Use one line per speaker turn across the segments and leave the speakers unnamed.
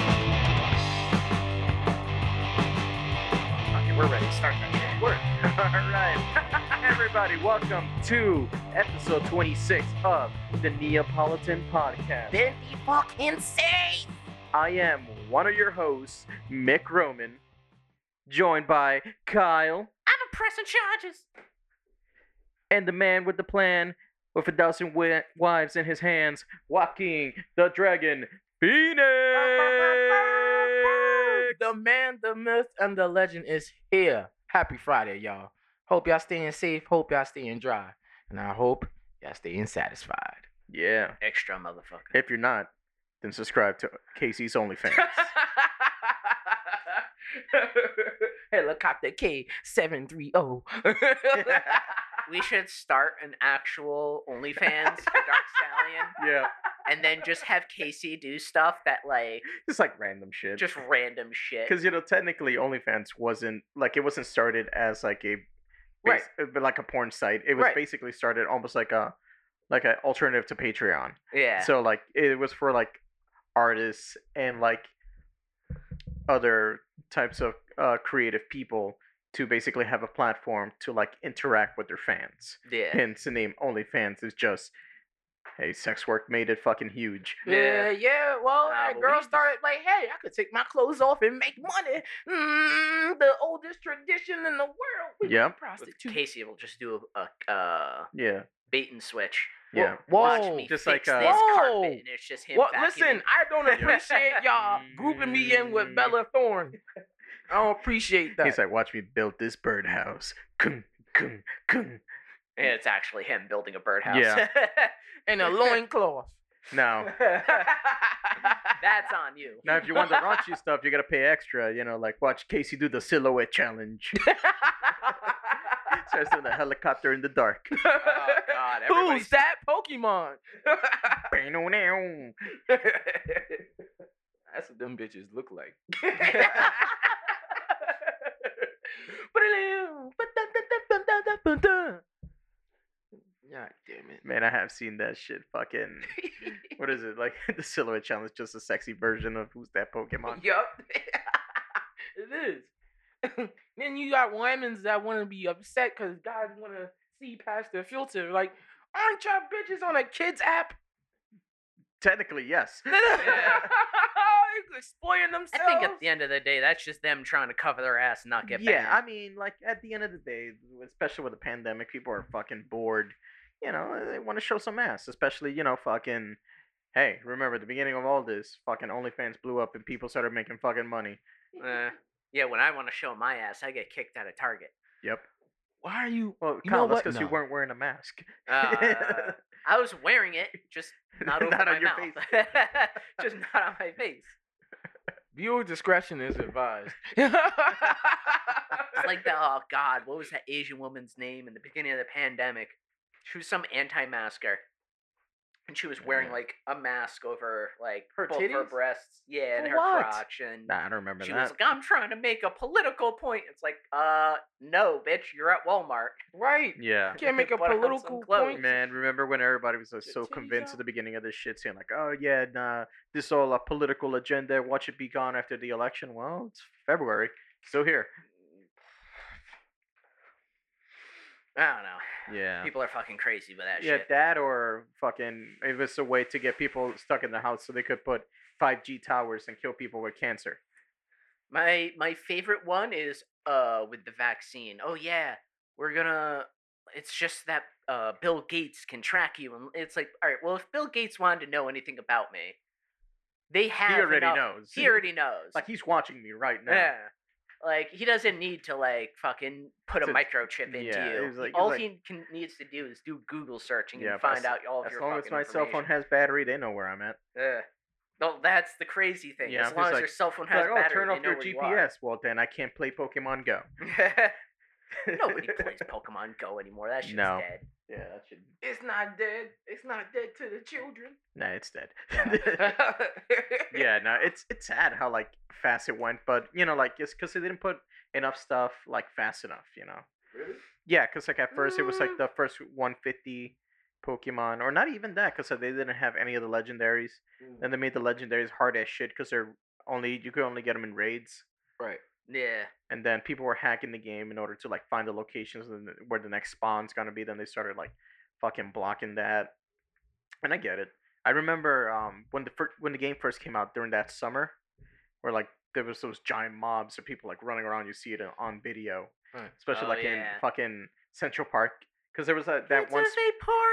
All right. Everybody, welcome to episode 26 of the Neapolitan Podcast.
Then be fucking safe.
I am one of your hosts, Mick Roman, joined by Kyle
I'm pressing charges.
and the man with the plan with a dozen wi- wives in his hands, Joaquin the Dragon Phoenix.
The man, the myth, and the legend is here. Happy Friday, y'all. Hope y'all staying safe. Hope y'all staying dry. And I hope y'all staying satisfied.
Yeah.
Extra motherfucker.
If you're not, then subscribe to Casey's OnlyFans.
Helicopter K730.
we should start an actual OnlyFans for Dark Stallion,
yeah.
and then just have Casey do stuff that like
Just like random shit.
just random shit.
because you know technically OnlyFans wasn't like it wasn't started as like a
Right.
bas- uh, like a porn site. It was
Right.
basically started almost like a like an alternative to Patreon.
yeah.
So like it was for like artists and like other types of uh, creative people to basically have a platform to like interact with their fans.
yeah.
Hence the name OnlyFans is just hey, sex work made it fucking huge.
Yeah,
Yeah.
Uh, yeah. Well,
Nah,
that
but
girl
we-
started like, hey, I could take my clothes off and make money. Mm, the oldest tradition in the world. We
Yep.
yep. prostitute.
Casey will just do a, a uh,
Yeah.
bait and switch.
Yeah.
Watch me
Just
just
like,
like
uh,
this
Whoa.
carpet, and it's just him.
Well,
vacuuming.
listen, I don't
Yeah.
appreciate y'all grouping me in with Bella Thorne. I don't appreciate that.
He's like, watch me build this birdhouse. Kung, kung, kung.
And it's actually him building a birdhouse.
Yeah.
and a loincloth. Oh,
Now,
That's on you.
now if you want the raunchy stuff, you gotta pay extra. You know, like watch Casey do the silhouette challenge. Starts doing the helicopter in the dark.
oh God!
Who's
Everybody's
that Pokemon?
Ba-no-no.
That's what them bitches look like. God damn it.
Man, I have seen that shit. Fucking, what is it like? The silhouette challenge, just a sexy version of who's that Pokemon?
Yup. it is. then you got women's that want to be upset because guys want to see past their filter. Like, aren't y'all bitches on a kids app?
Technically, yes.
Exploiting
I
themselves.
think at the end of the day, that's just them trying to cover their ass, and not get
yeah,
banned.
I mean, like at the end of the day, especially with the pandemic, people are fucking bored. You know, they want to show some ass, especially you know, fucking. Hey, remember the beginning of all this? Fucking OnlyFans blew up and people started making fucking money.
Uh, yeah, when I want to show my ass, I get kicked out of Target.
Yep.
Why are you?
Well,
You know
Kyle, that's
what?
because you
No.
weren't wearing a mask.
Uh, I was wearing it, just not over
Not
my
on your
mouth. just not on my face.
Viewer discretion is advised.
It's like the oh god, what was that Asian woman's name in the beginning of the pandemic? She was some anti-masker, and she was wearing
Yeah.
like a mask over like
Her
both her
titties?
breasts, yeah, and
For
her
what?
crotch, and
nah, I don't remember
she
that.
was like, "I'm trying to make a political point." It's like, uh, no, bitch, you're at Walmart.
right.
yeah.
Can't make a
Put on some
political
clothes,
point.
Man, remember when everybody was uh,
Get
so
titties
convinced
out.
at the beginning of this shit, saying like, "Oh yeah, nah, this all a political agenda. Watch it be gone after the election." Well, it's February, still here.
I don't know.
Yeah.
People are fucking crazy with that
yeah,
shit.
that or fucking it was a way to get people stuck in the house so they could put 5G towers and kill people with cancer.
My my favorite one is uh with the vaccine. Oh yeah, we're gonna. It's just that uh Bill Gates can track you, and it's like, all right, well, if Bill Gates wanted to know anything about me, they have.
he already
enough-
knows.
He already knows.
like he's watching me right now.
yeah. Like he doesn't need to like fucking put a
To-
microchip into
yeah,
you.
he's like- he's
All
like-
he can, needs to do is do Google searching
Yeah,
and
but
find
as-
out all of
As
your
long as
fucking
my cell phone
information.
has battery, they know where I'm at.
Ugh. Well, that's the crazy thing.
Yeah,
as
he's
long as
like-
your cell phone
It's
has
like, oh,
battery,
turn
they
off
know
your
where you are."
GPS. Well, then I can't play Pokemon Go.
Nobody plays Pokemon Go anymore. That shit's
No.
dead.
Yeah, that should.
It's not dead. It's not dead to the children.
Nah, it's dead.
yeah.
yeah, no, it's it's sad how like fast it went, but you know, like it's because they didn't put enough stuff like fast enough, you know.
Really?
Yeah, because like at first it was like
Mm.
the first 150 Pokemon, or not even that, because they didn't have any of the legendaries,
Mm.
and they made the legendaries hard as shit because they're only you could only get them in raids.
Right.
Yeah.
and then people were hacking the game in order to like find the locations and the- where the next spawn's gonna be. Then they started like fucking blocking that, and I get it. I remember um, when the fir- when the game first came out during that summer, where like there was those giant mobs of people like running around. You see it on- on video,
Right.
especially
Oh,
like in
yeah.
fucking Central Park, because there was that that
it's
one. sp-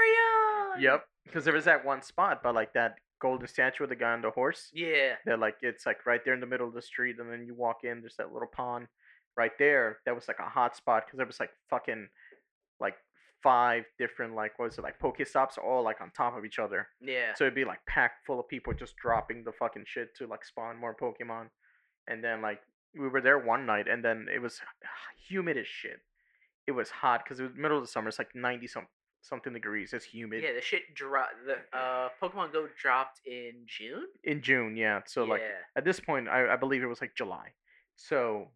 a Vaporeon.
Yep, because there was that one spot by like that golden statue of the guy on the horse.
Yeah.
They're like it's like right there in the middle of the street, and then you walk in. There's that little pond right there. That was like a hot spot because there was like fucking like five different like what was it like Pokestops all like on top of each other.
Yeah.
So it'd be like packed full of people just dropping the fucking shit to like spawn more Pokemon. And then like we were there one night, and then it was humid as shit. It was hot because it was middle of the summer. It's like ninety some something degrees. It's humid
yeah, the shit dropped. The uh, Pokemon Go dropped in June.
in June. Yeah, so like
yeah.
at this point I, I believe it was like july so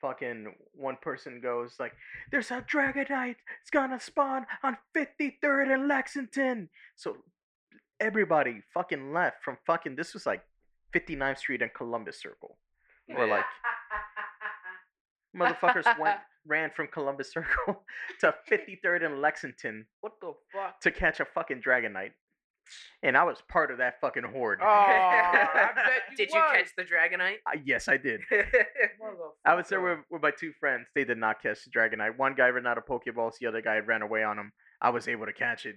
fucking one person goes like there's a dragonite it's gonna spawn on 53rd and lexington so everybody fucking left from fucking this was like 59th street and columbus circle or like motherfuckers went ran from columbus circle to 53rd and lexington
what the fuck?
to catch a fucking dragonite and i was part of that fucking horde
Oh, I bet you
Did you
was.
catch the Dragonite?
I- yes i did
Motherfucker.
I was there with, with my two friends. They did not catch the Dragonite. One guy ran out of Pokeballs. The other guy ran away on him. I was able to catch it,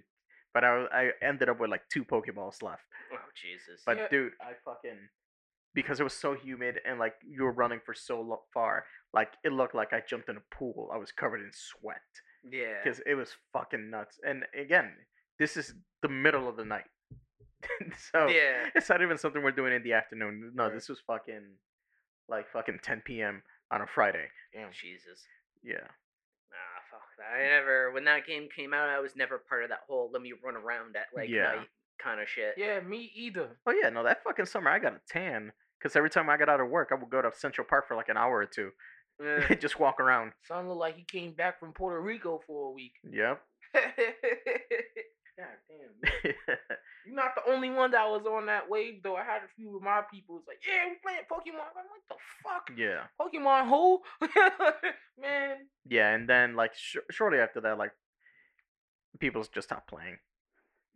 but I, wa- I ended up with like two Pokeballs left.
oh Jesus!
But
Yeah.
dude, I fucking because it was so humid and like you were running for so lo- far, like it looked like I jumped in a pool. I was covered in sweat
yeah.
because it was fucking nuts. And again, this is the middle of the night, so
Yeah.
it's not even something we're doing in the afternoon. No,
Right.
this was fucking like fucking 10 p.m. on a Friday.
Damn.
Jesus.
Yeah.
Nah, fuck that. I never. When that game came out, I was never part of that whole "let me run around at like
Yeah.
night" kind of shit.
Yeah, me either.
Oh yeah, no, that fucking summer I got a tan because every time I got out of work, I would go to Central Park for like an hour or two,
Yeah.
just walk around.
Son looked like he came back from Puerto Rico for a week.
Yep.
God damn. man. You're not the only one that was on that wave though. I had a few of my people. It's like, yeah, we playing Pokemon. I'm like, what the fuck?
yeah.
Pokemon who? man.
Yeah, and then like sh- shortly after that, like people just stopped playing.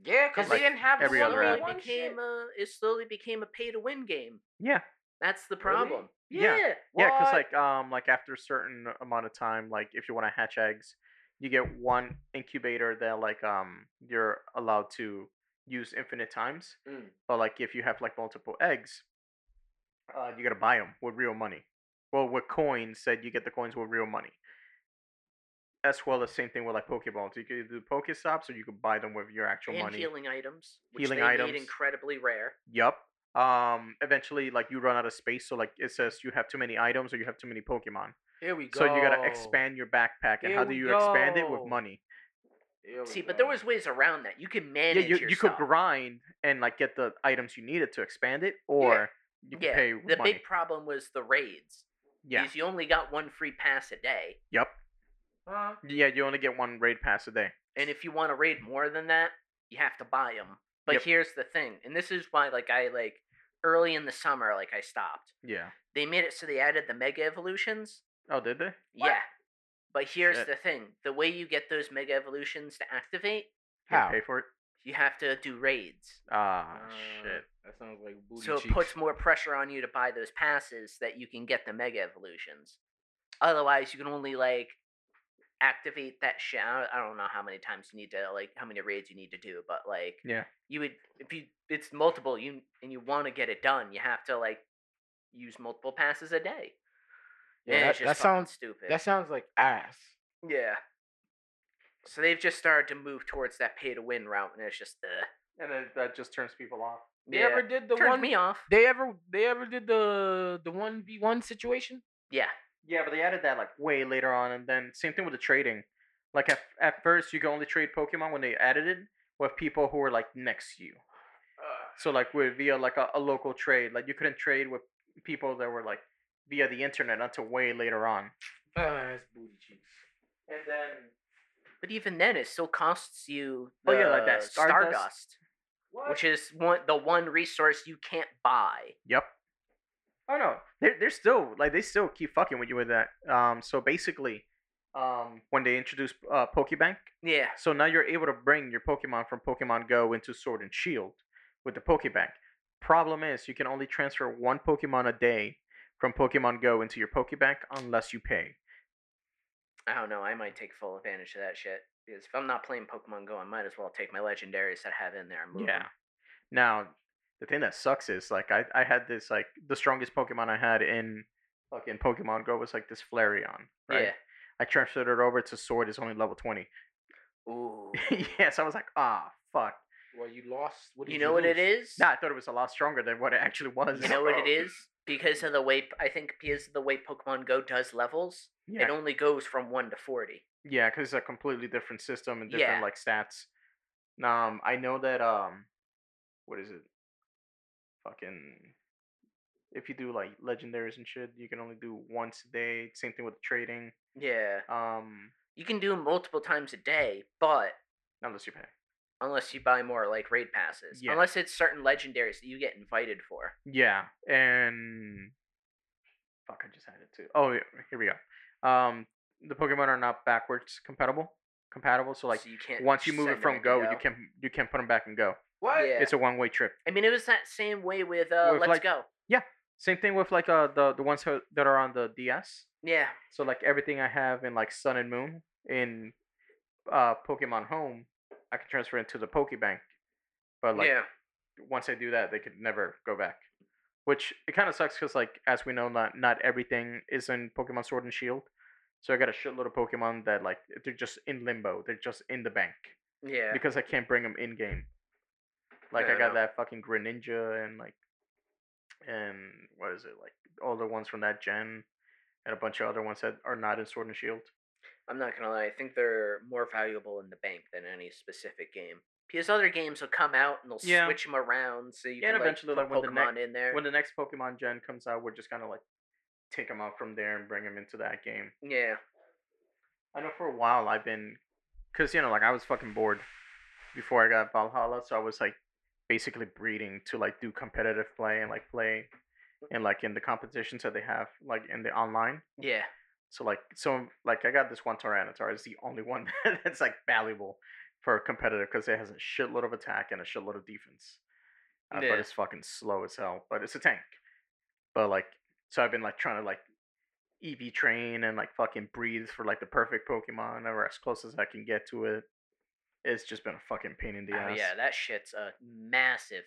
Yeah, because
Like
they didn't have
every
the
other
slowly
app.
one-on-one shit.
became a, it slowly became a pay to win game.
Yeah.
That's the
Really?
problem.
Yeah.
Yeah.
Yeah, because
What?
like um like after a certain amount of time, like if you want to hatch eggs, you get one incubator that like um you're allowed to use infinite times.
Mm.
But like if you have like multiple eggs, uh, you gotta buy them with real money. Well, with coins, that you get the coins with real money. As well as same thing with like Pokeballs. You could do Pokestops, or you could buy them with your actual
and
money.
healing items, which
Healing
they
items.
made incredibly rare.
Yup. Um, eventually, like you run out of space, so like it says you have too many items or you have too many Pokemon.
Here we go.
So you gotta expand your backpack, and how
Here
do
we
you expand it
go.
with money?
Here we
See, but there
go.
was ways around that. You could manage
yeah, you,
your
you could
stuff.
grind and like get the items you needed to expand it, or you could
yeah.
pay
the
money.
big problem was the raids.
yeah,
Because you only got one free pass a day,
yep,
Huh?
yeah. You only get one raid pass a day.
and if you want to raid more than that, you have to buy them. But
Yep.
here's the thing, and this is why, like, I like early in the summer, like, I stopped.
Yeah.
They made it so they added the mega evolutions.
Oh, did they?
What?
Yeah. But here's
Shit.
the thing: the way you get those mega evolutions to activate,
You gotta
How?
Pay for it.
you have to do raids.
Ah,
Uh,
shit.
That sounds like booty
so it
cheeks.
puts more pressure on you to buy those passes that you can get the mega evolutions. Otherwise, you can only like activate that shit. I don't- I don't know how many times you need to like how many raids you need to do, but like
Yeah.
you would if you it's multiple you and you want to get it done, you have to like use multiple passes a day.
Yeah,
and
that,
it's just
that
fucking
sounds
stupid.
that sounds like ass.
yeah. So they've just started to move towards that pay to win route, and it's just the
And then that just turns people off.
They
yeah.
ever did the
turned
one
me off.
They ever they ever did the the one v one situation?
Yeah,
Yeah, but they added that like way later on, and then same thing with the trading. Like at, at first, you could only trade Pokemon when they added it with people who were like next to you. So like with via like a, a local trade, like you couldn't trade with people that were like via the internet until way later on.
Ah, that's booty cheeks.
And then
But even then, it still costs you.
Oh, yeah, like that
the
Stardust.
Stardust, which is one the one resource you can't buy.
yep, Oh no, they're they're still like they still keep fucking with you with that. Um, so basically, um, when they introduced uh Pokebank,
Yeah.
so now you're able to bring your Pokemon from Pokemon Go into Sword and Shield with the Pokebank. Problem is, you can only transfer one Pokemon a day from Pokemon Go into your Pokebank unless you pay.
I don't know. I might take full advantage of that shit because if I'm not playing Pokemon Go, I might as well take my legendaries that I have in there. And move 'em.
Yeah. Now, the thing that sucks is like I, I had this like the strongest Pokemon I had in fucking Pokemon Go was like this Flareon, right? I transferred it over to Sword. It's only level twenty.
Yeah. Ooh.
yes, I was like, ah, fuck.
Well, you lost. What did
you know what it
lose?
is?
Nah, I thought it was a lot stronger than what it actually was.
You know what it is? Because of the way I think because of the way Pokemon Go does levels,
Yeah,
it only goes from one to forty.
yeah, because it's a completely different system and different
Yeah.
like stats. Um, I know that um, what is it? Fucking, if you do like legendaries and shit, you can only do once a day. Same thing with trading.
Yeah.
Um,
You can do 'em multiple times a day, but
unless you pay.
unless you buy more like raid passes,
Yeah.
unless it's certain legendaries that you get invited for.
Yeah, and fuck, I just had it too. Oh, yeah, here we go. Um, the Pokemon are not backwards compatible. Compatible, so like
so you can't
once you move
send
it
'em
from
into
go, you can you can put them back and go.
What?
Yeah.
It's a one way trip.
I mean, it was that same way with uh,
With,
Let's
like-
Go.
Same thing with like uh the the ones who- that are on the DS.
Yeah.
So like everything I have in like Sun and Moon in uh Pokemon Home, I can transfer into the Pokebank. But like
yeah.
once I do that, they could never go back. Which it kind of sucks because, like, as we know, not not everything is in Pokemon Sword and Shield. So I got a shitload of Pokemon that, like, they're just in limbo. They're just in the bank
Yeah.
because I can't bring them in game. Like,
Yeah, I
I got
know.
that fucking Greninja and like, and what is it like all the ones from that gen, and a bunch of other ones that are not in Sword and Shield.
I'm not gonna lie, I think they're more valuable in the bank than any specific game. Because other games will come out and they'll switch 'em
Yeah.
switch them around, so you
Yeah,
can
and
like,
eventually,
put
like, when the
Pokemon in there.
When the next Pokemon gen comes out, we're just gonna like take them out from there and bring them into that game.
yeah,
I know for a while I've been, cause you know, like I was fucking bored before I got Valhalla, so I was like basically breeding to like do competitive play and like play and like in the competitions that they have like in the online.
yeah,
So like so like I got this one Tyranitar. It's the only one that's like valuable for competitive because it has a shitload of attack and a shitload of defense. Uh,
Yeah.
But it's fucking slow as hell. But it's a tank. But like so I've been like trying to like EV train and like fucking breathe for like the perfect Pokemon or as close as I can get to it. It's just been a fucking pain in the
Oh,
ass.
yeah. That shit's a massive,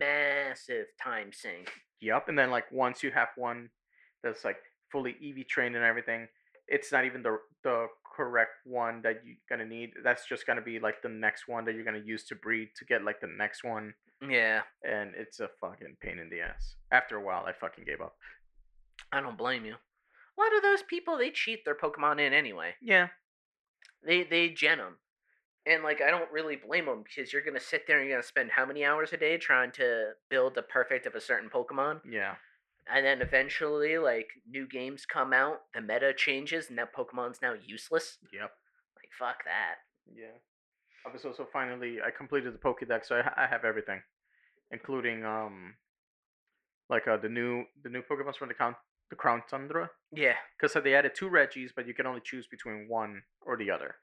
massive time sink.
Yep. And then like once you have one that's like fully EV trained and everything, it's not even the the correct one that you're gonna need. That's just gonna be like the next one that you're gonna use to breed to get like the next one.
Yeah,
And it's a fucking pain in the ass. After a while, I fucking gave up.
I don't blame you. A lot of those people they cheat their Pokemon in anyway.
Yeah.
They they gen them, and like I don't really blame them because you're gonna sit there and you're gonna spend how many hours a day trying to build a perfect of a certain Pokemon.
Yeah.
and then eventually like new games come out the meta changes and that pokemon's now useless
Yep.
like fuck that
Yeah. I was also finally I completed the Pokédex, so I, ha- I have everything, including um, like uh the new the new Pokémon from the Crown the Crown Tundra.
yeah
Because they added two Reggies, but you can only choose between one or the other.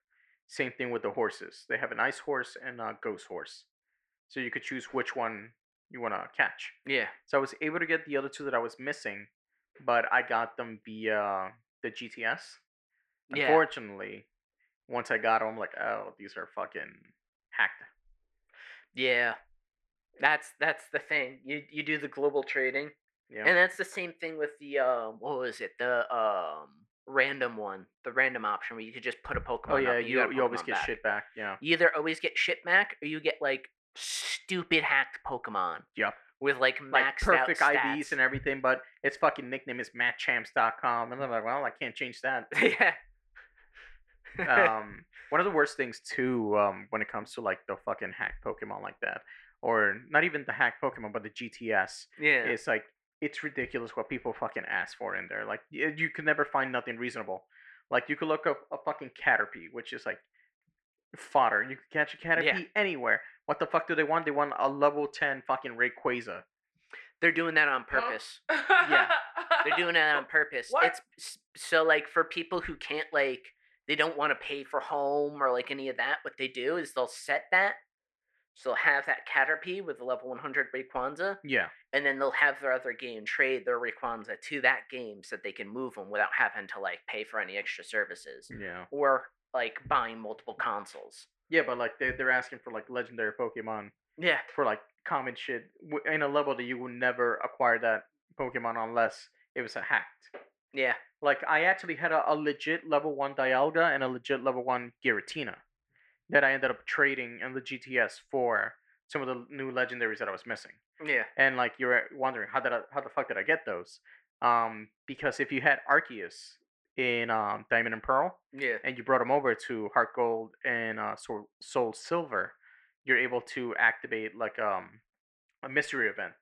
Same thing with the horses. They have an ice horse and a ghost horse. So you could choose which one you want to catch.
yeah
So I was able to get the other two that I was missing, but I got them via the GTS.
yeah
Unfortunately, once I got them, I'm like, oh, these are fucking hacked.
yeah that's that's the thing you you do the global trading
Yeah.
and that's the same thing with the um what was it the um random one the random option where you could just put a pokemon
oh,
up
yeah,
and
you,
got a
you always
Pokemon
get
back.
shit back. Yeah.
you either always get shit back or you get like stupid hacked pokemon
Yep.
with like maxed
Like perfect
out
IDs and everything, but its fucking nickname is mattchamps.com. And I'm like, well, I can't change that.
everything yeah
um, one of the worst things too, um, when it comes to like the fucking hack Pokemon like that, or not even the hack Pokemon, but the GTS,
yeah
it's like it's ridiculous what people fucking ask for in there. Like y- you could never find nothing reasonable. Like you could look up a fucking Caterpie, which is like fodder. You could catch a Caterpie anywhere. What the fuck do they want? They want a level ten fucking Rayquaza.
They're doing that on purpose.
Yeah.
They're doing it on purpose.
What?
It's s- so like for people who can't like they don't want to pay for home or like any of that. What they do is they'll set that. So they'll have that Caterpie with the level 100 Rayquaza,
Yeah.
and then they'll have their other game trade their Rayquaza to that game so that they can move them without having to like pay for any extra services
Yeah.
or like buying multiple consoles.
Yeah, but like they they're asking for like legendary Pokemon
Yeah,
for like common shit w- in a level that you would never acquire that Pokemon unless it was a hacked.
yeah,
Like I actually had a, a legit level one Dialga and a legit level one Giratina that I ended up trading in the GTS for some of the new legendaries that I was missing.
yeah.
And like you're wondering how did I, how the fuck did I get those? Um, because if you had Arceus in um, Diamond and Pearl,
Yeah.
and you brought them over to Heart Gold and uh, Soul, Soul Silver, you're able to activate like um a mystery event.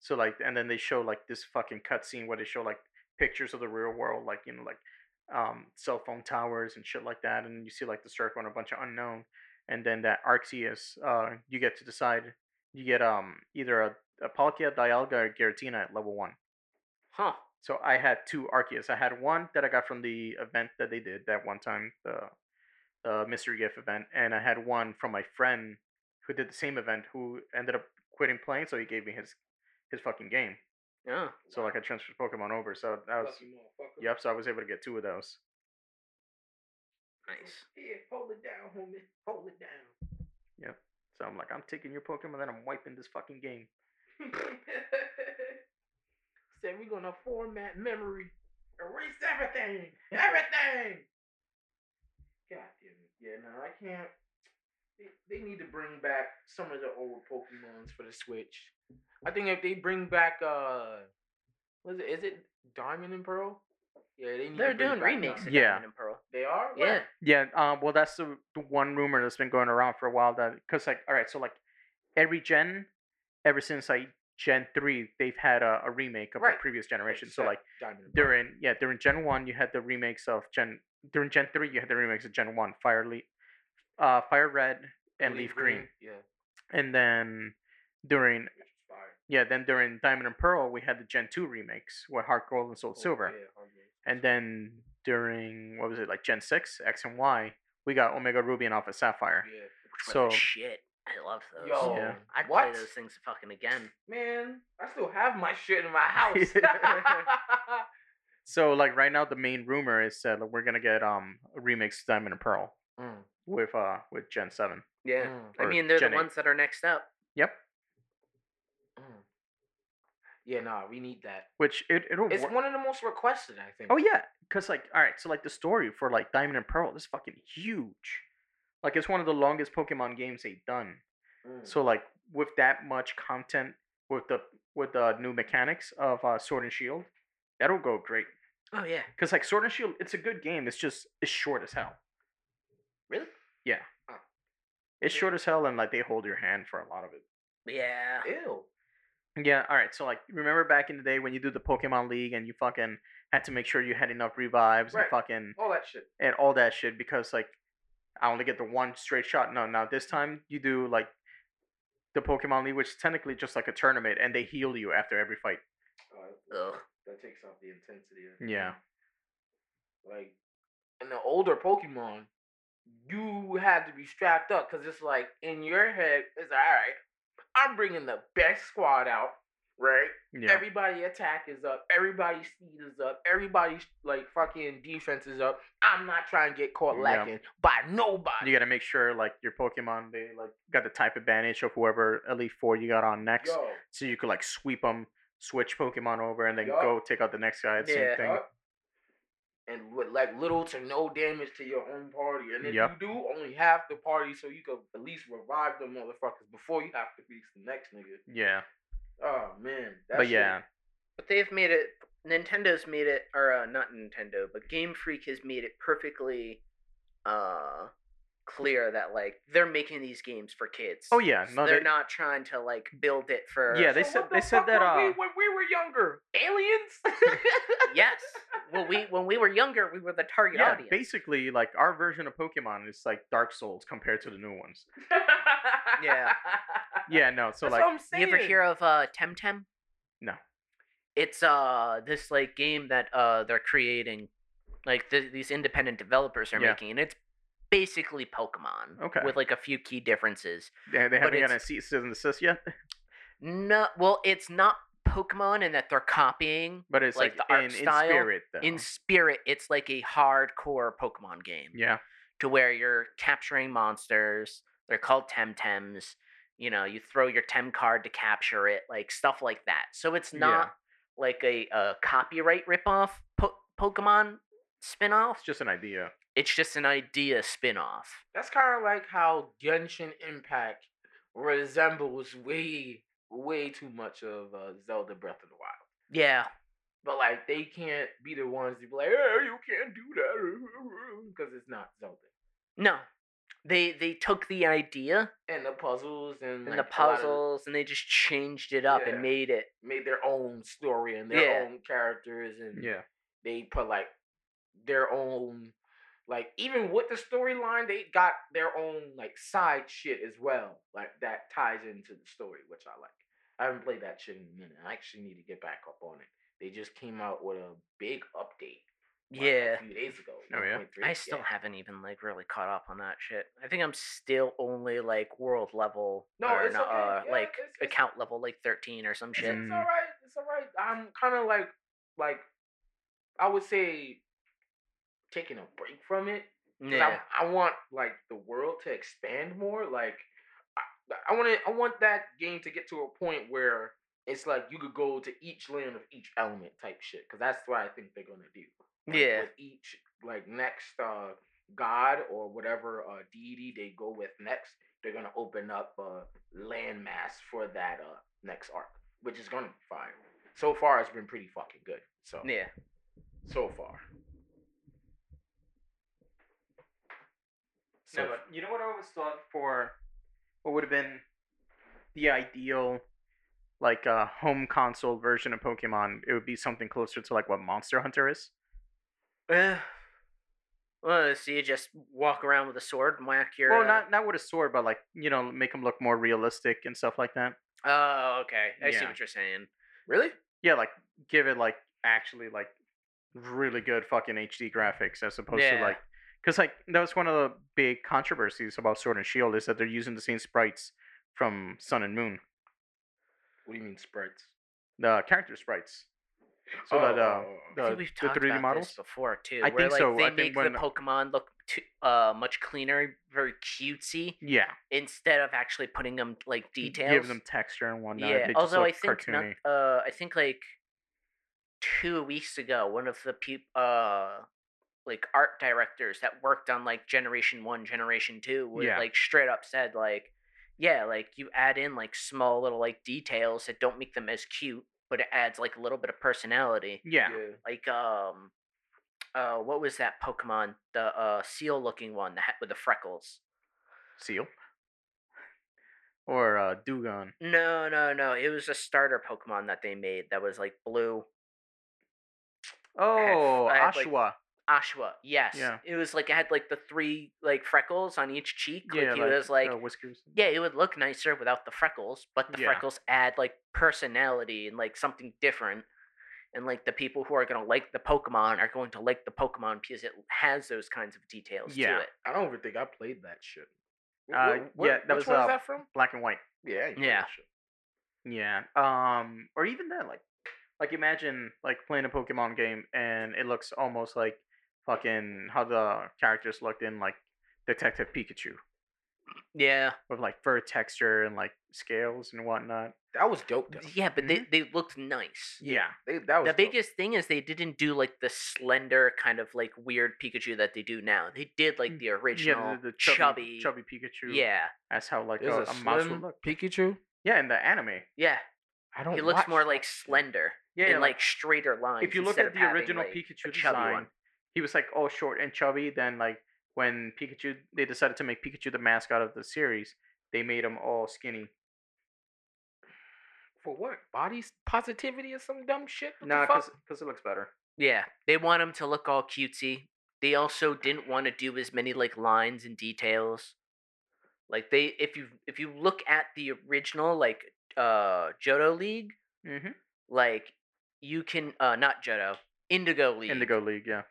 So like, and then they show like this fucking cutscene where they show like pictures of the real world, like you know like um cell phone towers and shit like that, and you see like the circle and a bunch of unknown, and then that Arceus, uh, you get to decide. You get um either a, a Palkia, Dialga, or Giratina at level one.
Huh.
So I had two Arceus. I had one that I got from the event that they did that one time, the the mystery gift event, and I had one from my friend who did the same event who ended up quitting playing, so he gave me his his fucking game.
Yeah.
So like I transferred Pokemon over. So that was
Lucky motherfucker.
yep. So I was able to get two of those.
Nice.
Yeah, hold it down, homie. Hold it down.
So I'm like, I'm taking your Pokemon, then I'm wiping this fucking game.
Said we're gonna format memory. Erase everything. Everything. God damn it. Yeah, no, I can't. They, they need to bring back some of the old Pokemons for the Switch. I think if they bring back uh what is it is it Diamond and Pearl? Yeah, they need
They're
to bring
doing
back
remakes
Diamond.
of
Yeah.
Diamond and Pearl.
They are?
Yeah.
Where?
Yeah, um, well, that's the, the one rumor that's been going around for a while. That because like, all right, so like every gen, ever since like Gen three, they've had a, a remake of
Right.
the previous generation. So
Except
like
Diamond and Pearl.
during yeah during Gen one, you had the remakes of Gen during Gen three, you had the remakes of Gen one, Fire Le- uh, Fire Red and Leaf Green.
Yeah.
and then during
Which is fire.
yeah then during Diamond and Pearl, we had the Gen two remakes with Heart Gold and Soul
Oh,
Silver.
yeah, oh, yeah.
And then during what was it like Gen six X and Y, we got Omega Ruby and Alpha Sapphire.
Yeah.
Which were
So-
the shit. I love those.
Yo,
Yeah.
I'd
what?
play those things fucking again.
Man, I still have my shit in my house.
So like right now, the main rumor is that like, we're gonna get um remakes to Diamond and Pearl with uh with Gen Seven.
Yeah.
Mm,
Mm. I
or
mean, they're
Gen
the
eight.
ones that are next up.
Yep.
mm. Yeah, nah, we need that.
Which it it'll
It's
wor-
one of the most requested, I think.
Oh yeah, cause like all right, so like the story for like Diamond and Pearl is fucking huge. Like it's one of the longest Pokemon games they've done.
Mm.
So like with that much content, with the with the new mechanics of uh, Sword and Shield, that'll go great.
Oh yeah.
Cause like Sword and Shield, it's a good game. It's just it's short as hell.
Really?
It's
Yeah.
short as hell, and like they hold your hand for a lot of it.
Yeah.
Ew.
Yeah, all right. So like, remember back in the day when you do the Pokemon League and you fucking had to make sure you had enough revives
Right.
and fucking
All that shit.
and all that shit because like I only get the one straight shot. No, now this time you do like the Pokemon League, which is technically just like a tournament, and they heal you after every fight.
Ugh.
Uh, that takes off the intensity.
Yeah.
Like, in the older Pokemon, you had to be strapped up because it's like in your head, it's all right. I'm bringing the best squad out, right?
Yeah,
Everybody attack is up. Everybody's speed is up. Everybody's like fucking defense is up. I'm not trying to get caught
Yeah.
lacking by nobody.
you got to make sure like your Pokemon they like got the type advantage of whoever Elite Four you got on next,
Yo,
so you could like sweep them, switch Pokemon over, and then
Yup.
go take out the next guy. Same
Yeah.
thing.
yup. And with like little to no damage to your own party. And if
Yup.
you do, only half the party so you can at least revive them motherfuckers before you have to beat the next nigga.
Yeah,
Oh man. That
but
shit-
yeah,
But they've made it. Nintendo's made it, or uh, not Nintendo, but Game Freak has made it perfectly uh, clear that like they're making these games for kids.
Oh, yeah.
So
No,
they're
they-
not trying to like build it for.
Yeah, they
So
said-
what the
they said
fuck
that,
were we
uh,
when we were younger. Aliens?
yes. Well, we when we were younger, we were the target
yeah.
audience.
Basically, like our version of Pokemon is like Dark Souls compared to the new ones.
Yeah.
Yeah, no. So
That's
like,
what I'm saying.
You ever hear of uh, Temtem?
No.
it's uh this like game that uh they're creating, like th- these independent developers are
Yeah.
making, and it's basically Pokemon.
Okay.
With like a few key differences.
They, they haven't gotten a
it's-
cease and desist yet,
No, well, it's not Pokemon in that they're copying.
but it's like,
Like the art
in,
style,
in spirit though.
In spirit, it's like a hardcore Pokemon game.
yeah.
to where you're capturing monsters. They're called Temtems. You know, you throw your Tem card to capture it, like stuff like that. So it's
Yeah.
not like a, a copyright ripoff po- Pokemon spinoff.
It's just an idea.
It's just an idea spinoff.
That's kind of like how Genshin Impact resembles way, way too much of uh, Zelda Breath of the Wild.
Yeah,
But like, they can't be the ones to be like, "Oh, you can't do that," because it's not Zelda.
no, they they took the idea
And the puzzles and,
and the
like, a lot of-
puzzles and they just changed it up
Yeah.
and made it.
made their own story and their
Yeah.
own characters,
Mm,
and
Yeah.
they put like their own, like even with the storyline, they got their own like side shit as well, like that ties into the story, which I like. I haven't played that shit in a minute. I actually need to get back up on it. They just came out with a big update. like,
yeah,
a few days ago.
Oh, yeah?
1.3,
I still
yeah.
haven't even like really caught up on that shit. I think I'm still only like world level
No,
or
it's
not,
okay.
uh,
Yeah,
like
it's- it's-
account level like 13 or some
It's,
shit.
Mm.
all right. It's all right. I'm kind of like, like, I would say, taking a break from it. 'cause
Yeah.
I, I want like the world to expand more. Like, I, I want to. I want that game to get to a point where it's like you could go to each land of each element type shit. Because that's what I think they're gonna do. Like,
Yeah.
With each like next uh god or whatever uh deity they go with next, they're gonna open up uh landmass for that uh next arc, which is gonna be fire. So far, it's been pretty fucking good. So
Yeah.
so far. So
no, but you know what I always thought for what would have been the ideal like uh, home console version of Pokemon, it would be something closer to like what Monster Hunter is.
Uh, well, so you just walk around with a sword and whack your.
Well,
uh,
not not with a sword, but like you know, make them look more realistic and stuff like that.
Oh, okay. I see
Yeah.
what you're saying.
really,
Yeah, like give it like actually like really good fucking HD graphics as opposed
Yeah.
to like because like that was one of the big controversies about Sword and Shield is that they're using the same sprites from Sun and Moon,
what do you mean sprites?
the character sprites. So that uh,
Oh.
the,
I think we've
the
talked
3D
about
models.
this before too.
I
where,
think
like,
so.
They
I think
make the
when-
Pokemon look too, uh much cleaner, very cutesy,
Yeah,
instead of actually putting them like
y-
details.
Give them texture and whatnot.
yeah.
They just
Although I
look
think not,
cartoony.
uh, I think like two weeks ago, one of the peop uh like art directors that worked on like Generation One, Generation Two, was,
Yeah.
like straight up said like, yeah, like you add in like small little like details that don't make them as cute, but it adds like a little bit of personality.
yeah.
Like um, uh, what was that Pokemon? The uh seal looking one that had with the freckles.
seal, or uh, Dugon.
No, no, no. It was a starter Pokemon that they made that was like blue.
Oh,
I had, like,
Ashwa.
Ashwa, yes.
Yeah.
It was like it had like the three like freckles on each cheek.
yeah,
like it was like
uh, whiskers.
yeah, it would look nicer without the freckles, but the
Yeah.
freckles add like personality and like something different. And like the people who are gonna like the Pokemon are going to like the Pokemon because it has those kinds of details
Yeah.
to it.
I don't even think I played that shit. Wh-
Uh,
wh- what-
yeah, that was,
which one
uh,
that from?
black and white.
Yeah, I ain't played
yeah.
that shit.
Yeah. Um, or even that, like, like imagine like playing a Pokemon game and it looks almost like fucking how the characters looked in like Detective Pikachu
Yeah.
with like fur texture and like scales and whatnot. Mm-hmm.
That was dope though.
Yeah, but they, they looked nice.
Yeah.
They, that was
The
dope.
biggest thing is they didn't do like the slender kind of like weird Pikachu that they do now. They did like
Mm.
the original
yeah, the, the
chubby,
chubby, chubby Pikachu.
Yeah,
That's how like
There's
a, a,
a,
uh,
mouse
slim
would look.
Pikachu.
Yeah, in the anime.
yeah.
I don't.
He looks
watch
more
that
like
shit.
slender
Yeah.
in like straighter lines.
if you look
instead
at
of
the
having,
original
like, a
Pikachu
chubby
design,
one.
he was like all short and chubby. Then like when Pikachu, they decided to make Pikachu the mascot of the series. They made him all skinny.
for what? Body s- positivity or some dumb shit? What
Nah,
the fuck?
because it looks better.
Yeah, they want him to look all cutesy. They also didn't want to do as many like lines and details. Like they, if you if you look at the original like uh Johto League,
Mm-hmm.
like you can uh not Jeddo, Indigo League.
Indigo League, yeah.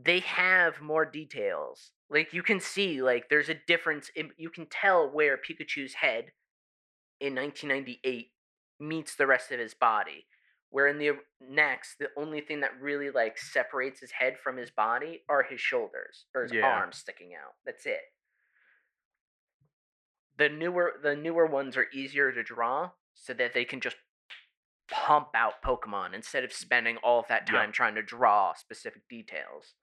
They have more details. Like you can see, like there's a difference. In, you can tell where Pikachu's head in 1998 meets the rest of his body. Where in the next, the only thing that really like separates his head from his body are his shoulders or his
Yeah.
arms sticking out. That's it. The newer the newer ones are easier to draw, so that they can just pump out Pokemon instead of spending all of that
Yeah.
time trying to draw specific details.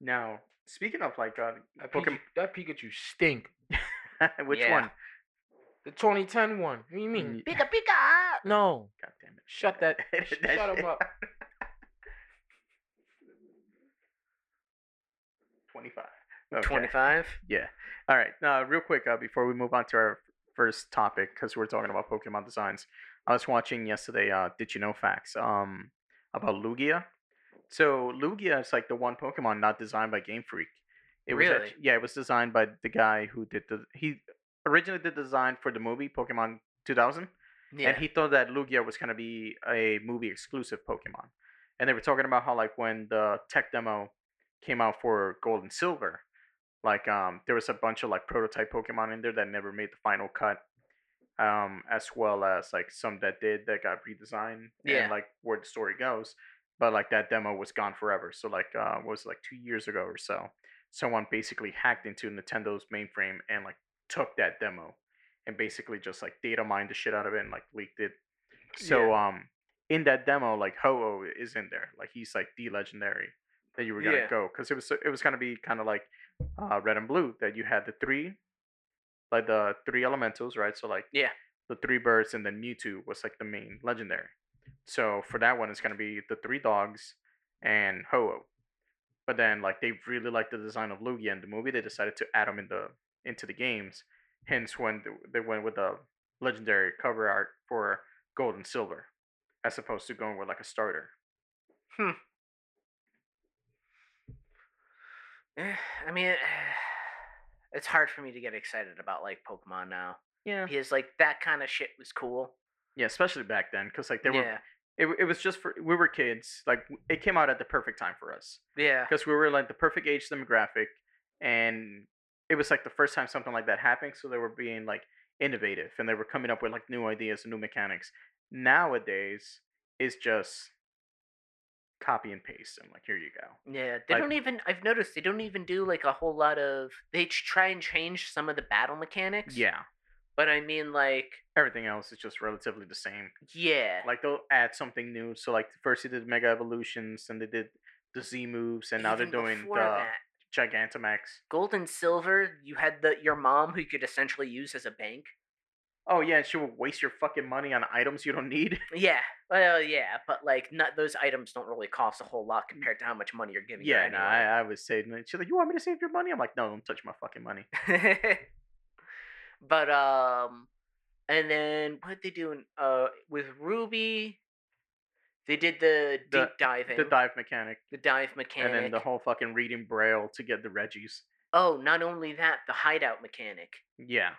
Now, speaking of like uh,
That Pikachu,
Pokemon,
that Pikachu stink.
which
Yeah.
one?
The 2010 one. What do you mean?
Mm,
Pika Pika!
No.
God damn it!
Shut that.
That
shut him
shit.
up.
Twenty-five. Okay.
25?
Yeah. All right. Now, real quick, uh, before we move on to our first topic, because we're talking about Pokemon designs, I was watching yesterday. Uh, Did you know facts? Um, about Lugia. So Lugia is like the one Pokemon not designed by Game Freak. It was
Really?
actu- yeah, it was designed by the guy who did the he originally did the design for the movie Pokemon 2000.
Yeah.
And he thought that Lugia was gonna be a movie exclusive Pokemon. And they were talking about how like when the tech demo came out for Gold and Silver, like um there was a bunch of like prototype Pokemon in there that never made the final cut. Um, as well as like some that did that got redesigned
Yeah.
and like where the story goes. But like that demo was gone forever. So like uh what was it, like two years ago or so, someone basically hacked into Nintendo's mainframe and like took that demo and basically just like data mined the shit out of it and like leaked it. So um in that demo, like Ho-Oh is in there. Like he's like the legendary that you were gonna
Yeah.
go because it was it was gonna be kind of like uh, red and blue that you had the three, like the three elementals, right? So like
Yeah.
the three birds and then Mewtwo was like the main legendary. So for that one, it's gonna be the three dogs and Ho-Oh. But then like they really liked the design of Lugia in the movie, they decided to add him in the into the games. Hence when th- they went with the legendary cover art for gold and silver, as opposed to going with like a starter.
Eh, I mean, it's hard for me to get excited about like Pokemon now
Yeah.
because like that kind of shit was cool.
Yeah, especially back then, because like they were
yeah,
it, w- it was just for we were kids like w- it came out at the perfect time for us
yeah,
because we were like the perfect age demographic and it was like the first time something like that happened so they were being like innovative and they were coming up with like new ideas and new mechanics nowadays it's just copy and paste and like here you go
yeah. They
like-
don't even. I've noticed they don't even do like a whole lot of. They ch- try and change some of the battle mechanics.
yeah
but I mean, like,
everything else is just relatively the same
yeah,
like they'll add something new so like first they did mega evolutions and they did the z moves and now they're
even
doing
before
the
that.
gigantamax
gold and silver. You had the your mom who you could essentially use as a bank.
Oh yeah, and she will waste your fucking money on items you don't need.
Yeah, well, yeah, but like, not those items don't really cost a whole lot compared to how much money you're giving. her
Mm. yeah, no, I,
anyway.
I was saving it. She's like, "You want me to save your money?" I'm like, "No, don't touch my fucking money."
but um and then what they do in, uh with ruby they did the deep
The-
diving
The dive mechanic,
the dive mechanic
and then the whole fucking reading braille to get the Reggies.
oh not only that the hideout mechanic
Yeah,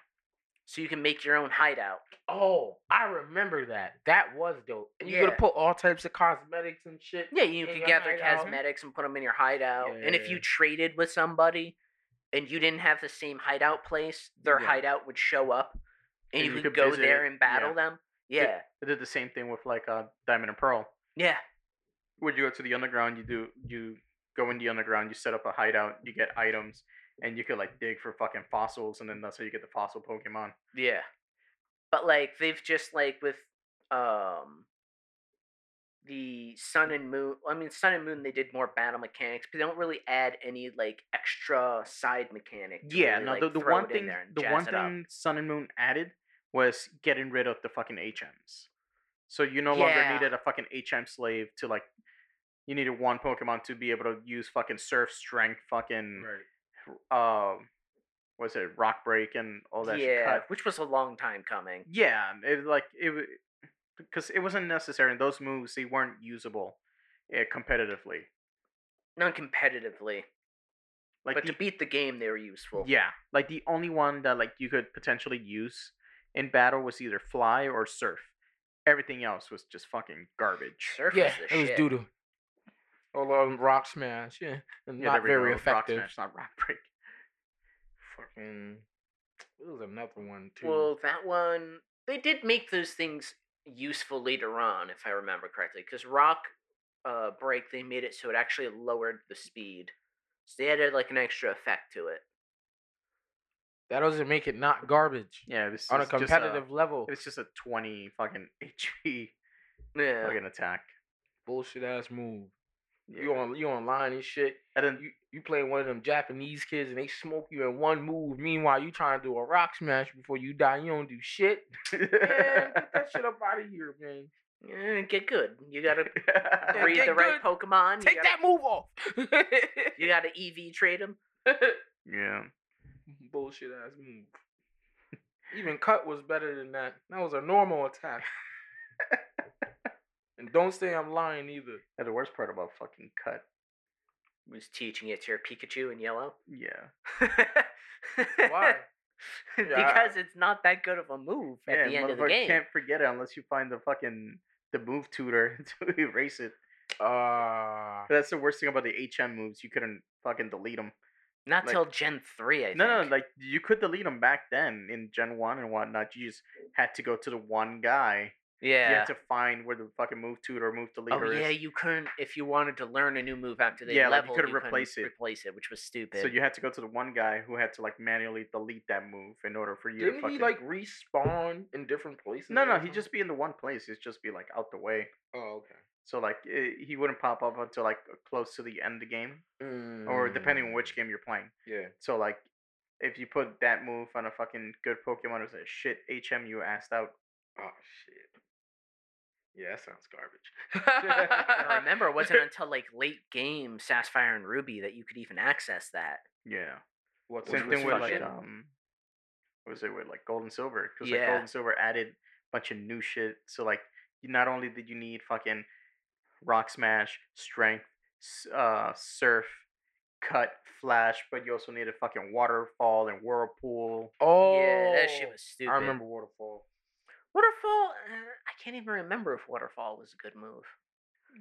so you can make your own hideout
Oh, I remember that. That was dope. And you
Yeah.
could put all types of cosmetics and shit.
yeah
in
you can
your
gather
hideout.
cosmetics and put them in your hideout and if you
Yeah.
traded with somebody and you didn't have the same hideout place their
Yeah.
hideout would show up and,
And
you,
you
could
could
go
visit
there
it,
and battle
yeah.
them yeah
they did the same thing with like uh, Diamond and Pearl.
yeah
Where you go to the underground, you do you go in the underground, you set up a hideout, you get items, and you could like dig for fucking fossils, and then that's how you get the fossil Pokemon.
Yeah. But like they've just like with um the sun and moon I mean sun and moon they did more battle mechanics, but they don't really add any like extra side mechanic. to
Yeah,
really,
no,
like,
the, the
throw
one
it in
thing
there and
the
jazz
one
it up.
thing Sun and Moon added was getting rid of the fucking HMs. So you no longer
Yeah.
needed a fucking HM slave to like you needed one Pokemon to be able to use fucking surf strength,
Mm.
fucking
Right.
um was it rock break and all that shit
yeah,
cut.
which was a long time coming.
Yeah, it like it because it wasn't necessary and those moves they weren't usable uh, competitively.
Non competitively.
Like
but
the-
to beat the game they were useful.
Yeah, like the only one that like you could potentially use in battle was either fly or surf, Everything else was just fucking garbage.
Surface
Yeah,
the
it was
shit.
doo doo. All um, rock smash, yeah, and
Yeah, there
not
we go,
very
rock
effective.
smash, not rock break.
Fucking, it was another one too.
Well, that one they did make those things useful later on, if I remember correctly, because Rock uh, Break they made it so it actually lowered the speed, so they added like an extra effect to it.
that doesn't make it not garbage
Yeah, this
on a
is just uh,
competitive level.
it was just a twenty fucking HP
Yeah.
fucking attack.
Bullshit ass move.
Yeah.
You on you online and shit.
And then
You you playing one of them Japanese kids and they smoke you in one move. Meanwhile, you trying to do a rock smash before you die. You don't do shit. Man, get that shit up out of here, man.
Yeah, eh, get good. You gotta
Yeah,
breed
get
the right
good.
Pokemon.
Take
you gotta,
that move off.
You gotta EV trade them.
yeah.
Bullshit ass move. Even cut was better than that. That was a normal attack. and don't say I'm lying either.
And the worst part about fucking cut.
Was teaching it to your Pikachu in yellow.
Yeah.
Why?
because it's not that good of a move at
yeah,
the end of the
motherfucker
game.
can't forget it unless you find the fucking the move tutor to erase it.
Ah.
That's the worst thing about the HM moves. You couldn't fucking delete them.
Not
like-
till Gen three, I think.
No, no, like you could delete them back then in Gen One and whatnot. You just had to go to the one guy.
yeah.
You had to find where the fucking move tutor, move
Oh
deleter
yeah,
is.
you couldn't if you wanted to learn a new move after they
Yeah, like, you
leveled.
couldn't
couldn't
replace it.
Replace it, which was stupid.
So you had to go to the one guy who had to like manually delete that move in order for you to
Didn't
fucking.
he like respawn in different places?
no, no,
or
he'd
something?
just be in the one place. He'd just be like out the way.
Oh, okay.
So like i he wouldn't pop up until like uh, close to the end of the game, or depending on
Mm.
which game you're playing.
Yeah.
So like, if you put that move on a fucking good Pokemon, it's a shit HM you asked out.
Oh shit. Yeah, that sounds
I
garbage.
remember it wasn't until like late game Sapphire and Ruby that you could even access that.
Yeah.
What's
Which
Same
was
thing with like
fucking-
um, what was it with like Gold and Silver? Because like
Yeah.
Gold and Silver added a bunch of new shit. So like, you not only did you need fucking Rock Smash, Strength, s- uh, Surf, Cut, Flash, but you also needed fucking Waterfall and Whirlpool.
oh
yeah, that shit was stupid.
I remember waterfall.
Waterfall. Uh, I can't even remember if Waterfall was a good move.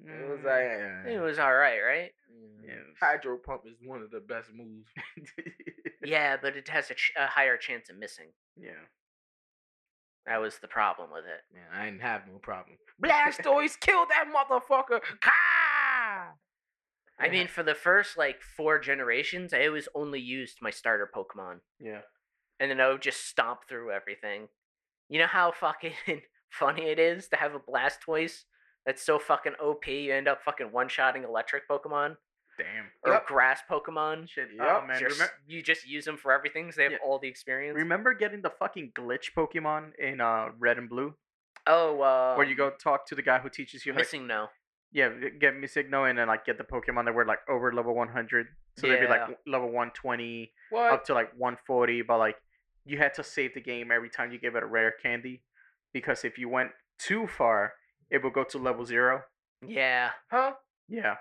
It was
Mm,
like
It
eh,
was all right, right? Mm.
yeah.
yes.
hydro pump is one of the best moves.
Yeah, but it has a, ch- a higher chance of missing.
yeah.
That was the problem with it.
Man, I didn't have no problem. Blastoise killed that motherfucker. Ka!
I mean, for the first like four generations, I always only used my starter Pokemon.
Yeah.
and then I would just stomp through everything. You know how fucking funny it is to have a Blastoise that's so fucking OP you end up fucking one shotting electric Pokemon
Damn.
or
Yep.
grass Pokemon.
Shit.
Yup,
Oh man.
Just-
remem-
you just use them for everything, so they have
Yeah.
all the experience.
Remember getting the fucking glitch Pokemon in uh Red and Blue,
oh, uh,
where you go talk to the guy who teaches you how to
missing no.
Yeah, g- get Misigno and then like get the Pokemon that were like over level 100. So they'd be like
Yeah.
w- level 120
what?
up to like 140, but like you had to save the game every time you gave it a rare candy because if you went too far, it would go to level 0.
Yeah,
huh?
Yeah.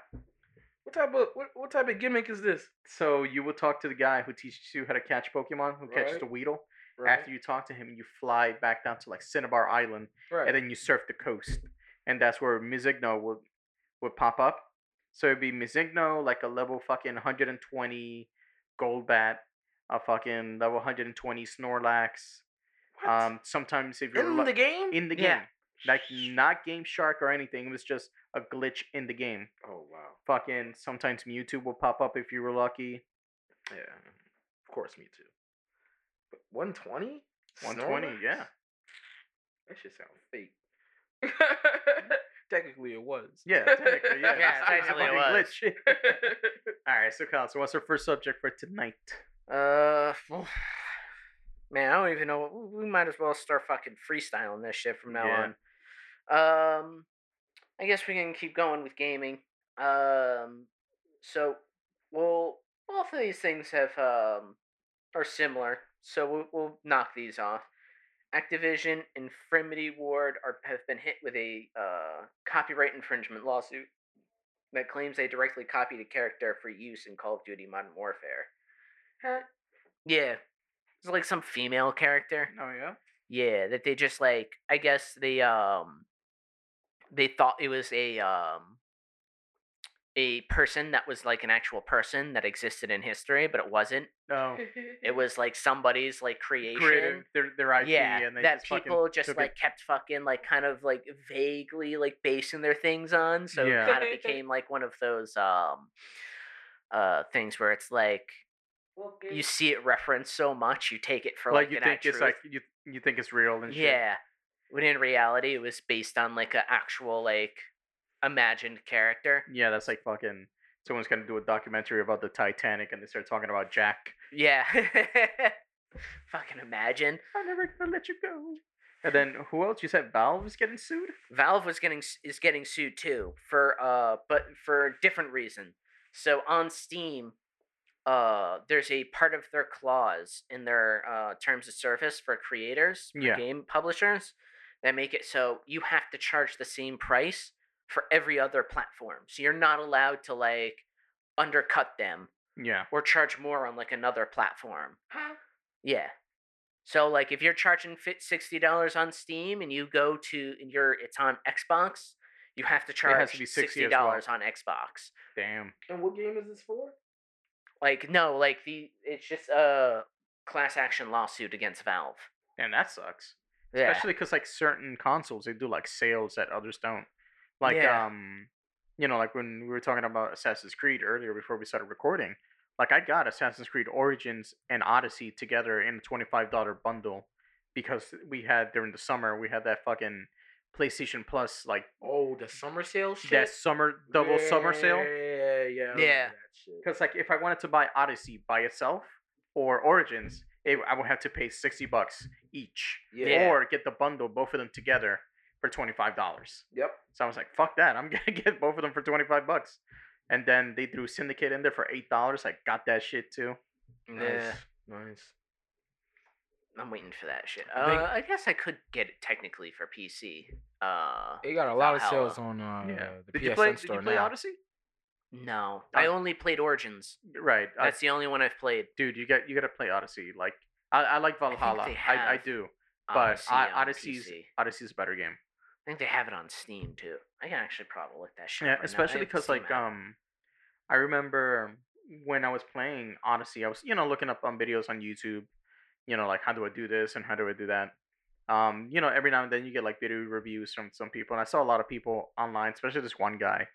What type of what, what type of gimmick is this?
So you would talk to the guy who teaches you how to catch Pokemon, who catches
Right.
the Weedle.
Right.
After you talk to him, you fly back down to like Cinnabar Island
right.
and then you surf the coast, and that's where Mizigno would would pop up. So it'd be Mizigno, like a level fucking 120 Golbat, a fucking level 120 Snorlax.
What?
Um, sometimes if you're
in
lu-
the game?
in the game,
Yeah.
like not Game Shark or anything, it was just a glitch in the game.
oh wow.
Fucking sometimes Mewtwo will pop up if you were lucky.
Yeah, of course, me too. But 120?
120,
Snorlax?
yeah.
That should sound fake. technically, it was.
Yeah, technically, yeah.
Yeah,
it's just a
technically it
fucking
was.
glitch. All right, so Kyle, so what's our first subject for tonight?
uh, man, I don't even know. what- We might as well start fucking freestyling this shit from now
Yeah.
on. Um, I guess we can keep going with gaming. Um, so, well, both of these things have um are similar, so we'll, we'll knock these off. Activision and Frimity Ward are have been hit with a uh, copyright infringement lawsuit that claims they directly copied a character for use in Call of Duty Modern Warfare.
Huh?
Yeah, it's like some female character.
Oh yeah.
Yeah, that they just like I guess the um they thought it was a um a person that was like an actual person that existed in history, but it wasn't.
No.
It was like somebody's like creation.
Created their, their IP
yeah,
and they
that
just fucking
people just
took
like kept fucking like kind of like vaguely like basing their things on. So
Yeah.
it kind of became like one of those um uh things where it's like you see it referenced so much, you take it for
like,
like,
you
an
think
actual
it's like you you think it's real and shit.
yeah. When in reality, it was based on like an actual like imagined character.
Yeah, that's like fucking someone's gonna do a documentary about the Titanic and they start talking about Jack.
Yeah. Fucking imagine.
I'm never gonna let you go. And then who else? You said Valve is getting sued?
Valve was getting s- is getting sued too for uh but for a different reason. So on Steam, uh there's a part of their clause in their uh terms of service for creators, for
Yeah.
game publishers that make it so you have to charge the same price for every other platform. So you're not allowed to like undercut them
Yeah.
or charge more on like another platform.
Huh?
Yeah. So like if you're charging fit sixty dollars on Steam and you go to and you're it's on Xbox, you have to charge
has to be 60
sixty
as well.
dollars on Xbox.
Damn.
And what game is this for?
Like no, like the it's just a class action lawsuit against Valve.
And that sucks.
Yeah.
Especially because like certain consoles they do like sales that others don't. Like
Yeah.
um you know, like when we were talking about Assassin's Creed earlier before we started recording, like I got Assassin's Creed Origins and Odyssey together in a twenty five dollar bundle because we had during the summer we had that fucking PlayStation Plus like
Oh, the summer sale shit.
that summer double summer sale.
Yeah, yeah, I remember
Yeah.
that shit.
Because like if I wanted to buy Odyssey by itself or Origins, it, I would have to pay sixty bucks each,
Yeah.
or get the bundle both of them together for twenty five dollars.
Yep.
So I was like, "Fuck that! I'm gonna get both of them for twenty five bucks." And then they threw Syndicate in there for eight dollars. I got that shit too.
Yeah.
Nice.
I'm waiting for that shit.
I
Uh,
think-
I guess I could get it technically for PC. Uh,
They got a lot of
Valhalla.
sales on uh, the
Did you
PSN
play? Did
store
you play
now.
Odyssey?
no, I
Uh,
only played Origins.
Right. I-
That's the only one I've played.
dude, you got you gotta play Odyssey. Like I, I like
think
Valhalla.
they
I, I,
have
do, but
Odyssey
I,
on
Odyssey's
PC.
Odyssey's a better game.
I think they have it on Steam too. I can actually probably look that shit.
Yeah,
up right now. I
especially
have the
because
Steam
like
app.
um, I remember when I was playing Odyssey, I was you know looking up on videos on YouTube, you know like how do I do this and how do I do that. Um, you know every now and then you get like video reviews from some people, and I saw a lot of people online, especially this one guy.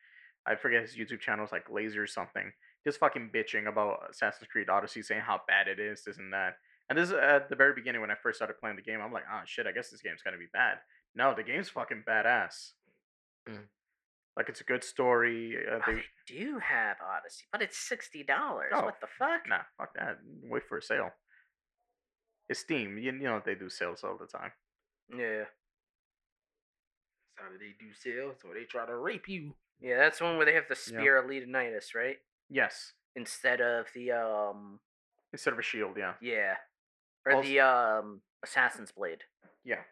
I forget his YouTube channel is like Laser or something. Just fucking bitching about Assassin's Creed Odyssey, saying how bad it is, this and that. And this is uh, at the very beginning when I first started playing the game. I'm like, oh shit, I guess this game's gonna be bad. No, the game's fucking badass.
Mm.
Like it's a good story. Uh,
Oh,
they,
they do have Odyssey, but it's sixty dollars.
Oh,
What the fuck?
nah, fuck that. Wait for a sale. It's Steam. You, you know they do sales all the time. um,
Yeah,
That's how they do sales, or they try to rape you.
yeah, that's the one where they have the
Yeah.
spear of Leonidas, right?
Yes,
Instead of the um,
instead of a shield. Yeah,
yeah, or
Also-
the um, assassin's blade.
yeah,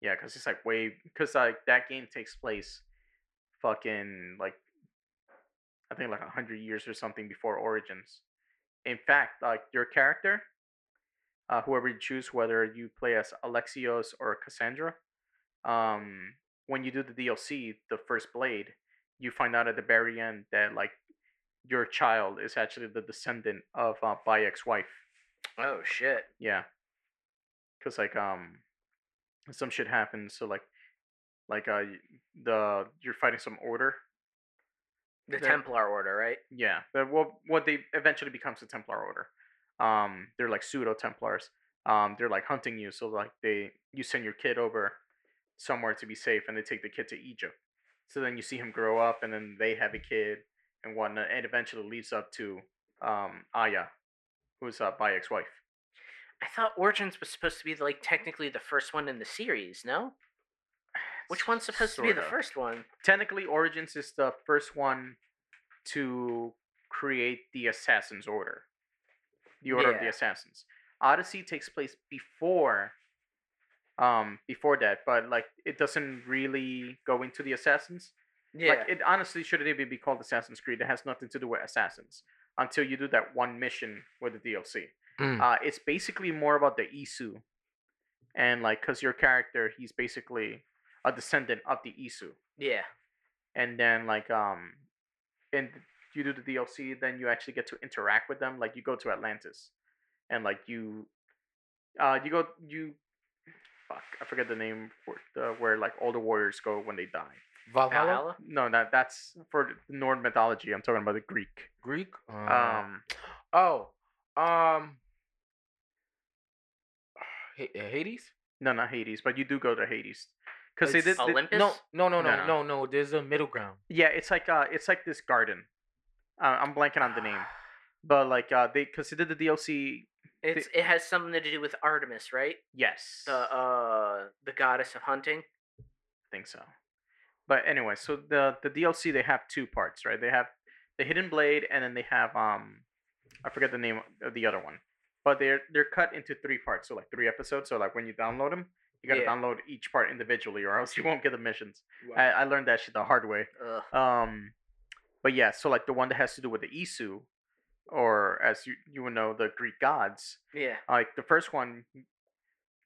yeah. Because it's like way because like that game takes place, fucking like, I think like a hundred years or something before Origins. In fact, like your character, uh, whoever you choose, whether you play as Alexios or Cassandra, um, when you do the DLC, the first blade, you find out at the very end that like your child is actually the descendant of uh, Bayek's wife.
Oh shit!
Yeah. Cause like um, some shit happens. So like, like uh, y- the you're fighting some order.
The
That-
Templar Order, right?
Yeah. But what what they eventually becomes the Templar Order. Um, they're like pseudo Templars. Um, they're like hunting you. So like they you send your kid over somewhere to be safe, and they take the kid to Egypt. So then you see him grow up, and then they have a kid and whatnot, and eventually leads up to um Aya, who's uh Bayek's wife.
I thought Origins was supposed to be like technically the first one in the series. No, which one's supposed to be the
Sorta.
first one?
technically origins is the first one to create the assassin's order the order of the
Yeah.
assassins odyssey takes place before um before that but like it doesn't really go into the assassins
Yeah,
like it honestly shouldn't even be called assassin's creed it has nothing to do with assassins until you do that one mission with the dlc
Mm.
uh, it's basically more about the Isu, and like, cause your character, he's basically a descendant of the Isu.
Yeah.
And then like um, and you do the DLC, then you actually get to interact with them. Like you go to Atlantis, and like you, uh, you go you, fuck, I forget the name for uh, where like all the warriors go when they die.
Valhalla?
Valhalla?
No, that that's for the Nord mythology. I'm talking about the Greek.
Greek? Uh,
Um,
oh, um, H- uh, Hades?
no, not Hades, but you do go to Hades because they did.
It's
they-
Olympus?
No, no, no,
No,
no, no, no. There's a middle ground.
Yeah, it's like uh, it's like this garden. Uh, I'm blanking on the name, but like uh, they because they did the DLC.
It's it has something to do with Artemis, right?
Yes,
The uh the goddess of hunting.
I think so. But anyway, so the the DLC they have two parts, right? They have the Hidden Blade, and then they have um, I forget the name of the other one, but they're they're cut into three parts, so like three episodes. So like when you download them, you gotta
Yeah.
download each part individually, or else you won't get the missions.
Wow.
I, I learned that shit the hard way.
Ugh.
Um, but yeah, so like the one that has to do with the Isu, or as you you would know, the Greek gods.
Yeah.
Like the first one,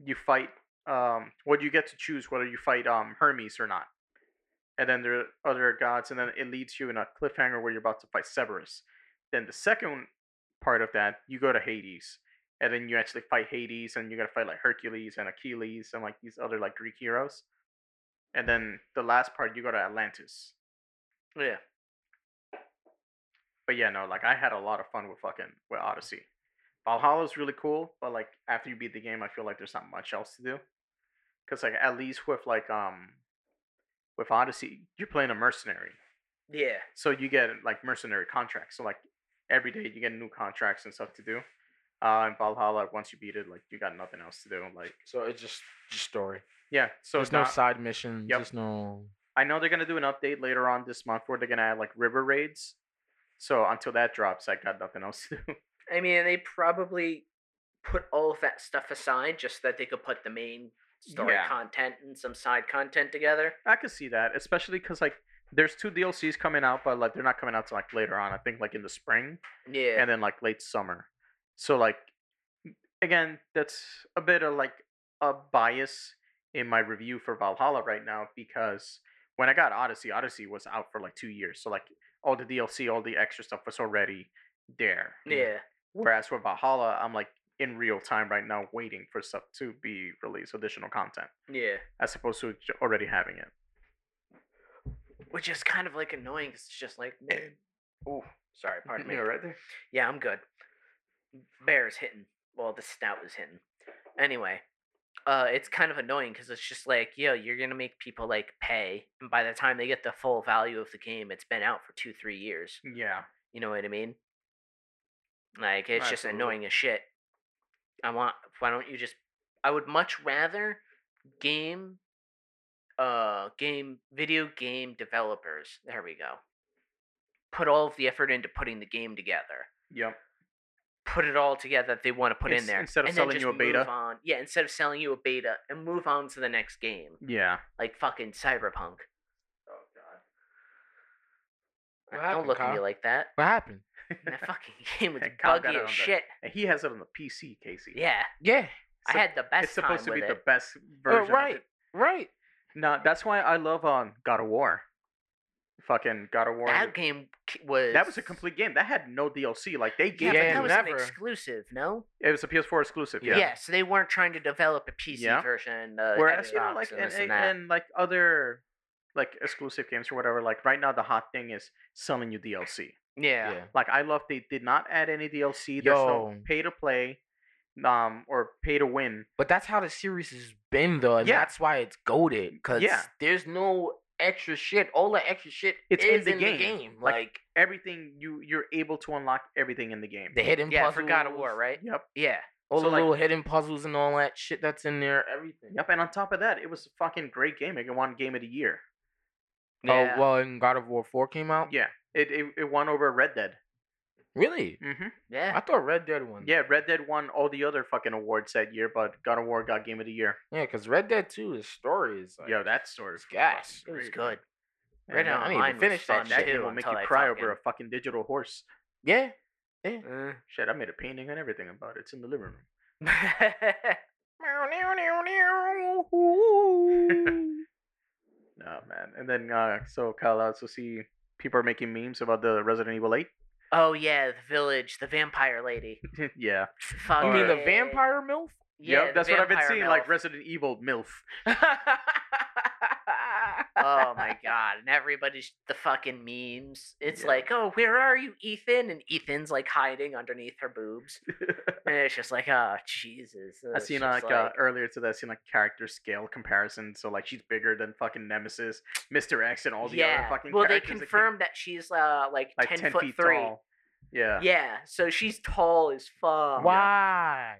you fight. Um, well, you get to choose whether you fight um Hermes or not, and then there are other gods, and then it leads you in a cliffhanger where you're about to fight Severus. Then the second part of that, you go to Hades, and then you actually fight Hades, and you gotta fight like Hercules and Achilles and like these other like Greek heroes. And then the last part, you go to Atlantis.
Yeah.
But yeah, no, like I had a lot of fun with fucking with Odyssey. Valhalla's really cool, but like after you beat the game, I feel like there's not much else to do. Cause like at least with like um with Odyssey, you're playing a mercenary.
Yeah.
So you get like mercenary contracts. So like every day you get new contracts and stuff to do. Uh and Valhalla, once you beat it, like you got nothing else to do. Like
So it's just, just story.
yeah. So
there's
it's
no
not,
side mission.
Yep.
There's no.
I know they're gonna do an update later on this month where they're gonna add like river raids. So until that drops, I got nothing else to do.
I mean, they probably put all of that stuff aside just so that they could put the main story
Yeah.
content and some side content together.
I could see that, especially because like there's two DLCs coming out, but like they're not coming out till like later on. I think like in the spring
Yeah.
and then like late summer. So like again, that's a bit of like a bias in my review for Valhalla right now because when I got Odyssey, Odyssey was out for like two years. So like all the DLC, all the extra stuff was already there.
yeah.
Whereas with Valhalla, I'm like in real time right now waiting for stuff to be released, additional content,
Yeah.
as opposed to j- already having it.
Which is kind of like annoying 'cause it's just like, man. Oh, sorry, pardon me.
right there.
Yeah, I'm good. Bear's hitting. Well, the stout is hitting. Anyway, uh, it's kind of annoying because it's just like, yo, you're gonna make people like pay, and by the time they get the full value of the game, it's been out for two, three years.
Yeah.
You know what I mean? Like, it's just
Absolutely.
annoying as shit. I want. Why don't you just? I would much rather game, uh, game video game developers. There we go. Put all of the effort into putting the game together
Yep.
put it all together that they want to put
Ins-
in there
instead of
and then
selling you
just
a beta.
move on. Yeah, instead of selling you a beta and move on to the next game,
Yeah.
like fucking Cyberpunk.
Oh god.
What
Don't
happened,
look at me
Kyle?
like that.
What happened?
That fucking game was
And Kyle got
buggy
it
as
on the-
shit.
And he has it on the PC, Casey.
Yeah,
Yeah.
So
I had the best
It's supposed to
time
be
with
the
it. Oh,
best
uh,
version. of
right.
it.
Right.
No, that's why I love um God of War. Fucking God of War.
That game k- was
That was a complete game. That had no DLC. Like they
Yeah,
gave
but
Yeah,
that was an
never.
exclusive, no?
it was a PS4 exclusive. Yeah.
Yeah, so they weren't trying to develop a PC
Yeah.
version. Uh,
Whereas you know,
Xbox
like
and,
and,
this and
and,
that.
like other like exclusive games or whatever. Like right now, the hot thing is selling you DLC.
yeah.
Like I love they did not add any DLC. There's no
Yo.
pay to play, um, or pay to win.
But that's how the series has been, though, and
Yeah.
that's why it's goaded. Because
Yeah.
there's no extra shit. All the extra shit
It's in
is
the game.
Like,
Like- Everything you you're able to unlock everything in the game.
the hidden
Yeah, for
puzzles.
God of War, right?
Yep.
Yeah.
All
So,
the
like-
little hidden puzzles and all that shit that's in there. Everything.
Yep, and on top of that, it was a fucking great game. It won Game of the Year.
Yeah.
Oh well, and God of War Four came out.
Yeah, it it, it won over Red Dead.
Really?
Mm-hmm.
Yeah.
I thought Red Dead won.
Yeah, Red Dead won all the other fucking awards that year, but God of War got Game of the Year.
Yeah, because Red Dead Two, the story is like,
Yo, that story
it's
is
gas.
It was good.
Yeah,
Red
man,
Dead
I need to
Online was
finish that
fun,
shit.
That
too,
game will make
until
you
I
cry
fucking-
over a fucking digital horse.
Yeah. Yeah.
Mm.
Shit, I made a painting and everything about it. It's in the living room. No man. And then uh, so Kyle, I also see people are making memes about the Resident Evil Eight.
Oh yeah, the village, the vampire lady.
yeah.
Fuck
You mean the
yeah.
vampire milf?
Yeah,
yep,
the
that's what I've been
vampire
seeing, like
milf.
Resident Evil MILF.
oh my god and everybody's the fucking memes it's
Yeah.
like oh where are you ethan and ethan's like hiding underneath her boobs and it's just like oh jesus
I
It's
seen
just
like, uh, earlier today. I seen like character scale comparison. So like she's bigger than fucking Nemesis, Mister X, and all the
yeah
other fucking.
well they
characters that came-
confirmed that she's uh like,
like
10,
ten
foot
feet
three
tall. Yeah.
yeah so she's tall as fuck
Why?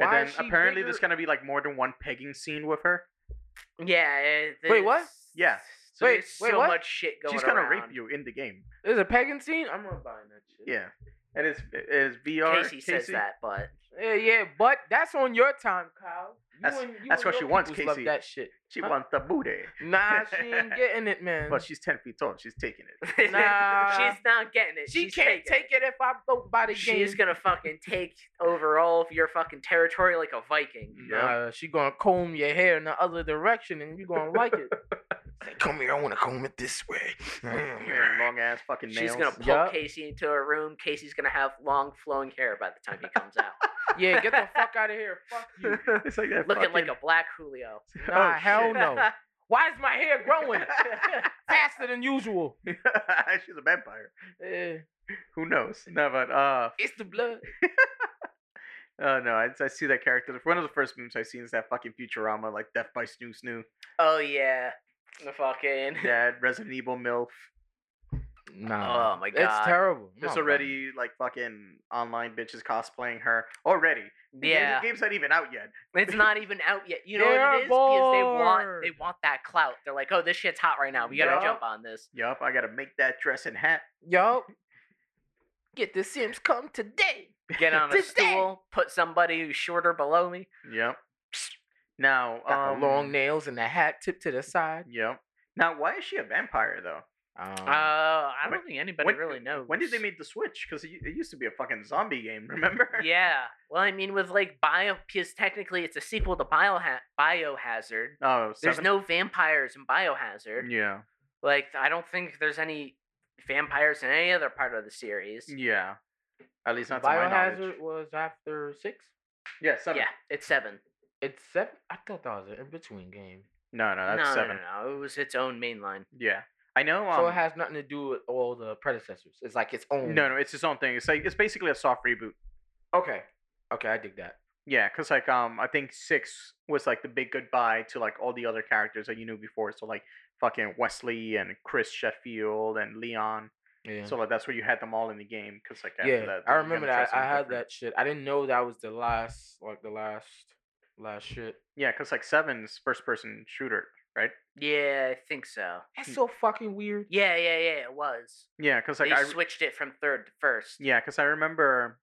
Um, And
Why
then
is she
apparently
bigger?
there's gonna be like more than one pegging scene with her.
yeah it,
Wait, what?
it's-
Yeah.
so
Wait,
there's
wait,
so
what?
much shit going
She's gonna
around.
rape you in the game.
There's a pagan scene? I'm
I'm not buying that shit.
Yeah. And it's it's VR.
casey says that but
yeah, yeah, but that's on your time, Kyle. You
That's-
and, you
that's
and
what
your
she wants,
peoples love
Casey.
that shit.
She
Huh?
wants the booty,
Nah, she ain't getting it, man.
but she's ten feet tall. She's taking it.
Nah.
she's not getting it
she
she's
can't
taking it.
take it if I vote by the game.
She's gonna fucking take over all of your fucking territory like a Viking.
Nah, she gonna comb your hair in the other direction, and you gonna like it. Say, Come here, I wanna comb it this way.
long ass fucking nails.
She's gonna pull
Yup.
Casey into a room. Casey's gonna have long flowing hair by the time he comes out,
yeah, get the fuck out of here. Fuck you.
it's like that.
looking like
fucking-
a black Julio.
Oh,
Nah, hell
shit.
no. Why is my hair growing faster than usual?
she's a vampire.
Eh,
Who knows? No, but uh,
it's the blood.
Oh no, I, I see that character. One of the first memes I seen is that fucking Futurama, like Death by Snoo Snoo.
oh yeah, the fucking
Yeah, Resident Evil MILF.
Nah.
Oh, my
It's
God.
terrible.
There's
Nah,
already like fucking online bitches cosplaying her already. The game-
yeah.
the game's not even out yet.
It's not even out yet. You know
They're
what it is? Because they want they
bored.
want that clout. They're like, oh, this shit's hot right now. We gotta
Yup.
jump on this.
Yup, I gotta make that dress and hat.
Yo, get the Sims come today.
Get on a
This thing.
stool. Put somebody who's shorter below me.
Yup. Now,
Got
um,
the long nails and the hat tipped to the side.
Yup. Now, why is she a vampire though?
Um,
Uh, I
Oh. When-
don't think anybody
when-
really knows.
When did they make the switch? Because it, it used to be a fucking zombie game, remember?
yeah. Well, I mean, with like bio, because technically it's a sequel to Bioha- Biohazard.
Oh,
There's
seven- Mm.
no vampires in Biohazard.
Yeah.
Like, I don't think there's any vampires in any other part of the series.
Yeah. At least not to my knowledge.
Biohazard was after six.
Yeah, seven.
Yeah, it's seven.
It's seven. I thought that was an in between game.
No, no, that's
no,
seven. Mm,
no, no, no. It was its own main line.
Yeah. I know. Um,
so it has nothing to do with all the predecessors. It's like its own.
No, no, it's its own thing. It's like it's basically a soft reboot.
Okay. Okay, I dig that.
Yeah, because like um, I think six was like the big goodbye to like all the other characters that you knew before. So like fucking Wesley and Chris Sheffield and Leon.
Yeah.
So like that's where you had them all in the game. Because like after
yeah,
that,
I
then you
remember
gotta try
that. I
something
had
different.
that shit. I didn't know that was the last, like the last, last shit.
Yeah, because like seven's first person shooter, right?
Yeah, I think so.
That's so fucking weird.
Yeah, yeah, yeah. It was.
Yeah, because like
they
I
switched it from third to first.
yeah, because I remember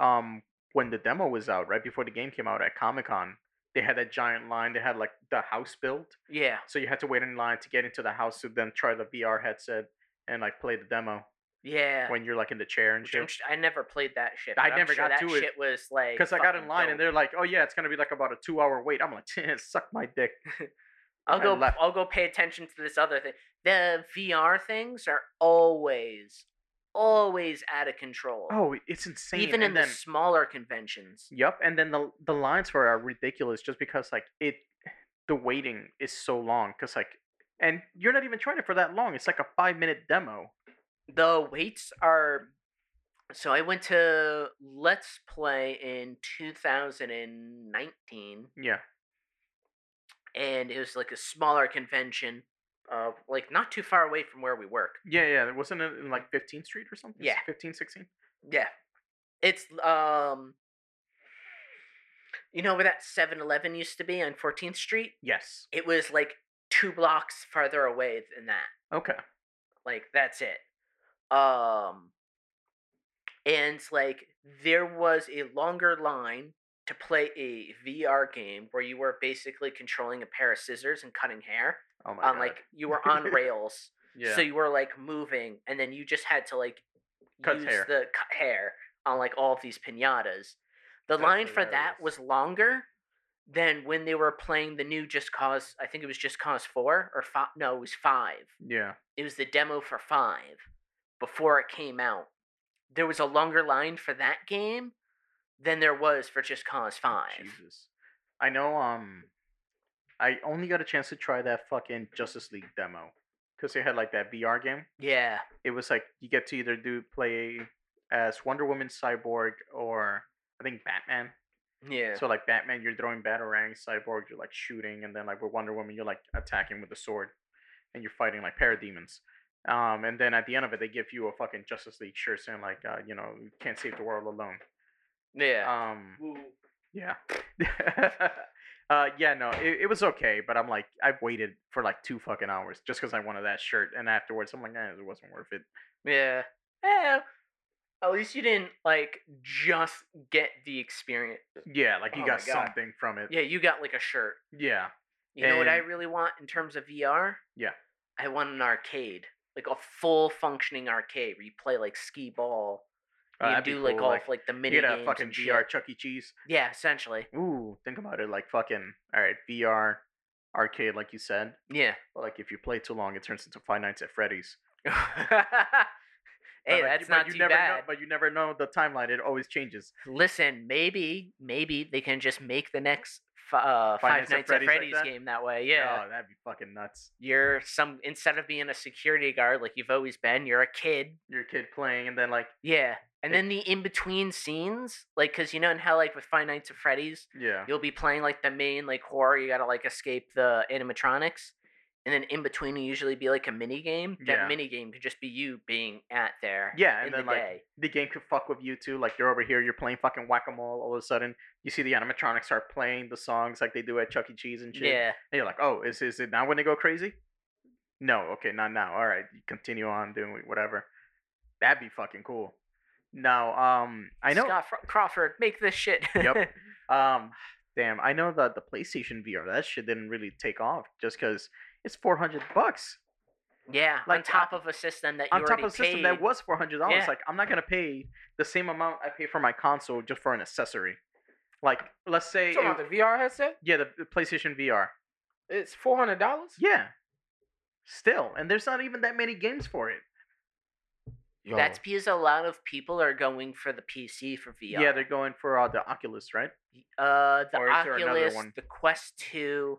um when the demo was out right before the game came out at Comic Con. They had that giant line. They had like the house built,
Yeah.
So you had to wait in line to get into the house to then try the VR headset and like play the demo
Yeah.
when you're like in the chair and
Which I'm
shit.
sh- I never played that shit.
I
but I'm
never
sure
got
that
to it,
shit was like
Because I got in
fucking
line and
dope.
they're like, "Oh yeah, it's gonna be like about a two-hour wait." I'm like, "Suck my dick."
I'll
I
go.
left.
I'll go pay attention to this other thing. The VR things are always, always out of control.
Oh, it's insane.
even in
and then,
the smaller conventions.
Yep, and then the the lines for it are ridiculous just because like it, the waiting is so long. Because like, and you're not even trying it for that long. It's like a five-minute demo.
The waits are. So I went to Let's Play in 2019,
Yeah,
and it was like a smaller convention, uh, like not too far away from where we work.
yeah, yeah. Wasn't it in like 15th Street or something?
Yeah.
15, 16?
Yeah. It's um you know where that 7-Eleven used to be on 14th Street?
Yes.
It was like two blocks farther away than that.
Okay.
Like that's it. Um and like there was a longer line to play a VR game where you were basically controlling a pair of scissors and cutting hair
Oh my
on
god.
like you were on rails.
yeah.
So you were like moving, and then you just had to like
Cut
use
hair.
the cut hair on like all of these pinatas. The
That's
line for that was
hilarious.
longer than when they were playing the new Just Cause. I think it was Just Cause four or five. No, it was five.
Yeah.
It was the demo for five before it came out. There was a longer line for that game than there was for Just Cause five.
Jesus. I know. Um, I only got a chance to try that fucking Justice League demo because they had like that VR game.
Yeah,
It was like you get to either do play as Wonder Woman, Cyborg, or I think Batman.
yeah,
So like Batman, you're throwing batarangs. Cyborg, you're like shooting, and then like with Wonder Woman, you're like attacking with a sword, and you're fighting like parademons. Um, and then at the end of it, they give you a fucking Justice League shirt saying like, uh, you know, you can't save the world alone.
yeah.
Um,
Woo.
yeah. uh, yeah, no, it, it was okay, but I'm like, I've waited for like two fucking hours just because I wanted that shirt, and afterwards, I'm like, eh, it wasn't worth it.
Yeah. Yeah. At least you didn't like just get the experience.
Yeah, like you
Oh
got
my God.
something from it.
Yeah, you got like a shirt.
Yeah.
You know what I
And-
really want in terms of VR?
Yeah.
I want an arcade, like a full functioning arcade where you play like skee ball.
Uh,
You
that'd be
do like
cool,
all of, like the mini
you get a
games
fucking
and shit.
VR Chuck E. Cheese.
Yeah, essentially.
Ooh, think about it, like fucking all right, VR arcade, like you said.
Yeah.
But like if you play too long, it turns into Five Nights at Freddy's.
hey,
But, like,
that's
but
not
you
too
never
bad.
Know, but you never know the timeline; it always changes.
Listen, maybe, maybe they can just make the next f- uh, Five,
Nights at
Nights at
Freddy's like
Freddy's
that?
game that way. Yeah.
oh, that'd be fucking nuts.
you're some instead of being a security guard like you've always been you're a kid
Your kid playing, and then like
yeah and
It-
then the in between scenes like because you know in how like with five nights at freddy's
yeah,
you'll be playing like the main like horror you gotta like escape the animatronics and then in between will usually be like a mini game that
Yeah.
mini game could just be you being at there
Yeah, and
in
then,
the
like,
day
the game could fuck with you too. Like you're over here, you're playing fucking whack a mole. All of a sudden, you see the animatronics start playing the songs like they do at Chuck E. Cheese and shit.
yeah
And you're like, oh, is is it now when they go crazy? No, okay, not now. All right, you continue on doing wh- whatever. That'd be fucking cool. Now, um, I know.
Scott Fro- crawford make this shit
Yep. Um, damn, I know that the PlayStation VR that shit didn't really take off just because it's four hundred bucks
yeah on
Like,
top
I-
of a system that you
on top
already
of a system
paid.
that was four hundred dollars.
Yeah.
Like, I'm not gonna pay the same amount I pay for my console just for an accessory. Like, let's say,
You talking
it-
about the VR headset?
yeah, the, the PlayStation VR.
It's four hundred dollars.
Yeah. Still, and there's not even that many games for it.
that's because a lot of people are going for the pc for vr
Yeah, they're going for uh, the Oculus, right?
Uh, the
Or is there another
Oculus,
one?
the Quest Two.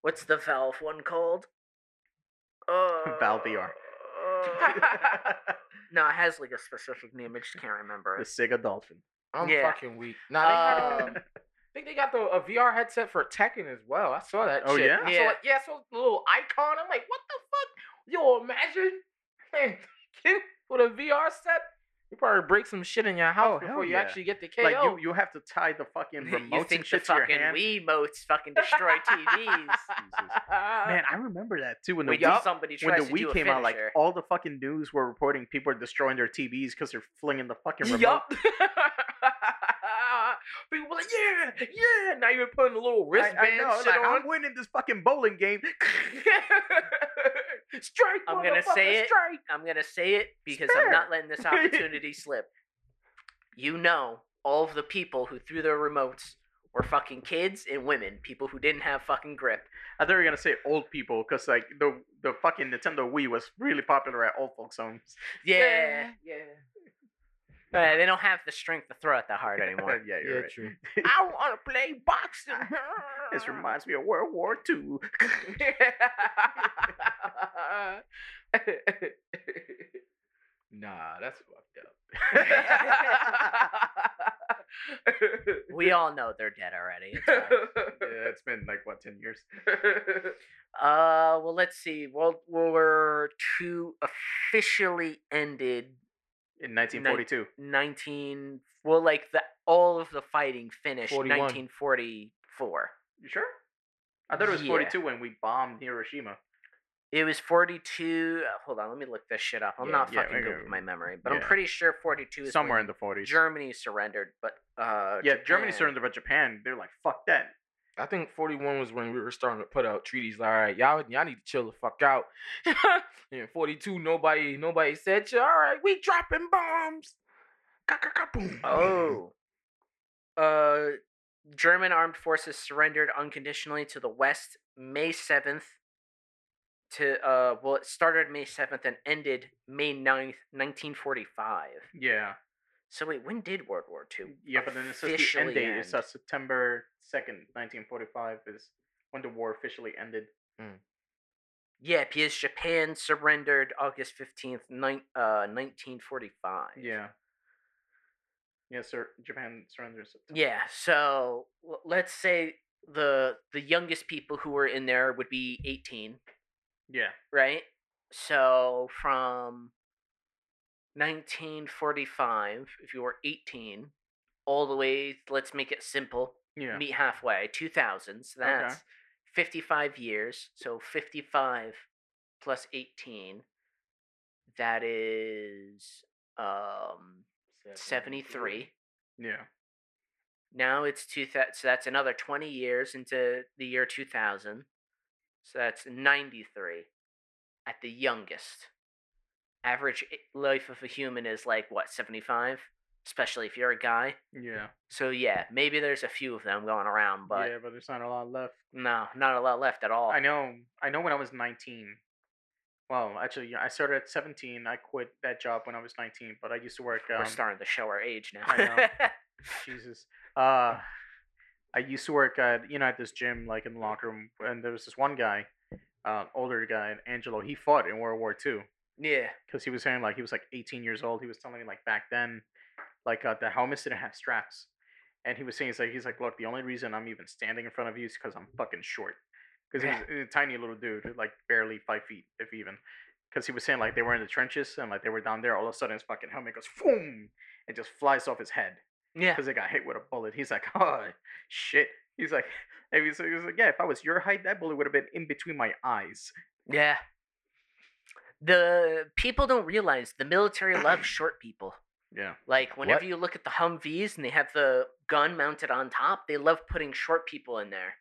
What's the Valve one called? Uh,
Valve VR.
no, it has like a specific name. I just can't remember.
the
it.
Sega Dolphin.
I'm
Yeah.
fucking weak. Nah, they,
Um,
I think they got the a VR headset for Tekken as well. I saw that.
Oh,
shit.
yeah?
I saw,
Yeah.
like, yeah. I saw the little icon. I'm like, what the fuck? Yo, imagine playing Tekken with a VR set. You probably break some shit in your house
Oh, hell
before you
yeah.
actually get the KO.
Like you, you have to tie the fucking
you
remotes
think
and
the
shit to your
fucking
hand.
Wii motes fucking destroy TVs?
Jesus. Man, I remember that too. When the
when
Wii,
somebody
when
tries
the
to do
Wii
a
came out, like
finisher.
all the fucking news were reporting people are destroying their TVs because they're flinging the fucking remote.
Yup. People were like, yeah, yeah. Now you're putting a little
I,
wristband
I know,
shit
like,
on.
I'm winning this fucking bowling game.
strike.
I'm gonna say
motherfucker,
it.
Strike.
I'm gonna say it because I'm not letting this opportunity slip. You know, all of the people who threw their remotes were fucking kids and women, people who didn't have fucking grip.
I thought you were gonna say old people because like the the fucking Nintendo Wii was really popular at old folks' homes.
Yeah,
Yeah.
Uh, they don't have the strength to throw at the heart anymore.
yeah, you're right.
true. I want to play boxing.
This reminds me of World War II.
nah, that's fucked up.
we all know they're dead already. It's fine.
yeah, it's been like what ten years.
Uh, well, let's see. World War II officially ended
In 1942.
19. Well, like the all of the fighting finished
41.
1944.
You sure? I thought it was
Yeah.
42 when we bombed Hiroshima.
It was 42. uh, Hold on, let me look this shit up. I'm
Yeah,
not
yeah,
fucking good
yeah,
with my memory, but I'm
yeah.
pretty sure 42 is
Somewhere in
when
the 40s.
Germany surrendered. But uh,
yeah, Germany
Japan-
surrendered, but Japan, they were like, fuck that.
I think 41 was when we were starting to put out treaties. Like, all right, y'all, y'all need to chill the fuck out. and 42, nobody, nobody said, shit. all right, we
Oh.
dropping bombs. Ka-ka-ka-boom.
Oh. Uh, German armed forces surrendered unconditionally to the West May 7th to uh well it started May 7th and ended May 9th, 1945.
Yeah.
So wait, when did World War II?
Yeah, but then it says the end
officially
date is
end?
uh, September 2nd, 1945 is when the war officially ended.
Yeah, because Japan surrendered August 15th, nine uh 1945.
Yeah. Yeah, sir, Japan surrenders. September.
Yeah, so l- let's say the the youngest people who were in there would be 18.
Yeah.
right? So from 1945, if you were 18, all the way, let's make it simple,
Yeah.
meet halfway, 2000. So
Okay.
that's 55 years. So 55 plus 18, that is um, 73.
Yeah.
Now it's 2000. So that's another 20 years into the year 2000. So that's 93 at the youngest. Average i- life of a human is like, what, 75? Especially if you're a guy.
Yeah.
So yeah, maybe there's a few of them going around, but Oh.
yeah, but there's not a lot left.
no, not a lot left at all.
I know. I know when I was 19. Well, actually, yeah, I started at 17. I quit that job when I was 19, but I used to work. Um,
We're starting to show our age now.
I know. Jesus. Uh, I used to work at you know at this gym like in the locker room, and there was this one guy, uh, older guy, Angelo. He fought in World War II
yeah.
because he was saying like he was like 18 years old. He was telling me like back then, like uh, the helmets didn't have straps, and he was saying he's like he's like look, the only reason I'm even standing in front of you is because I'm fucking short, because
Yeah.
he's a tiny little dude, like barely five feet if even. Because he was saying like they were in the trenches and like they were down there, all of a sudden his fucking helmet goes boom, it just flies off his head
Yeah.
because it got hit with a bullet. He's like, oh shit. He's like, and he's, he's like, yeah. If I was your height, that bullet would have been in between my eyes.
Yeah. The people don't realize the military loves short people.
Yeah.
Like whenever
What?
you look at the Humvees and they have the gun mounted on top, they love putting short people in there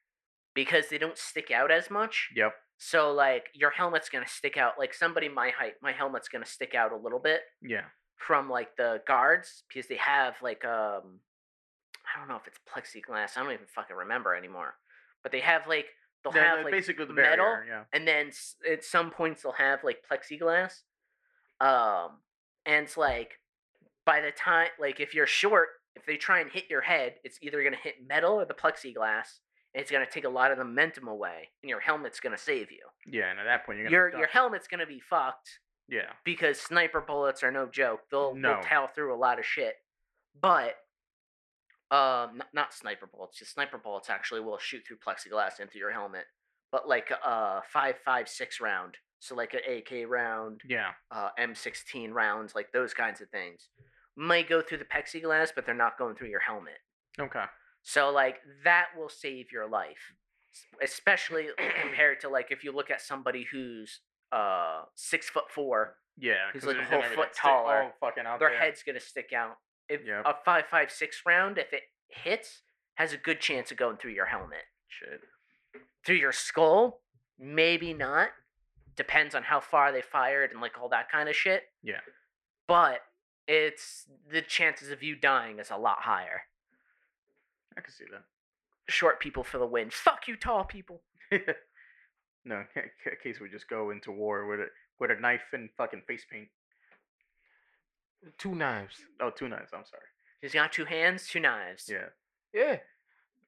because they don't stick out as much.
Yep.
So like your helmet's gonna stick out. Like somebody my height, my helmet's gonna stick out a little bit
Yeah.
from like the guards because they have like um I don't know if it's plexiglass. I don't even fucking remember anymore. But they have like they'll
Yeah,
have
the-
like
basically the barrier.
metal
Yeah.
and then s- at some points they'll have like plexiglass um and it's like by the time like if you're short if they try and hit your head it's either going to hit metal or the plexiglass and it's going to take a lot of the momentum away and your helmet's going to save you
Yeah. And at that point, you're gonna.
your
duck.
your helmet's going to be fucked
yeah.
because sniper bullets are no joke they'll,
No.
they'll plow through a lot of shit but um not, not sniper bullets just sniper bullets actually will shoot through plexiglass into your helmet but like uh five five six round so like an ak round
Yeah.
uh m16 rounds like those kinds of things might go through the plexiglass but they're not going through your helmet
Okay.
so like that will save your life, s- especially compared to like if you look at somebody who's uh six foot four,
Yeah.
He's
'cause
like a
they're
whole
gonna be,
foot
like, stick
taller.
all fucking out
their
there.
head's gonna stick out. If
Yep.
a five five six round, if it hits, has a good chance of going through your helmet,
Shit.
through your skull, maybe not. Depends on how far they fired and like all that kind of shit.
Yeah.
But it's the chances of you dying is a lot higher.
I can see that.
Short people for the win. Fuck you, tall people.
no, in ca- ca- case we just go into war with a with a knife and fucking face paint.
Two knives.
Oh, two knives. I'm sorry.
He's got two hands, two knives.
Yeah.
Yeah.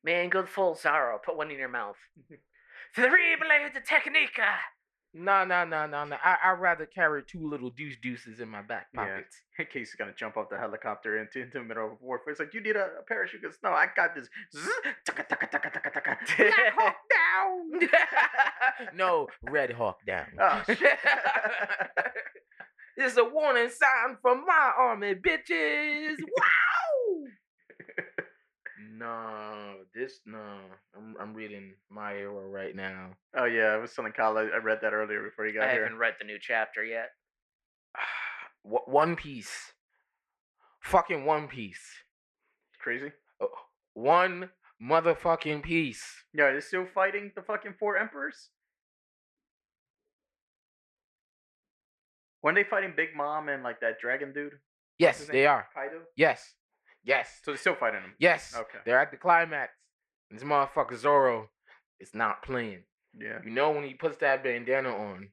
Man, go full Zorro. Put one in your mouth. Three blades of ah! Technica.
Nah, nah, nah, nah, nah. I I'd rather carry two little deuce deuces in my back
Yeah.
pocket.
In case he's gonna jump off the helicopter into, into the middle of warfare. It's like you need a, a parachute. He Goes, no, I got this. Zzz, tucka, tucka, tucka, tucka, tucka. Black Hawk down.
No, Red Hawk down.
Oh, shit.
It's a warning sign from my army, bitches. Wow. no, this no. I'm I'm reading my era right now.
oh yeah, I was telling Kyle. I, I read that earlier before you got
I
here.
haven't read the new chapter yet.
Wa- One Piece. Fucking One Piece.
Crazy.
Uh, One motherfucking piece.
Yeah, they're still fighting the fucking four emperors. When they fighting Big Mom and like that dragon dude,
Yes,
his
they are.
Kaido.
Yes. Yes.
So they're still fighting him.
Yes.
Okay.
They're at the climax. This motherfucker Zorro is not playing.
Yeah.
You know when he puts that bandana on,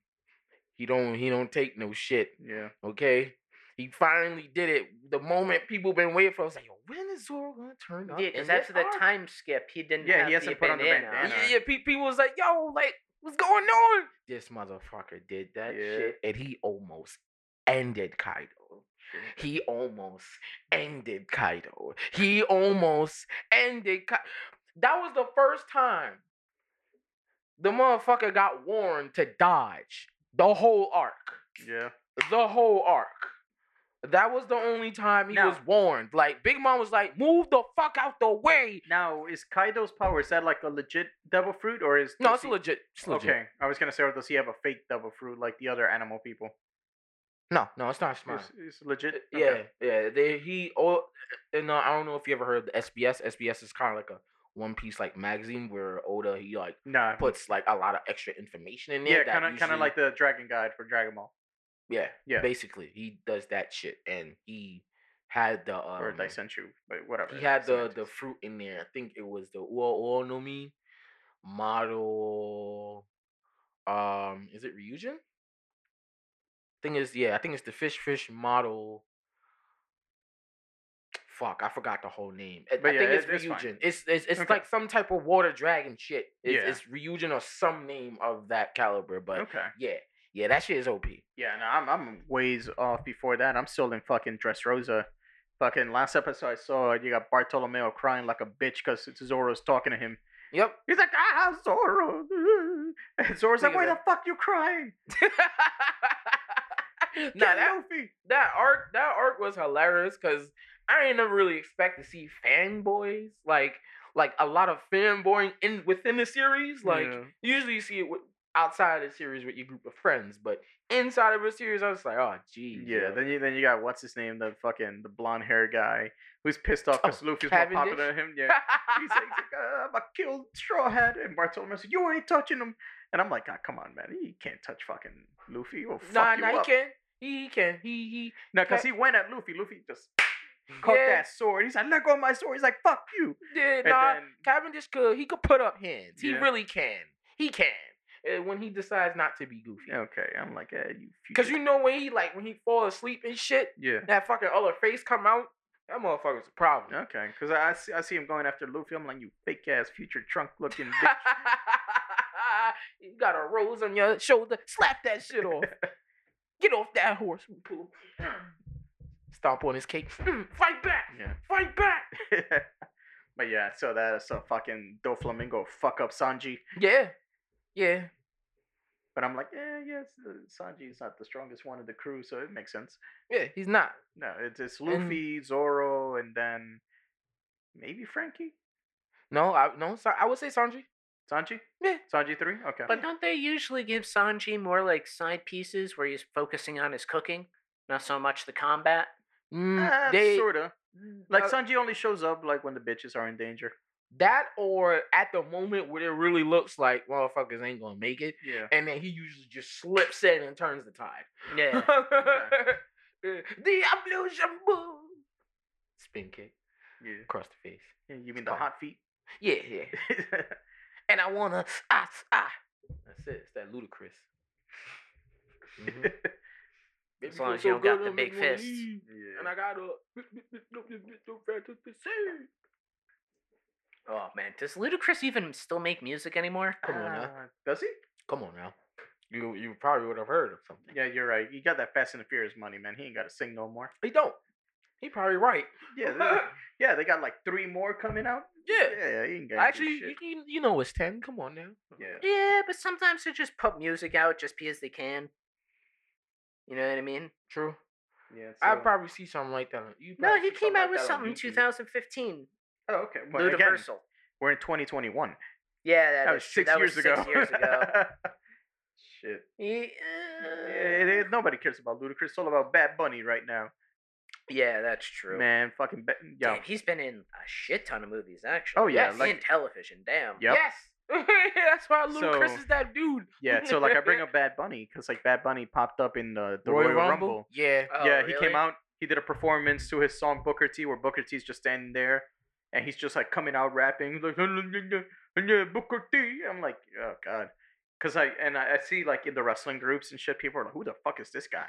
he don't he don't take no shit.
Yeah.
Okay. He finally did it. The moment people been waiting for, I was like, Yo, when is Zorro gonna turn
Yeah,
up?
'cause
in
because
this
after the
arc?
time skip, he didn't.
Yeah, he
have
hasn't
the
put on the
bandana.
bandana.
Yeah, yeah. Pe- people was like, Yo, like, what's going on? This motherfucker did that
Yeah.
shit, and he almost ended Kaido. He almost ended Kaido. He almost ended Kaido. That was the first time the motherfucker got warned to dodge the whole arc.
Yeah.
The whole arc. That was the only time he
Now-
was warned. Like Big Mom was like, "Move the fuck out the way."
Now, is Kaido's power is that like a legit devil fruit or is
No,
does
it's
he-
legit. It's legit.
Okay, I was gonna say, or does he have a fake devil fruit like the other animal people?
No, no, it's not smart.
It's, it's legit.
Uh,
Okay.
Yeah, yeah. They he oh, and uh, I don't know if you ever heard the SBS. SBS is kind of like a One Piece like magazine where Oda he like
Nah.
puts like a lot of extra information in there.
Yeah,
that
kind of, kind
usually-
of like the Dragon Guide for Dragon Ball
yeah,
yeah.
Basically, he does that shit, and he had the um,
or Daisenshu, but whatever.
he had the
semantics.
the fruit in there. I think it was the Uo Uonomi model. Um, is it Ryujin? Thing is, yeah, I think it's the fish fish model. Fuck, I forgot the whole name. I, I
But yeah,
think it's
it- it's fine.
Ryujin. It's it's, it's
Okay.
like some type of water dragon shit. It's,
Yeah.
it's Ryujin or some name of that caliber. But
Okay.
yeah, yeah, that shit is OP.
Yeah, no, I'm I'm ways off before that. I'm still in fucking Dress Rosa. Fucking last episode I saw, you got Bartolomeo crying like a bitch because Zoro's talking to him.
Yep.
He's like, ah, Zoro. And Zoro's like,
Think
why
of
the fuck you crying?
nah,
Get
that
Luffy.
that arc that arc was hilarious because I didn't never really expect to see fanboys like like a lot of fanboying in within the series. Like
Yeah.
usually you see it with, outside of the series with your group of friends, but inside of a series, I was like, oh geez,
Yeah,
yo.
then you then you got what's his name, the fucking the blonde hair guy who's pissed
Oh,
off because Luffy's more popular than him. Yeah, he's like, he's like, uh, I'm a killed straw hat, and Bartolomeo's like, you ain't touching him. And I'm like, God, come on, man, he can't touch fucking Luffy. He'll fuck
nah,
you
nah, he
up.
can, he, he can, he he.
No, because he went at Luffy. Luffy just caught that sword. He's like, let go of my sword. He's like, fuck you.
Yeah,
And
nah,
then,
Cavendish could he could put up hands. He
Yeah.
really can. He can. Uh, when he decides not to be goofy.
okay, I'm like, eh, you.
Cause
future-
you know when he like when he fall asleep and shit,
Yeah.
that fucking other face come out, that motherfucker's a problem.
Okay, because I I see, I see him going after Luffy. I'm like, you fake ass future trunk looking bitch.
you got a rose on your shoulder. Slap that shit off. Get off that horse. you fool. Stomp on his cake. Mm, Fight back.
Yeah.
Fight back.
but yeah, so that's a fucking Doflamingo fuck up Sanji.
Yeah. Yeah.
But I'm like, yeah, yes, uh, Sanji's not the strongest one of the crew, so it makes sense.
Yeah. He's not.
No, it's, it's Luffy, Zoro, and then maybe Frankie.
No, I no, Sa- I would say Sanji.
Sanji?
Yeah.
Sanji 3? Okay.
But don't they usually give Sanji more like side pieces where he's focusing on his cooking, not so much the combat?
Mm,
Ah,
they
sorta. Like
uh,
Sanji only shows up like when the bitches are in danger.
that or at the moment where it really looks like motherfuckers ain't gonna make it.
Yeah.
And then he usually just slips in and turns the tide.
Yeah.
Diablo Jumbo. Spin kick
Yeah.
across the face.
Yeah, You mean the
Fine.
hot feet?
Yeah, yeah. And I wanna ah ah. That's it. It's that ludicrous.
Mm-hmm. As long as you don't got the big fists.
Mm, And I got a.
Oh man, does Ludacris even still make music anymore?
Come on now.
Ah, Does he?
Come on now. You you probably would have heard of something.
Yeah, you're right. You got that Fast and the Furious money, man. He ain't got to sing no more.
He don't. He probably right.
Yeah,
yeah.
they- yeah, they got like three more coming out. Yeah, he ain't got
Actually, you,
shit.
you, you know it's ten. Come on now.
yeah,
Yeah, but sometimes they just put music out just because they can. You know what I mean?
True.
yeah.
I
so-
probably see something like that. on- you
No,
probably
he
see
came
like
out with
that on
something in
YouTube.
2015.
Oh, okay. Well, again,
Ludiversal.
we're in 2021.
Yeah,
That,
that
was
is true.
six
that
years
was
ago.
Six years ago.
shit.
He-
Yeah,
uh,
it- it- nobody cares about Ludacris. It's all about Bad Bunny right now.
yeah, that's true.
Man, fucking ba- yo.
Damn, he's been in a shit ton of movies actually.
Oh, yeah,
yes.
like-
and television. Damn.
Yep.
Yes. That's why Little Chris
So-
is that dude.
Yeah, so like I bring up Bad Bunny because like Bad Bunny popped up in the, the Royal, Rumble.
Yeah.
Oh,
yeah, he
really?
came out. He did a performance to his song Booker T, where Booker T's just standing there, and he's just like coming out rapping. He's like, yeah, Booker T. I'm like, oh god, because I and I, I see like in the wrestling groups and shit, people are like, who the fuck is this guy?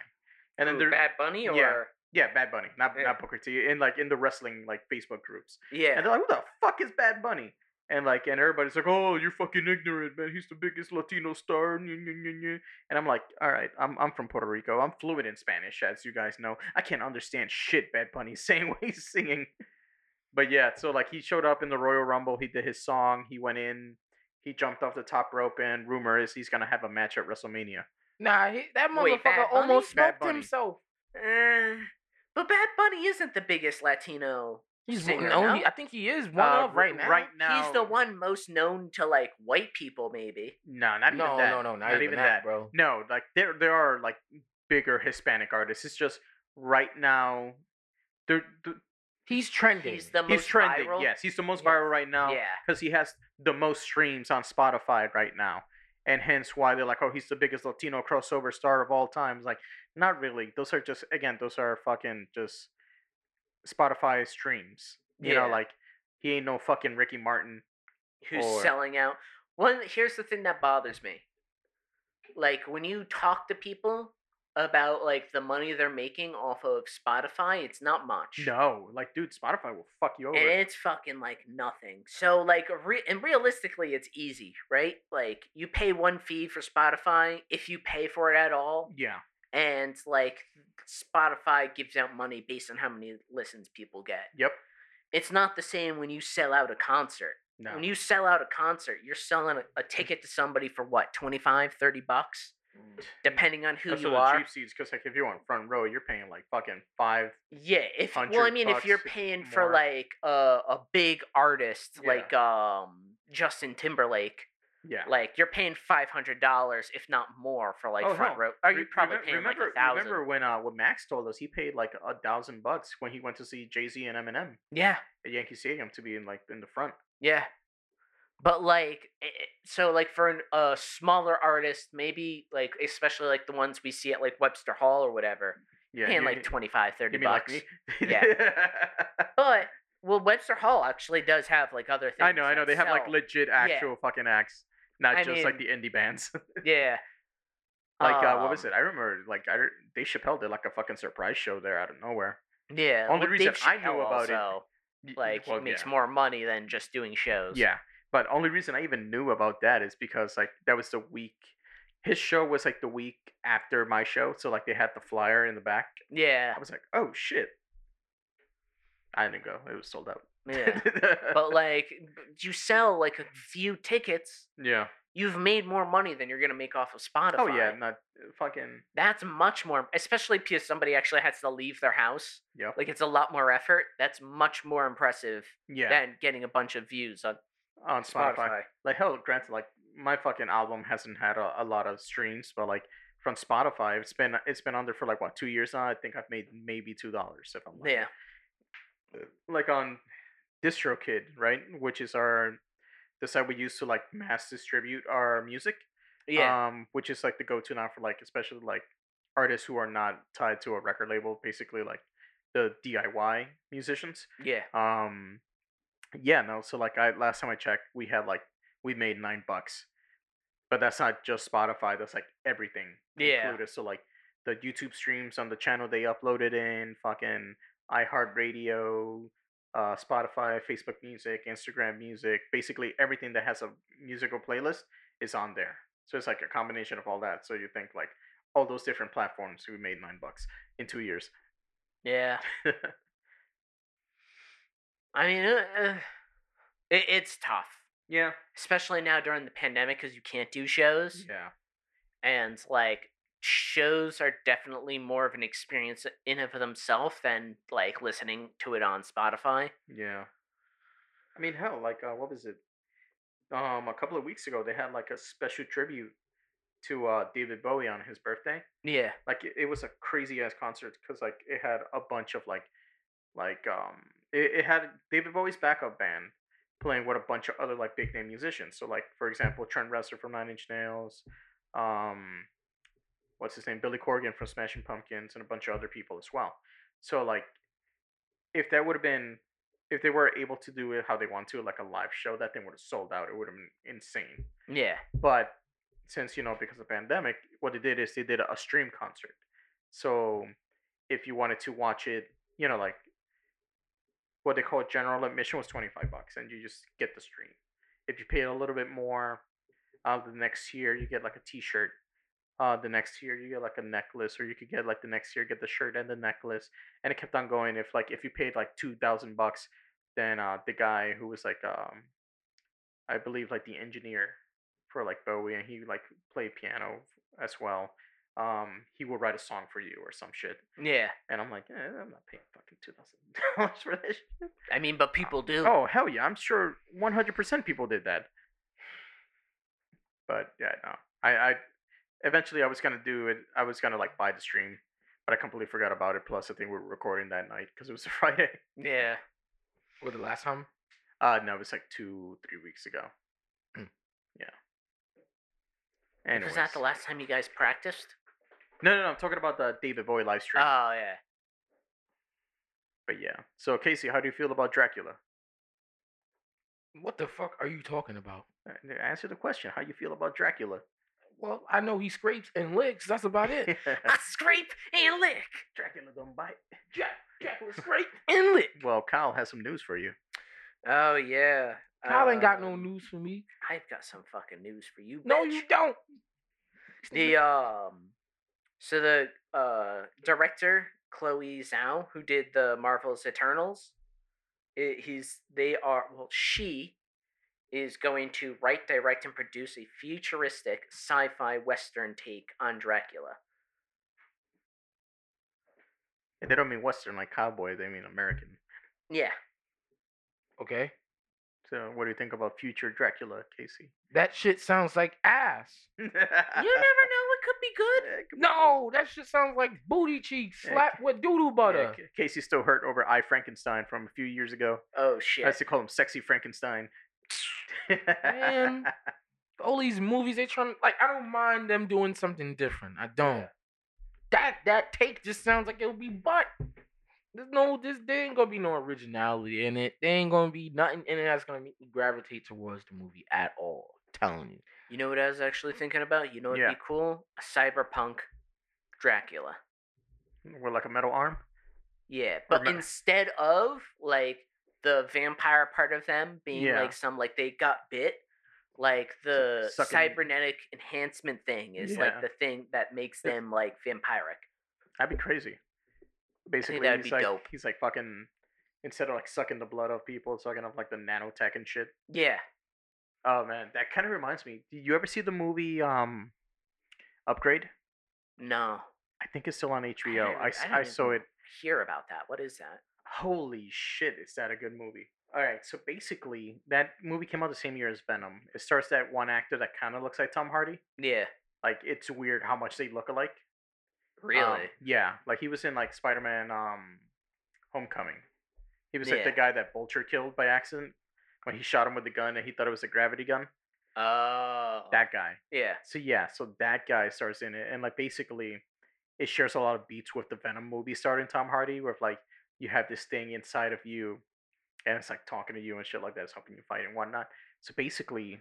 And then
Who,
they're
Bad Bunny
yeah.
or
yeah, Bad Bunny, not
Yeah.
not Booker T. In like in the wrestling like Facebook groups,
yeah.
and they're like, who the fuck is Bad Bunny? And like, and everybody's like, oh, you're fucking ignorant, man. He's the biggest Latino star. nyeh, nyeh, nyeh, nyeh." And I'm like, all right, I'm I'm from Puerto Rico. I'm fluent in Spanish, as you guys know. I can't understand shit Bad Bunny's saying when he's singing. But yeah, so like he showed up in the Royal Rumble. He did his song. He went in. He jumped off the top rope, and rumor is he's gonna have a match at WrestleMania.
Nah, he, that motherfucker
Wait, Bad Bunny?
almost
Bad
smoked
Bunny.
himself.
Uh, but Bad Bunny isn't the biggest Latino.
He's
Singer,
no,
no?
he- I think he is one
Uh,
of right
r-
now.
right now,
He's the one most known to like white people, maybe.
No, not
no,
even that.
no, no, not, even, that, bro.
No, like there there are like bigger Hispanic artists. It's just right now they're, th-
He's trending.
He's the
he's
most
trending.
viral.
Yes, he's the most
Yes.
viral right now
Yeah.
because he has the most streams on Spotify right now. And hence why they're like, oh, he's the biggest Latino crossover star of all time. It's like, not really. Those are just again, those are fucking just Spotify streams. You know,
Yeah.
like he ain't no fucking Ricky Martin.
who's
Or-
selling out. One here's the thing that bothers me. Like when you talk to people about like the money they're making off of Spotify, it's not much.
No, like dude, Spotify will fuck you over.
And it's fucking like nothing. So like re- and realistically it's easy, right? Like you pay one fee for Spotify if you pay for it at all
yeah,
and like Spotify gives out money based on how many listens people get.
yep.
It's not the same when you sell out a concert.
No,
When you sell out a concert, you're selling a, a ticket to somebody for what, 25, 30 bucks, depending on who
Those
you
the
are.
cheap seats because like if you're on front row, you're paying like fucking five.
Yeah, if well, I
100
mean, if you're
bucks
paying for
more.
like a a big artist
Yeah.
like um Justin Timberlake,
Yeah.
like you're paying five hundred dollars, if not more, for like
Oh,
front
hell.
row. Are you
Re-
probably
remem-
paying
remember,
like a thousand?
Remember when uh when Max told us he paid like a thousand bucks when he went to see Jay Z and Eminem
Yeah,
at Yankee Stadium to be in like in the front.
yeah. But like, i- i- so like for an, a smaller artist, maybe like especially like the ones we see at like Webster Hall or whatever,
Yeah.
paying
you-
like 25, 30
you mean like
bucks.
me?
But well, Webster Hall actually does have like other things.
I know, I know.
that
They have like
sell.
legit
Yeah.
actual fucking acts, not
I
just like the
mean-
indie bands.
yeah.
like uh, what was
Um,
it? I remember like I re- Dave Chappelle did like a fucking surprise show there out of nowhere.
Yeah.
Only
well,
reason
Dave
I knew
Chappelle
about it-
also,
Y-
like,
well,
he makes
yeah.
more money than just doing shows.
Yeah, but only reason I even knew about that is because like that was the week. His show was like the week after my show, so like they had the flyer in the back.
Yeah.
I was like, oh shit. I didn't go. It was sold out.
Yeah. but like, b- you sell like a few tickets,
yeah.
you've made more money than you're gonna make off of Spotify.
Oh yeah, not fucking.
That's much more, especially because somebody actually has to leave their house.
Yep.
Like, it's a lot more effort. That's much more impressive
Yeah.
than getting a bunch of views on
on Spotify.
Spotify.
Like hell, granted, like my fucking album hasn't had a, a lot of streams, but like from Spotify, it's been it's been on there for like what two years now. I think I've made maybe two dollars if I'm lucky.
Yeah.
like on DistroKid, right? Which is our the site we use to like mass distribute our music.
Yeah.
Um, which is like the go to now for like especially like artists who are not tied to a record label, basically like the DIY musicians.
yeah.
Um yeah, no, so like I last time I checked we had like we made nine bucks. But that's not just Spotify, that's like everything
Yeah.
included. So like the YouTube streams on the channel they uploaded in, fucking iHeartRadio, uh Spotify, Facebook music, Instagram music, basically everything that has a musical playlist is on there. So it's like a combination of all that. So you think like all those different platforms we made nine bucks in two years.
Yeah. I mean, uh, uh, it, it's tough.
yeah.
especially now during the pandemic because you can't do shows
Yeah.
and like shows are definitely more of an experience in and of themselves than like listening to it on spotify
Yeah. I mean, hell, like, uh, what was it? Um, a couple of weeks ago, they had like a special tribute to uh, David Bowie on his birthday.
yeah
Like, it, it was a crazy ass concert because like it had a bunch of like, like um, it, it had David Bowie's backup band playing with a bunch of other like big name musicians. So like, for example, Trent Reznor from Nine Inch Nails, um, what's his name, Billy Corgan from Smashing Pumpkins, and a bunch of other people as well. So like, if that would have been if they were able to do it how they want to, like a live show, that thing would have sold out. It would have been insane.
Yeah.
But since you know, because of the pandemic, what they did is they did a stream concert. So if you wanted to watch it, you know, like what they call general admission was twenty five bucks, and you just get the stream. If you paid a little bit more, uh, the next year you get like a T shirt. Uh, the next year you get like a necklace, or you could get like the next year get the shirt and the necklace, and it kept on going. If like if you paid like two thousand bucks, then uh, the guy who was like um, I believe like the engineer for like Bowie, and he like played piano as well. Um, he will write a song for you or some shit.
Yeah.
And I'm like, eh, I'm not paying fucking two thousand dollars for this. shit."
I mean, but people do.
Oh hell yeah, I'm sure 100 percent people did that. But yeah, no, I, I eventually I was gonna do it. I was gonna like buy the stream, but I completely forgot about it. Plus, I think we were recording that night because it was a Friday.
Yeah.
With the last time?
Uh, no, it was like two, three weeks ago. yeah. And
Was that the last time you guys practiced?
No, no, no. I'm talking about the David Bowie live stream.
Oh yeah.
but yeah. So Casey, how do you feel about Dracula?
What the fuck are you talking about?
Uh, Answer the question. How you feel about Dracula?
Well, I know he scrapes and licks. That's about it.
I Ah, scrape and lick.
Dracula don't bite.
Jack, Jack will scrape and lick.
Well, Kyle has some news for you.
Oh yeah.
Kyle ain't got no
Um,
news for me.
I've got some fucking news for you.
No,
bitch.
you don't.
The um, so the uh director Chloe Zhao, who did the Marvel's Eternals, i he's they are well she is going to write, direct, and produce a futuristic sci-fi western take on Dracula.
And they don't mean Western like cowboy. They mean American.
Yeah,
Okay.
So what do you think about future Dracula, Casey?
That shit sounds like ass.
you
you never know; it could be good.
No, that shit sounds like booty cheeks
Yeah,
slapped with doodoo butter.
Casey's still hurt over I Frankenstein from a few years ago.
Oh
I
shit!
used to call him Sexy Frankenstein.
Man, all these movies they trying like I don't mind them doing something different. I don't. That that take just sounds like it'll be butt. There's no this there ain't gonna be no originality in it. There ain't gonna be nothing in it that's gonna make me gravitate towards the movie at all. telling you.
You know what I was actually thinking about? You know what'd
Yeah.
be cool? A cyberpunk Dracula.
With like a metal arm.
Yeah, but
Remem-
instead of like the vampire part of them being
Yeah.
like some like they got bit, like the
sucking-
cybernetic enhancement thing is
Yeah.
like the thing that makes
It's-
them like vampiric.
That'd be crazy. Basically,
that'd
he's
be
like
dope.
he's like fucking instead of like sucking the blood of people, sucking up like the nanotech and shit.
Yeah.
Oh man, that kind of reminds me. Did you ever see the movie um Upgrade?
No.
I think it's still on HBO.
don't
I,
e-
s-
I don't
I saw
even-
it.
Hear about that. What is that?
Holy shit, is that a good movie? All right, so basically, that movie came out the same year as Venom. It stars that one actor that kind of looks like Tom Hardy.
Yeah.
Like it's weird how much they look alike.
Really?
Um, yeah, like he was in like Spider-Man um Homecoming. He was like the
Yeah.
guy that Vulture killed by accident when he shot him with the gun and he thought it was a gravity gun.
oh.
That guy.
yeah.
So yeah, so that guy stars in it and like basically it shares a lot of beats with the Venom movie starring Tom Hardy where like you have this thing inside of you and it's like talking to you and shit like that, it's helping you fight and whatnot. So basically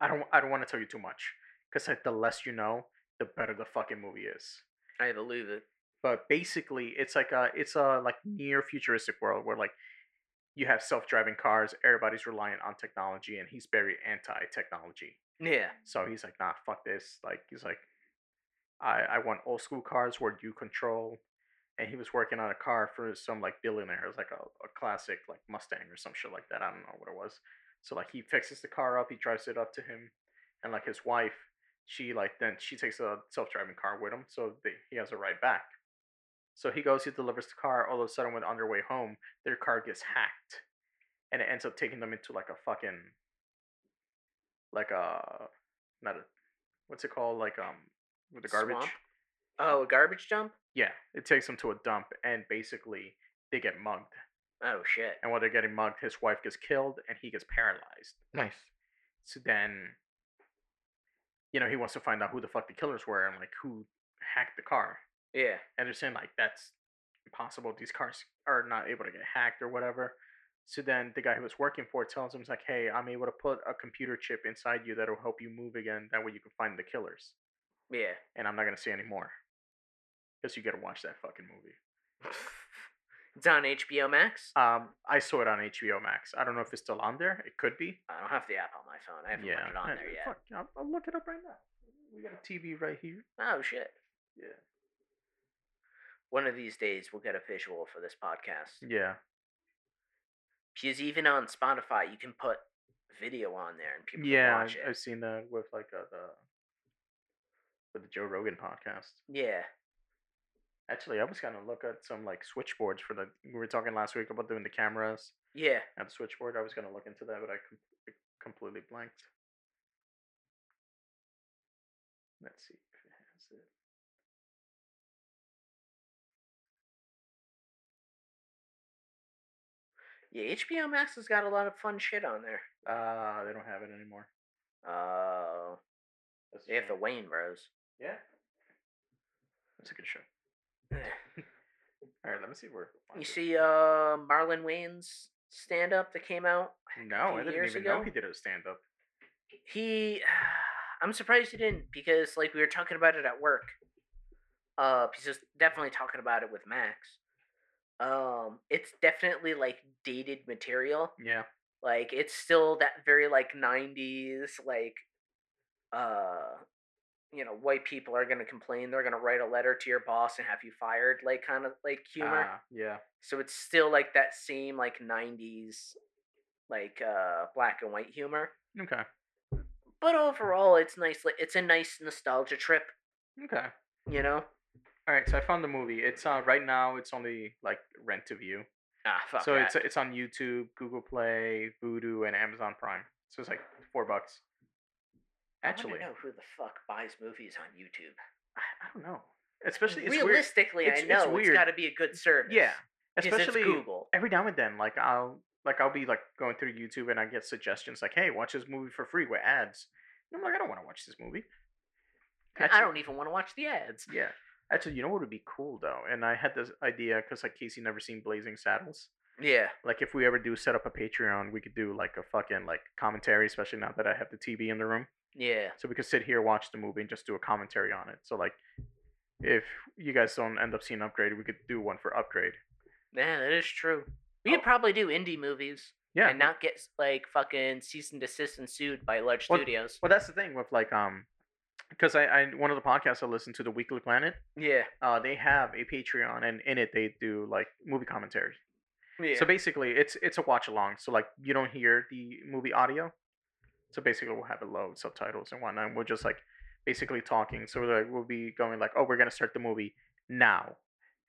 I don't I don't want to tell you too much because like the less you know, the better the fucking movie is
I believe it.
but basically it's like a it's a like near futuristic world where like you have self-driving cars everybody's reliant on technology and he's very anti-technology
Yeah.
so he's like nah fuck this like he's like i i want old school cars where you control and he was working on a car for some like billionaire it was like a, a classic like mustang or some shit like that i don't know what it was so like he fixes the car up he drives it up to him and like his wife she like then she takes a self-driving car with him so they, he has a ride back so he goes he delivers the car all of a sudden when on their way home their car gets hacked and it ends up taking them into like a fucking like a not a what's it called like um with the garbage
Swamp? Oh, a garbage dump?
yeah it takes them to a dump and basically they get mugged
Oh shit.
and while they're getting mugged his wife gets killed and he gets paralyzed
Nice.
so then, you know, he wants to find out who the fuck the killers were and like who hacked the car.
Yeah.
And they're saying like that's impossible. These cars are not able to get hacked or whatever. So then the guy who was working for it tells him, he's like, hey, I'm able to put a computer chip inside you that'll help you move again. That way you can find the killers.
Yeah.
And I'm not going to say any more. Because you got to watch that fucking movie.
It's on HBO Max.
Um, I saw it on HBO Max. I don't know if it's still on there. It could be.
I don't have the app on my phone. I haven't put it on
Uh,
there yet.
Fuck, I'll, I'll look it up right now. We got a TV right here.
Oh shit.
Yeah.
One of these days we'll get a visual for this podcast.
Yeah.
Because even on Spotify you can put video on there and people
yeah,
can
I've,
watch it.
I've seen that with like uh, the with the Joe Rogan podcast.
Yeah.
Actually, I was gonna look at some like switchboards for the. We were talking last week about doing the cameras
Yeah.
and the switchboard. I was gonna look into that, but I com- it completely blanked. Let's see if it has it.
Yeah, HBO Max has got a lot of fun shit on there.
Ah, they don't have it anymore.
Uh
That's a
they have the
shame.
Wayne Bros.
yeah. That's a good show. All right, let me see where. I can find
You
it.
see uh Marlon Wayne's stand up that came out?
No,
few
I didn't
years
even know
ago?
he did a stand up.
He I'm surprised he didn't because like we were talking about it at work. Uh he's just definitely talking about it with Max. Um it's definitely like dated material.
Yeah.
Like it's still that very like 90s like uh you know, white people are going to complain, they're going to write a letter to your boss and have you fired like kind of like humor.
Ah, yeah.
so it's still like that same like 90s like uh black and white humor
Okay.
but overall it's nice like it's a nice nostalgia trip
Okay.
you know
All right, so I found the movie. It's uh, right now. It's only like rent to view.
ah fuck
so
that.
it's it's on YouTube, Google Play, Vudu, and Amazon Prime. So it's like four bucks. Actually,
I wanna know who the fuck buys movies on youtube
I, I don't know. Especially it's weird.
realistically
It's-
i
it's
know it's
weird.
got to be a good service
Yeah,
'cause
especially
it's google
every now and then. Like I'll like I'll be like going through YouTube and I get suggestions like, "Hey, watch this movie for free with ads." And I'm like, I don't want to watch this movie.
i
Actually-
don't even want to watch the ads
Yeah. Actually, you know what would be cool though, and I had this idea because like Casey never seen Blazing Saddles.
yeah
Like if we ever do set up a Patreon, we could do like a fucking like commentary, especially now that I have the TV in the room.
yeah
So we could sit here, watch the movie, and just do a commentary on it. So like, if you guys don't end up seeing Upgrade, we could do one for Upgrade.
yeah that is true we could probably do indie movies
Oh. Yeah.
and not get like fucking cease and desist and sued by large
Well-
studios
well, that's the thing with like um, because I, I one of the podcasts I listen to, the Weekly Planet,
yeah
uh, they have a Patreon, and in it they do like movie commentary.
yeah
So basically, it's it's a watch along. So like you don't hear the movie audio. So basically, we'll have it low subtitles and whatnot. And we're just like basically talking. So like we'll be going like, oh, we're gonna start the movie now,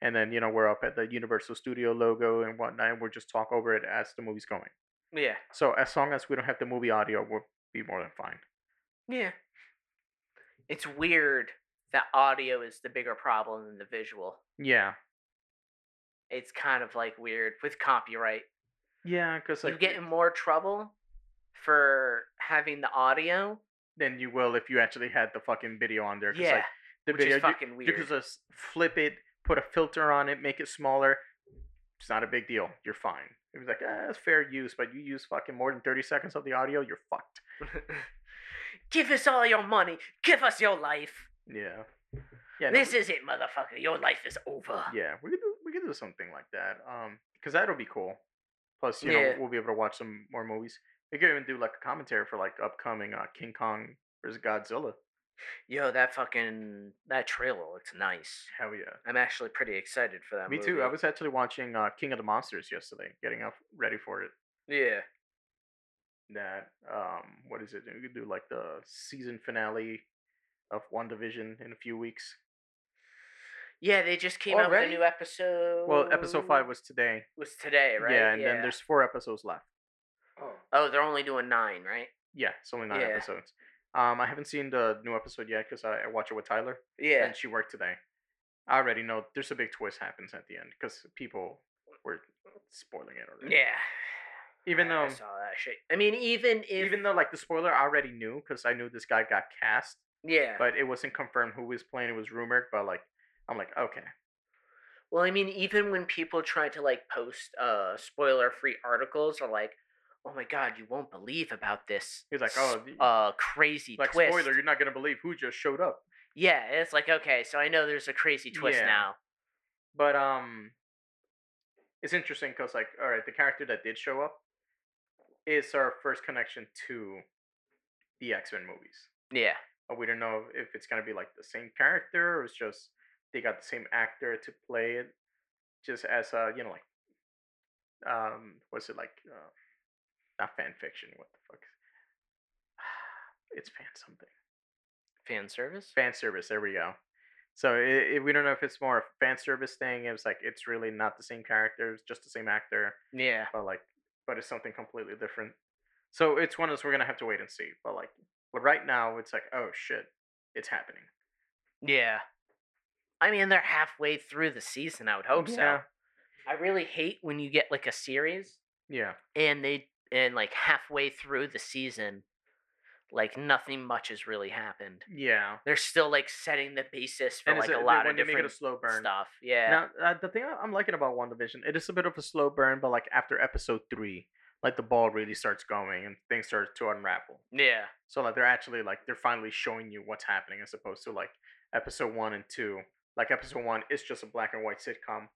and then you know we're up at the Universal Studio logo and whatnot, and we'll just talk over it as the movie's going.
yeah
So as long as we don't have the movie audio, we'll be more than fine.
Yeah. It's weird that audio is the bigger problem than the visual.
Yeah,
It's kind of like weird with copyright.
yeah, because
you
like
get in more trouble for having the audio.
then you will if you actually had the fucking video on there. 'cause,
Yeah.
like, the
which
video
is
you-
fucking weird.
You could just flip it, put a filter on it, make it smaller. It's not a big deal. You're fine. It was like, ah, that's fair use, but you use fucking more than 30 seconds of the audio, you're fucked.
Give us all your money. Give us your life.
Yeah. Yeah. no,
this
we,
is it, motherfucker. Your life is over.
yeah, we could, do, we could do something like that. Um, Because that'll be cool. Plus, you know,
Yeah.
we'll be able to watch some more movies. We could even do like a commentary for like upcoming uh, King Kong versus Godzilla.
Yo, that fucking that trailer looks nice.
Hell yeah.
I'm actually pretty excited for that
Me
movie.
too. I was actually watching uh, King of the Monsters yesterday, getting up ready for it.
Yeah.
that um what is it? We could do like the season finale of One Division in a few weeks.
Yeah, they just came out
Already?
with a new episode.
Well, episode five was today.
was today, Oh. right?
Yeah, and then there's four episodes left.
Oh,
Oh, they're only doing nine, right?
Yeah, it's only nine
Yeah.
episodes. Um, I haven't seen the new episode yet because I, I watch it with Tyler,
Yeah.
and she worked today. I already know there's a big twist happens at the end because people were spoiling it already.
Yeah.
even
I-
though
I saw that shit. I mean, even if
even though like the spoiler I already knew because I knew this guy got cast,
yeah.
but it wasn't confirmed who was playing. It was rumored, but like I'm like okay,
Well, I mean, even when people try to like post uh spoiler-free articles or like, "Oh my god, you won't believe about this."
He's like,
s-
"Oh, the-
uh crazy
Like
twist."
spoiler, you're not gonna believe who just showed up.
Yeah, it's like, okay, so I know there's a crazy twist
Yeah.
now.
But um, it's interesting because like, all right, the character that did show up is our first connection to the X Men movies.
Yeah.
Uh, We don't know if it's gonna be like the same character or it's just they got the same actor to play it, just as a you know like, um, what's it like? Uh, not fan fiction. What the fuck? It's fan something.
Fan service?
fan service. There we go. So it, it, we don't know if it's more a fan service thing. It was like it's really not the same character, it's just the same actor,
Yeah.
but like, but it's something completely different. So it's one of those we're gonna have to wait and see. But like, but right now it's like, oh shit, it's happening.
Yeah. I mean, they're halfway through the season, I would hope so.
Yeah.
I really hate when you get like a series
Yeah,
and they and like halfway through the season, like nothing much has really happened.
yeah.
They're still like setting the basis for
And
like
it's
a,
they-
lot
when
of
they make
different
it a slow burn.
stuff. Yeah.
Now uh, the thing I- I'm liking about WandaVision, it is a bit of a slow burn, but like after episode three, like the ball really starts going and things start to unravel.
yeah.
So like they're actually like they're finally showing you what's happening as opposed to like episode one and two. Like episode one is just a black and white sitcom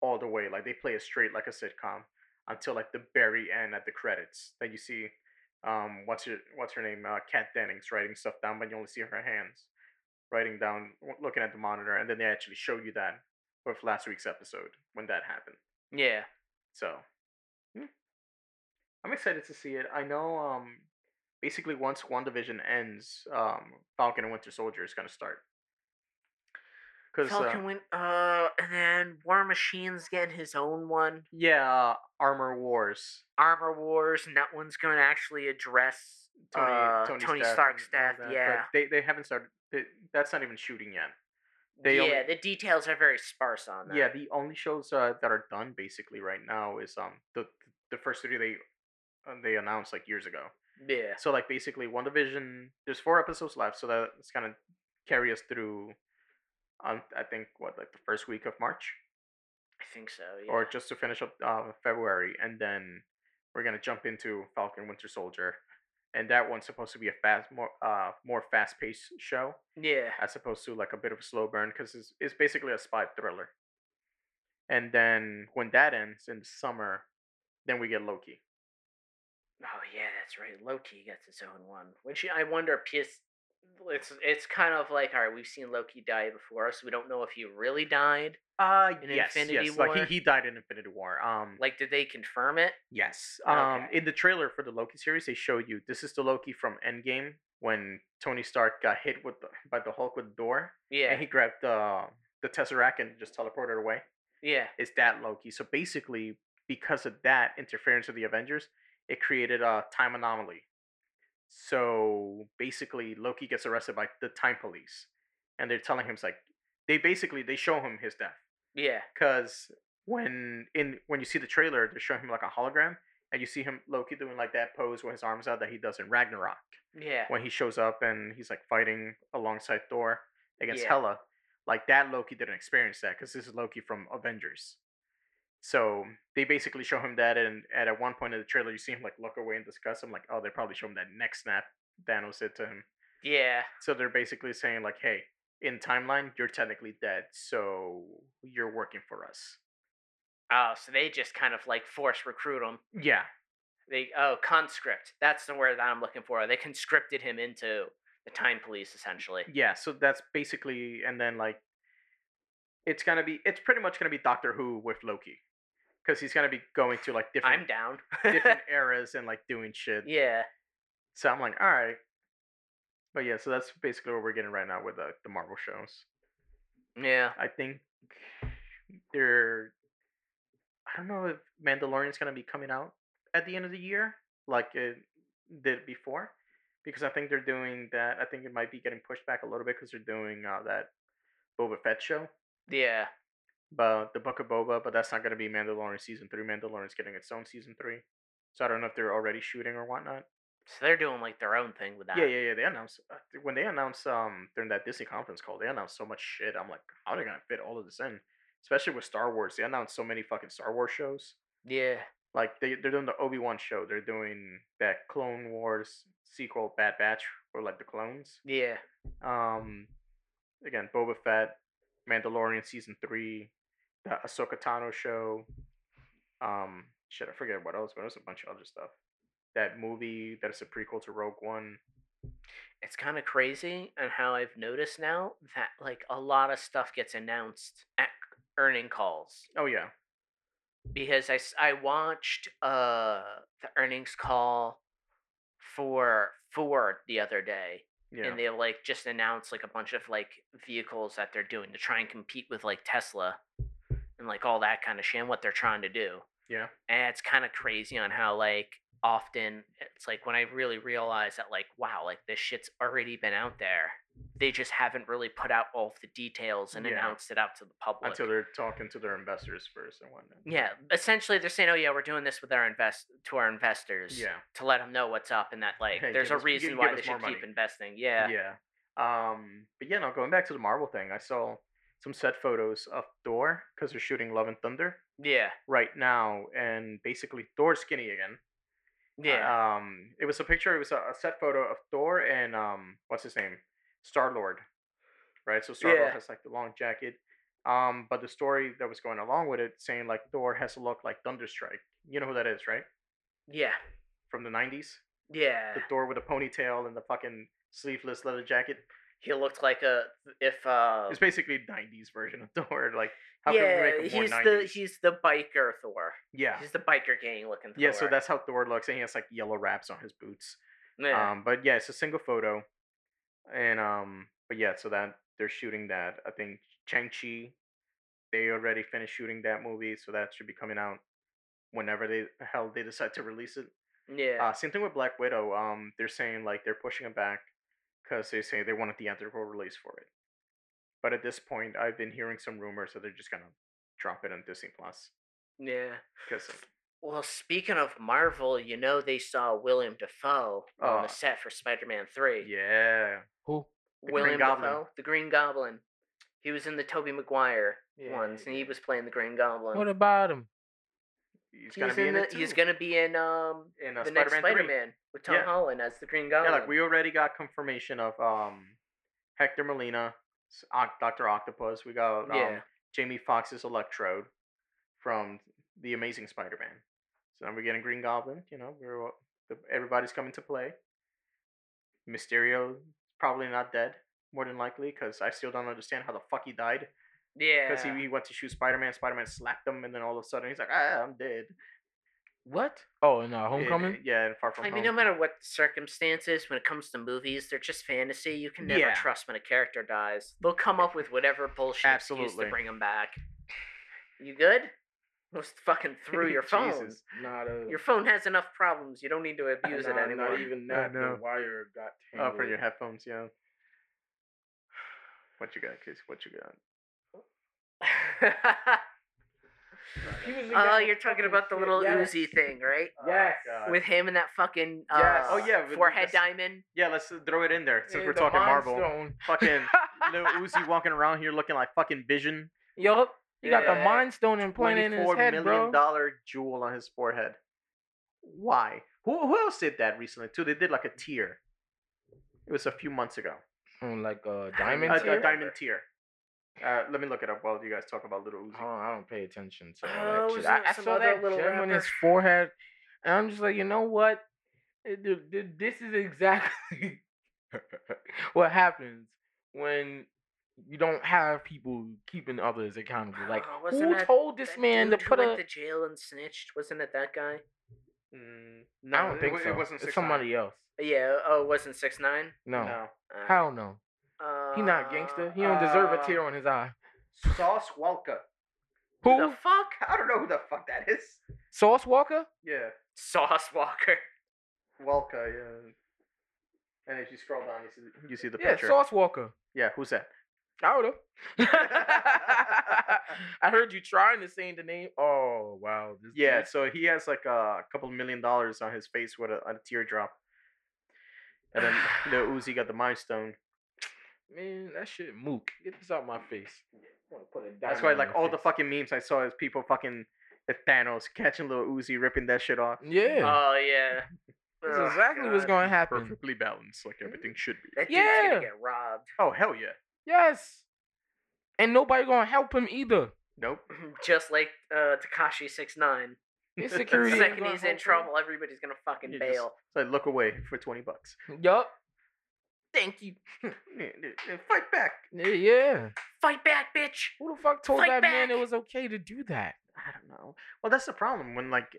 all the way. Like they play it straight like a sitcom until like the very end at the credits. Then you see um what's her what's her name? Uh Kat Dennings writing stuff down, but you only see her hands writing down w- looking at the monitor and then they actually show you that with last week's episode when that happened.
Yeah.
So, hmm. I'm excited to see it. I know, um, basically once WandaVision ends, um, Falcon and Winter Soldier is gonna start. Cause uh,
Falcon went uh and then War Machine's getting his own one.
yeah, uh, Armor Wars.
Armor Wars, and that one's going to actually address
Tony,
uh,
Tony,
Tony
Stark
Stark's
and all
death.
that, but
Yeah,
they they haven't started. They, that's not even shooting yet. They
yeah.
only-
the details are very sparse on that.
Yeah, the only shows uh, that are done basically right now is um the the first three they uh, they announced like years ago.
yeah,
So like basically one division there's four episodes left, so that's gonna carry us through um I think what like the first week of March?
I think so. Yeah.
Or just to finish up uh, February and then we're gonna jump into Falcon Winter Soldier. And that one's supposed to be a fast more uh more fast paced show
yeah,
as opposed to like a bit of a slow burn because it's it's basically a spy thriller. And then when that ends in the summer, then we get Loki.
oh yeah, that's right. Loki gets its own one. Which I wonder, PS, it's it's kind of like all right, we've seen Loki die before, so we don't know if he really died.
Uh
In
yes,
Infinity
yes.
War?
Like he, he died in Infinity War. Um
Like, did they confirm it?
Yes.
Okay.
Um, in the trailer for the Loki series, they show you this is the Loki from Endgame when Tony Stark got hit with the, by the Hulk with the door,
Yeah,
and he grabbed the the Tesseract and just teleported away.
yeah,
It's that Loki. So basically, because of that interference of the Avengers, it created a time anomaly. So basically, Loki gets arrested by the Time Police, and they're telling him it's like they basically they show him his death
yeah,
because when in when you see the trailer, they're showing him like a hologram, and you see him Loki doing like that pose with his arms out that he does in Ragnarok
yeah.
when he shows up and he's like fighting alongside Thor against
Yeah.
Hela. Like that Loki didn't experience that because this is Loki from Avengers. So they basically show him that, and and at one point in the trailer, you see him like look away in disgust. I'm like, oh, they probably show him that next snap Thanos did to him.
Yeah,
So they're basically saying like, hey, in timeline, you're technically dead, so you're working for us.
oh, so they just kind of like force recruit him.
Yeah,
They oh conscript. That's the word that I'm looking for. They conscripted him into the time police essentially.
yeah. So that's basically, and then like, it's gonna be, it's pretty much gonna be Doctor Who with Loki, because he's gonna be going to like
I'm
different
down.
different eras and like doing shit.
yeah.
So I'm like, all right. But yeah, so that's basically what we're getting right now with the, the Marvel shows.
Yeah.
I think they're. I don't know if Mandalorian's gonna be coming out at the end of the year like it did before, because I think they're doing that. I think it might be getting pushed back a little bit because they're doing uh, that Boba Fett show,
Yeah.
but the Book of Boba. But that's not gonna be Mandalorian season three. Mandalorian's getting its own season three, so I don't know if they're already shooting or whatnot.
So they're doing like their own thing with that.
Yeah, yeah, yeah. They announced uh, th- when they announced um during that Disney conference call, they announced so much shit. I'm like, how are they gonna fit all of this in? especially with Star Wars. They announced so many fucking Star Wars shows.
Yeah.
Like they they're doing the Obi Wan show. They're doing that Clone Wars sequel, Bad Batch, or like the clones.
Yeah.
Um, again, Boba Fett, Mandalorian season three, the Ahsoka Tano show. Um, shit, I forget what else, but there's a bunch of other stuff. That movie that is a prequel to Rogue One.
It's kind of crazy and how I've noticed now that like a lot of stuff gets announced at earning calls
Oh yeah,
because I, s- I watched uh the earnings call for Ford the other day
yeah,
and they like just announced like a bunch of like vehicles that they're doing to try and compete with like Tesla and like all that kind of shit and what they're trying to do.
yeah,
And it's kind of crazy on how like often it's like when I really realized that like wow, like this shit's already been out there. They just haven't really put out all of the details and
Yeah.
announced it out to the public.
until they're talking to their investors first and whatnot.
yeah, essentially they're saying, "Oh yeah, we're doing this with our invest to our investors
Yeah,
to let them know what's up and that like
Hey,
there's
give
a
us- you
reason
give
why
us
they
more
should
money."
keep investing."
yeah.
Yeah.
Um, but yeah, no, going back to the Marvel thing, I saw some set photos of Thor because they're shooting Love and Thunder
Yeah.
right now, and basically Thor's skinny again.
Yeah.
Um, it was a picture. It was a, a set photo of Thor and um, what's his name, Star Lord, right? So Star Lord
Yeah.
has like the long jacket. Um, but the story that was going along with it saying like Thor has to look like Thunderstrike. You know who that is, right?
yeah.
From the '90s,
Yeah.
the Thor with the ponytail and the fucking sleeveless leather jacket.
He looked like a if uh
It's basically '90s version of Thor. Like, how can we
yeah,
make it more
he's
90s?
the he's the biker Thor.
yeah,
He's the biker gang looking Thor.
yeah. So that's how Thor looks, and he has like yellow wraps on his boots.
yeah.
Um, but yeah, it's a single photo, and um, but yeah, so that they're shooting that. I think Chang Chi, they already finished shooting that movie, so that should be coming out whenever they the hell they decide to release it.
yeah.
Uh, same thing with Black Widow. Um, they're saying like they're pushing it back because they say they want a theatrical release for it. But at this point, I've been hearing some rumors that they're just gonna drop it on Disney Plus
yeah.
because
Well, speaking of Marvel, you know they saw William Defoe on
Oh.
the set for Spider-Man 3.
yeah,
Who?
The Green
William
Goblin.
Dafoe, the Green Goblin. He was in the Toby Maguire
Yeah,
ones and he
yeah.
was playing the Green Goblin.
What about him?
he's,
he's,
gonna be in,
the,
it too.
he's gonna be in um
in uh,
the
Spider-Man
next
3.
Spider-Man with Tom
Yeah.
Holland as the Green Goblin.
Yeah, like we already got confirmation of um Hector Molina, Doctor Octopus. We got um,
Yeah.
Jamie Foxx's Electrode from the Amazing Spider-Man. So now we're getting Green Goblin. You know, we're all- the, everybody's coming to play. Mysterio is probably not dead, more than likely, because I still don't understand how the fuck he died.
yeah.
Because he, he went to shoot Spider-Man, Spider-Man slapped him, and then all of a sudden he's like, ah, I'm dead.
What? Oh, in uh,
And-
Homecoming.
yeah, and Far From
I
Home.
mean, no matter what the circumstances, when it comes to movies, they're just fantasy. You can never
Yeah.
trust when a character dies. They'll come up with whatever bullshit excuse
Absolutely.
to bring him back. You good? Almost fucking through your phone.
Jesus.
Not a.
Your phone has enough problems. You don't need to abuse it
nah,
anymore.
Not even
I
that.
know.
The wire got
Oh,
tangled.
for your headphones, yeah. What you got, Casey? What you got?
He was the guy
oh,
with
you're
fucking
talking about the
shit,
little
yes.
Uzi thing, right?
Yes.
Oh,
Oh,
God.
With him and that fucking uh,
Yes.
Oh, yeah, with-
forehead
Uh, yes.
diamond.
Yeah, let's uh, throw it in there since
Yeah,
we're
the
talking
Mind
Marvel.
Stone.
Fucking Lil Uzi walking around here looking like fucking Vision.
Yup. He got the
Yeah.
Mind Stone implanted in his
Twenty-four
head,
million
bro.
dollar jewel on his forehead. Why? Who who else did that recently too? They did like a tear. It was a few months ago.
Mm, Like uh,
A,
diamond.
a
tier?
diamond tear. Uh, let me look it up while you guys talk about little Uzi.
I don't, I don't pay attention
Oh,
to all that shit.
was
I,
it
I
some
saw
other
that
little
little on his
rapper?
forehead, and I'm just like, you know what? It- th- th- this is exactly what happens when you don't have people keeping others accountable. Like,
Oh, wasn't
who
that-
told this
That
man to
dude who
put
went
a?
to jail and snitched. Wasn't it that guy?
Mm, no,
I don't think
it,
so.
it wasn't
it's
6ix9ine.
somebody else.
Yeah. Oh, it wasn't six nine.
No.
No.
Hell no.
Uh,
He not gangster. He don't deserve a
uh,
tear on his eye.
Sauce Walker.
Who?
The fuck?
I don't know who the fuck that is.
Sauce Walker?
Yeah.
Sauce Walker.
Welka, yeah. And if you scroll down, you see the, you see the
Yeah,
picture.
Sauce Walker.
yeah, who's that?
I would have. I heard you trying to say the name. Oh wow. This
Yeah, so he has like a couple million dollars on his face with a, a teardrop. And then the Uzi got the mind stone.
man, that shit mook. Get this out my face.
Wanna put a
That's
dime
why,
in
like,
your
all the
face.
fucking memes I saw is people fucking if Thanos catching little Uzi, ripping that shit off.
Yeah,
Oh yeah.
uh, that's
Ugh,
exactly what's
God.
gonna happen.
Perfectly balanced, like everything should be.
That dude's yeah.
Yeah.
gonna get robbed.
Oh hell yeah!
Yes, and nobody gonna help him either.
Nope.
Just like uh, Takashi six nine.
His
The
security. ain't
second
gonna
he's
help
in
him.
trouble, everybody's gonna fucking
You just-
bail.
It's like look away for twenty bucks.
Yup. Thank you.
Yeah, yeah, yeah, Fight back.
Yeah, yeah.
Fight back, bitch.
Who the fuck told
Fight
that man
back.
it was okay to do that?
I don't know. Well, that's the problem when like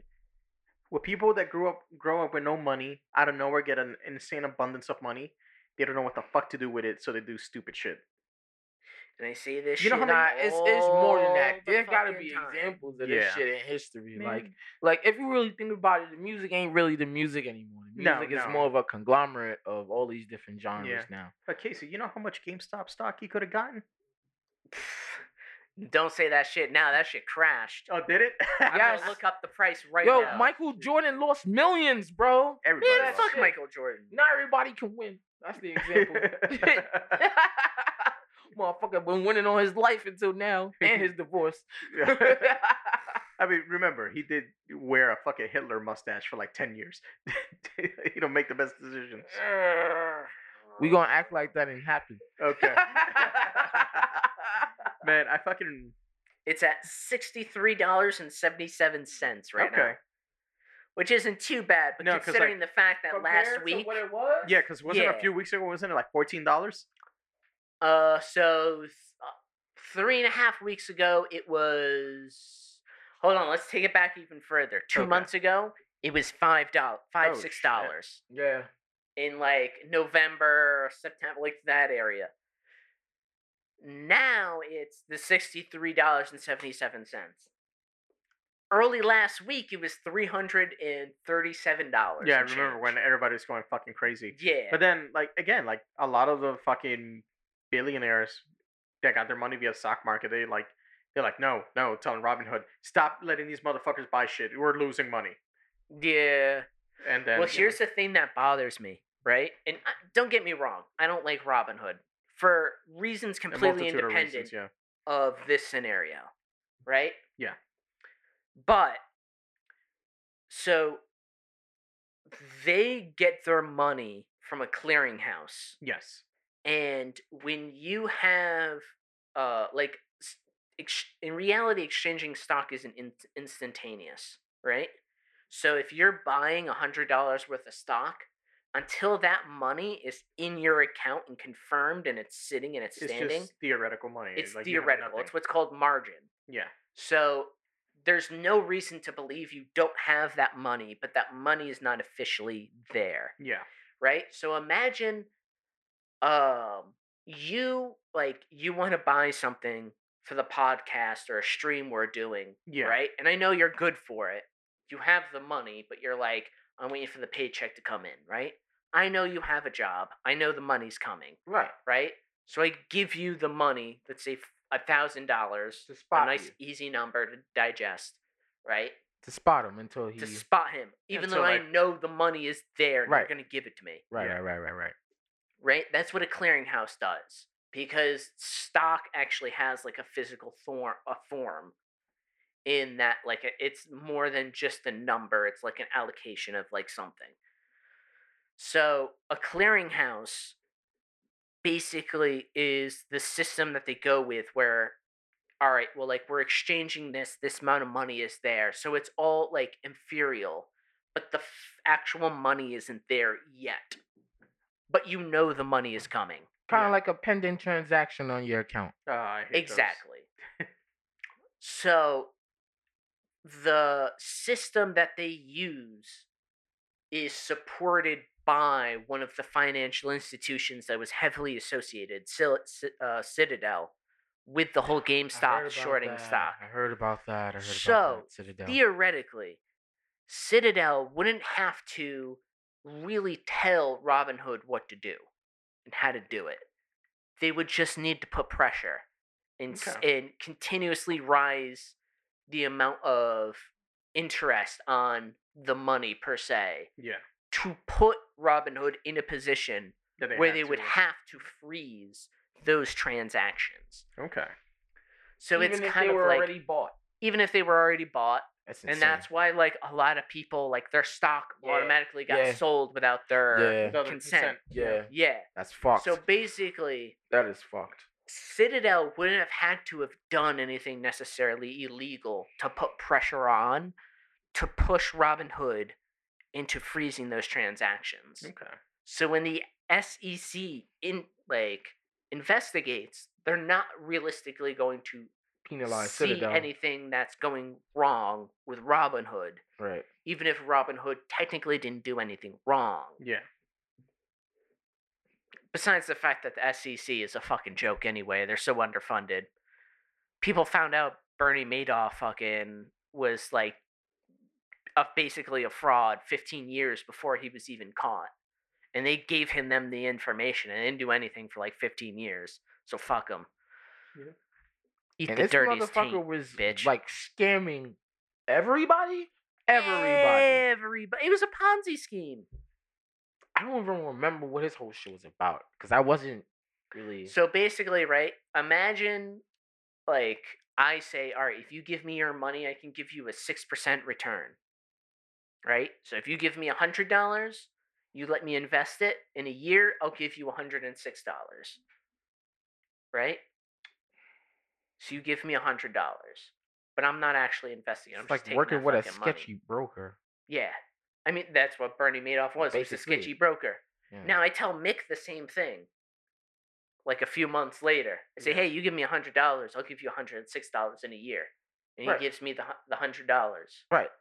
with people that grew up grow up with no money out of nowhere get an insane abundance of money. They don't know what the fuck to do with it, so they do stupid shit.
And I see this.
You know how
shit
many? It's, it's more than that.
all the
There gotta
fucking
be
time.
examples of
Yeah.
this shit in history.
Man.
Like, like if you really think about it, the music ain't really the music anymore. The
No,
music is
no.
more of a conglomerate of all these different genres
Yeah.
now.
But Casey, you know how much GameStop stock you could have gotten?
Pfft. Don't say that shit now. That shit crashed.
Oh, did it?
I'm
Yes.
gonna look up the price right
Yo,
now.
Michael Jordan lost millions, bro.
Everybody
Man,
lost
fuck
Fuck
it.
Michael Jordan.
Not everybody can win. That's the example. Motherfucker been winning on his life until now and his divorce.
I mean, remember he did wear a fucking Hitler mustache for like ten years. you know, make the best decisions.
we gonna act like that ain't happened.
Okay, man, I fucking
It's at sixty three dollars and seventy seven cents right now,
okay.
which isn't too bad. But
No, 'cause, like,
considering the fact that
Compared
last
to
week,
what it was?
Yeah, because wasn't it
Yeah.
a few weeks ago? Wasn't it like fourteen dollars?
uh, so th- uh, three and a half weeks ago it was. Hold on, let's take it back even further. Two
Okay.
months ago it was five dollars, five
Oh,
six
shit.
dollars.
Yeah.
in like November, September, like that area. Now it's the sixty-three dollars and seventy-seven cents. Early last week, it was three hundred and thirty-seven dollars.
Yeah, I remember when everybody was going fucking crazy.
Yeah,
But then, like again, like a lot of the fucking billionaires that got their money via stock market, they like they're like, no, no, telling Robin Hood, stop letting these motherfuckers buy shit. We're losing money.
yeah.
And then
well,
you know,
here's the thing that bothers me, right? And I, don't get me wrong, I don't like Robin Hood for reasons
a
completely
multitude of
independent
reasons, yeah.
of this scenario, right?
Yeah.
But so they get their money from a clearinghouse,
Yes.
and when you have, uh, like, s- ex- in reality, exchanging stock isn't in- instantaneous, right? So if you're buying a hundred dollars worth of stock. Until that money is in your account and confirmed, and it's sitting and it's
It's
standing,
just theoretical money.
it's
like, you have
theoretical.
nothing.
It's what's called margin.
yeah.
So there's no reason to believe you don't have that money, but that money is not officially there,
Yeah.
right? So imagine um you like you want to buy something for the podcast or a stream we're doing,
Yeah.
right? And I know you're good for it. You have the money, but you're like I'm waiting for the paycheck to come in, right? I know you have a job. I know the money's coming
Right.
right? So I give you the money, let's say a thousand dollars,
To
a
spot
nice
you.
easy number to digest, right?
To spot him until he
To spot him, even
so,
though I
like-
know the money is there, and
Right.
you're gonna give it to me,
Right,
Yeah.
right, right, right, right.
right? That's what a clearinghouse does because stock actually has like a physical form, a form, in that like it- it's more than just a number; it's like an allocation of like something. So a clearinghouse basically is the system that they go with where all right well like we're exchanging this this amount of money is there so it's all like inferior but the f- actual money isn't there yet but you know the money is coming
Kind of
Yeah.
like a pending transaction on your account.
Ah, I hate those.
exactly so the system that they use is supported by one of the financial institutions that was heavily associated Sil- Ci- uh, citadel with the whole gamestop shorting stock
I heard about that. I heard
So,
about that. Citadel.
theoretically, Citadel wouldn't have to really tell Robin Hood what to do and how to do it. They would just need to put pressure and, s
Okay.
and continuously rise the amount of interest on the money per se
Yeah.
to put Robin Hood in a position
That
where they
to,
would
uh,
have to freeze those transactions.
Okay.
So
even
it's
if
kind
they
of
were
like
already bought.
even if they were already bought,
That's
and that's why like a lot of people like their stock
Yeah,
automatically got
yeah.
sold without their
Yeah.
Without the
consent.
yeah,
yeah.
that's fucked.
So basically,
that is fucked.
Citadel wouldn't have had to have done anything necessarily illegal to put pressure on to push Robin Hood into freezing those transactions.
Okay.
So when the SEC in like investigates, they're not realistically going to
Penalized
see
Citadel.
anything that's going wrong with Robin Hood,
right.
even if Robin Hood technically didn't do anything wrong.
Yeah.
Besides the fact that the SEC is a fucking joke anyway, they're so underfunded. People found out Bernie Madoff fucking was like a, basically a fraud 15 years before he was even caught. And they gave him them the information and didn't do anything for like 15 years. So fuck them.
Yeah.
Eat
and
the
this
dirtiest
motherfucker
taint.
was
bitch.
like scamming everybody. Everybody.
Everybody. It was a Ponzi scheme.
I don't even remember what his whole shit was about because I wasn't really.
So basically, right? Imagine, like, I say, all right, if you give me your money, I can give you a 6% return. Right? So if you give me $100, you let me invest it in a year, I'll give you $106. Right? So you give me $100, but I'm not actually investing it. I'm just
it's like
taking
working
that
with a
fucking money.
sketchy broker.
Yeah. I mean, that's what Bernie Madoff was. He was a
Basically.
sketchy broker.
Yeah.
Now I tell Mick the same thing. Like a few months later, I say,
Yeah.
"Hey, you give me a hundred dollars, I'll give you a hundred and six dollars in a year," and he
Right.
gives me the hu- the hundred dollars.
Right.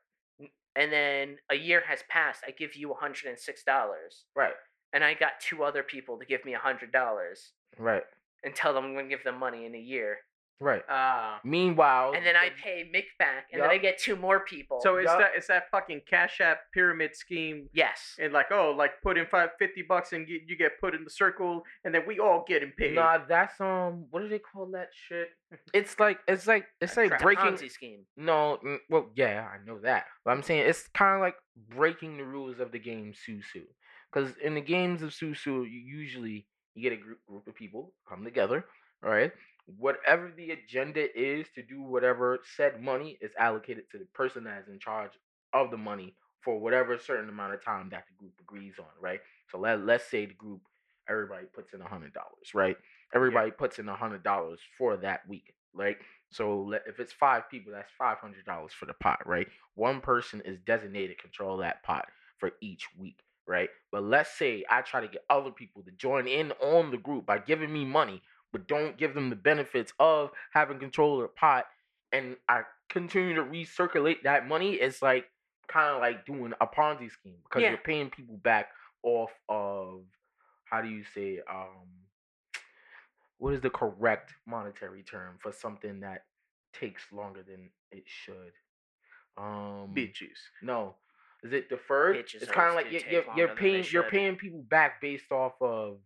And then a year has passed. I give you a hundred and six dollars,
Right.
and I got two other people to give me a hundred dollars
Right.
and tell them I'm going to give them money in a year.
Right.
Uh,
Ah.
Meanwhile,
Um, And then I
the-
pay Mick back, and then I
Oh Yup.
get two more people.
so it's
Yup.
that it's that fucking Cash App pyramid scheme.
yes,
And like, oh, like put in five fifty bucks and get, you get put in the circle, and then we all getting paid.
Nah, that's um. What do they call that shit? It's like it's like it's like
It's a
breaking.
Ponzi scheme.
No, mm, well, yeah, I know that. But I'm saying it's kind of like breaking the rules of the game Susu. Because in the games of Susu, you usually you get a group, group of people come together, all right? Whatever the agenda is to do whatever said money is allocated to the person that is in charge of the money for whatever certain amount of time that the group agrees on, right? So let, let's say the group, everybody puts in a $100, right? Everybody puts in a $100 for that week, right? So le- if it's five people, that's five hundred dollars for the pot, right? One person is designated to control that pot for each week, right? But let's say I try to get other people to join in on the group by giving me money, but don't give them the benefits of having control of the pot, and I continue to recirculate that money. It's like kind of like doing a Ponzi scheme because
Yeah.
you're paying people back off of how do you say um what is the correct monetary term for something that takes longer than it should? Um,
bitches.
No, is it deferred?
Bitches
it's kind
always
of like
do
you're,
take
you're,
longer
you're
than they
paying you're
should.
paying people back based off of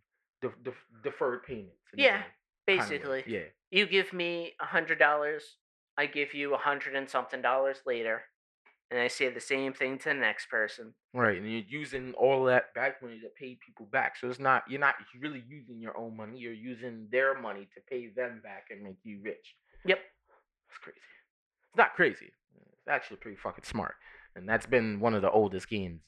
de- de- deferred payments. in a
Yeah,
way, kinda way.
Basically, you give me a hundred dollars, I give you a hundred and something dollars later, and I say the same thing to the next person.
yeah, right. And you're using all that back money to pay people back. So it's not you're not really using your own money. You're using their money to pay them back and make you rich.
Yep.
That's crazy. It's not crazy. It's actually pretty fucking smart. And that's been one of the oldest games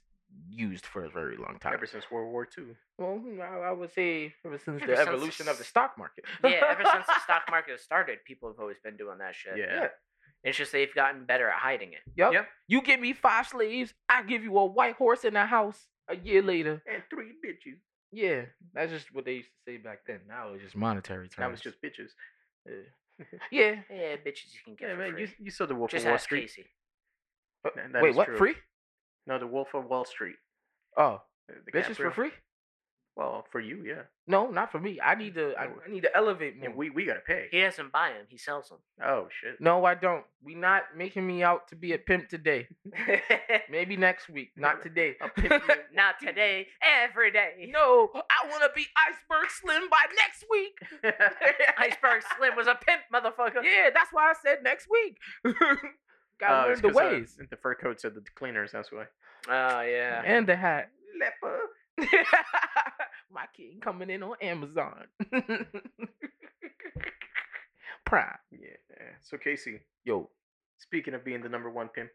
used for a very long time.
Ever since World War II.
Well, hmm, I, I would say ever since
Ever
the
since
evolution of the
s-
stock market.
Yeah, ever since the stock market started, people have always been doing that shit.
Yeah.
Yeah.
It's just they've gotten better at hiding it.
Yep.
Yep.
You give me five slaves, I give you a white horse and a house a year later.
And three bitches.
Yeah, that's just what they used to say back then. Now it's just monetary terms.
That was just bitches.
yeah.
Yeah, Eh, bitches, you can get
Yeah,
for
man,
free.
you, you saw the Wolf
just
of Wall
ask
Street.
Casey.
Uh,
Th- that
Wait,
is
what?
true.
Free?
No, the Wolf of Wall Street.
Oh,
uh,
bitches for
DiCaprio.
free?
Well, for you, yeah.
No, not for me. I need to. I,
No.
I need to elevate more.
And we we gotta pay.
He doesn't buy them; he sells them.
Oh shit.
No, I don't. We not making me out to be a pimp today. Maybe next week, not today.
Not today, every day.
no, I want to be iceberg slim by next week.
Iceberg Slim was a pimp, motherfucker.
Yeah, that's why I said next week.
Oh,
Gotta learn
it's
the
'cause, uh,
ways
the fur coats of the cleaners. That's why.
Oh yeah.
and the hat.
Leper.
My kid. Friday coming in on Amazon. Prime.
Yeah. So Casey,
Yo.
speaking of being the number one pimp,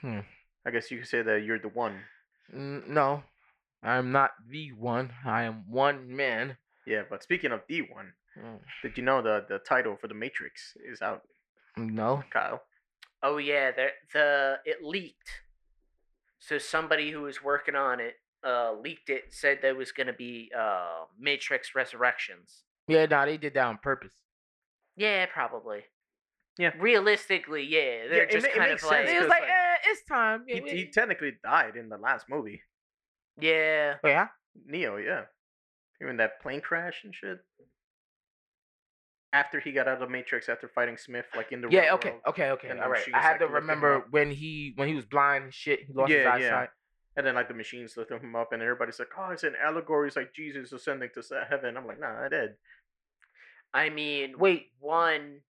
Hmm.
I guess you could say that you're the one.
Mm, no. I'm not the one. I am one man.
Yeah, but speaking of the one,
Mm,
did you know the the title for the Matrix is out,
No.
Kyle?
Oh yeah, the the it leaked. So somebody who was working on it uh leaked it, said there was gonna be uh Matrix Resurrections.
Yeah, nah, they did that on purpose.
Yeah, probably.
Yeah.
Realistically, yeah, they're
it
just
ma- it
kind
makes
of
sense,
like
It was
'cause,
like,
like,
eh, it's time. Yeah,
He,
we-
he technically died in the last movie,
yeah.
yeah.
Neo. Yeah, even that plane crash and shit. After he got out of the Matrix, after fighting Smith, like in the
yeah,
real
okay,
world,
okay, okay.
and the
All right.
machines
I
had
had
to
to
lift him
remember
up.
when he when he was blind and shit, he lost
Yeah,
his
yeah.
eyesight.
and then like the machines lift him up, and everybody's like, "Oh, it's an allegory. It's like Jesus ascending to se- heaven." I'm like, "Nah, I did."
I mean,
Wait.
one.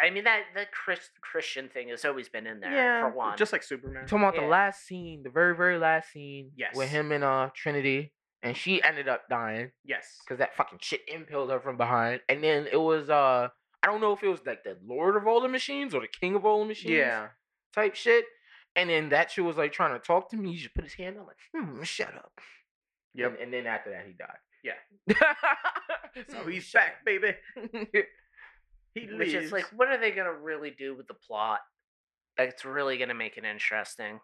I mean that the Chris, Christian thing has always been in there
yeah,
for one.
just like Superman.
You talking about
Yeah.
the last scene, the very, very last scene
Yes.
with him and uh Trinity and she ended up dying
yes,
because that fucking shit impaled her from behind. And then it was uh I don't know if it was like the Lord of all the machines or the King of all the machines
yeah,
type shit. And then that shit was like trying to talk to me. He just put his hand on like, hmm, shut up.
Yep.
And, and then after that he died.
Yeah. so
"Hmm,
he's
shut
back, baby.
up."
He lives.
which is like, what are they gonna really do with the plot? That's really gonna make it interesting.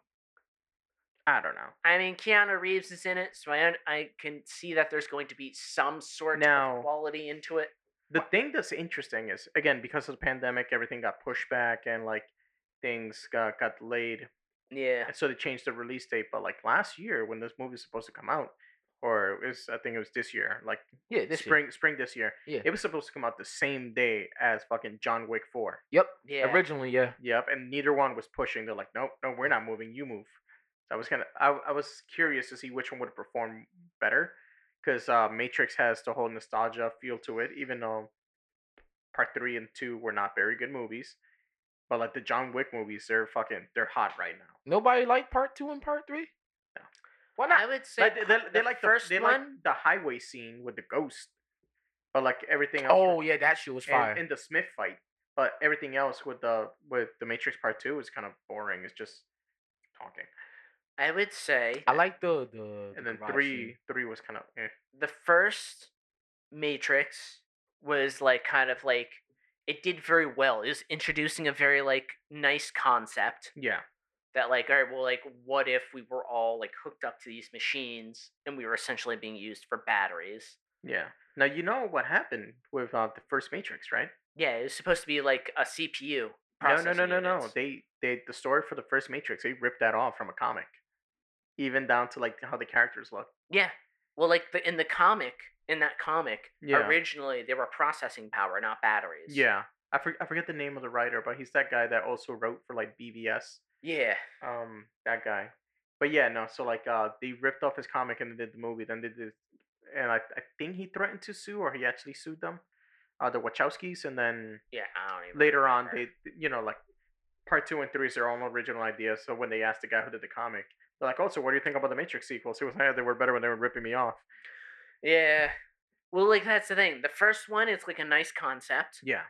I don't know.
I mean, Keanu Reeves is in it, so I un- I can see that there's going to be some sort
Now-
of quality into it.
The thing that's interesting is again because of the pandemic, everything got pushed back and like things got got delayed,
Yeah,
and so they changed the release date. But like last year, when this movie was supposed to come out, or it was I think it was this year, like
yeah, this year.
spring spring this year,
Yeah.
it was supposed to come out the same day as fucking John Wick Four.
Yep.
yeah.
Originally, yeah.
Yep, and neither one was pushing. They're like, nope, no, we're not moving. You move. I was kind of, I, I was curious to see which one would perform better, because uh, Matrix has the whole nostalgia feel to it, even though Part Three and Two were not very good movies. But like the John Wick movies, they're fucking, they're hot right now.
Nobody liked part two and part three?
No.
Why
I
not?
would say
Like they, they,
part-
they like the
first
they like
one.
the highway scene with the ghost, but like everything else.
Oh
for-
yeah, that shit was fire.
and, and the Smith fight, but everything else with the with the Matrix Part Two is kind of boring. It's just talking.
I would say
Uh
I like the the
and
the
then
garage
three
scene.
three was kind of eh.
the first Matrix was like kind of like it did very well. It was introducing a very like nice concept
yeah
that like all right, well like what if we were all like hooked up to these machines and we were essentially being used for batteries.
yeah now you know what happened with uh, the first matrix right
Yeah, it was supposed to be like a CPU.
no no
processing
no no no
units.
they they the story for the first matrix they ripped that off from a comic even down to like how the characters look
Yeah. Well, like the in the comic, in that comic,
Yeah.
originally they were processing power, not batteries.
yeah I, for, I forget the name of the writer but he's that guy that also wrote for like bvs
Yeah.
um that guy but yeah no so like uh they ripped off his comic and they did the movie then they did and I, I think he threatened to sue or he actually sued them uh the wachowskis and then
Yeah. I don't even.
later on they
remember.
you know like part two and three is their own original idea so when they asked the guy who did the comic they're like oh so what do you think about the matrix sequels he was like "Yeah, they were better when they were ripping me off
Yeah. Well, like that's the thing. The first one, it's like a nice concept,
yeah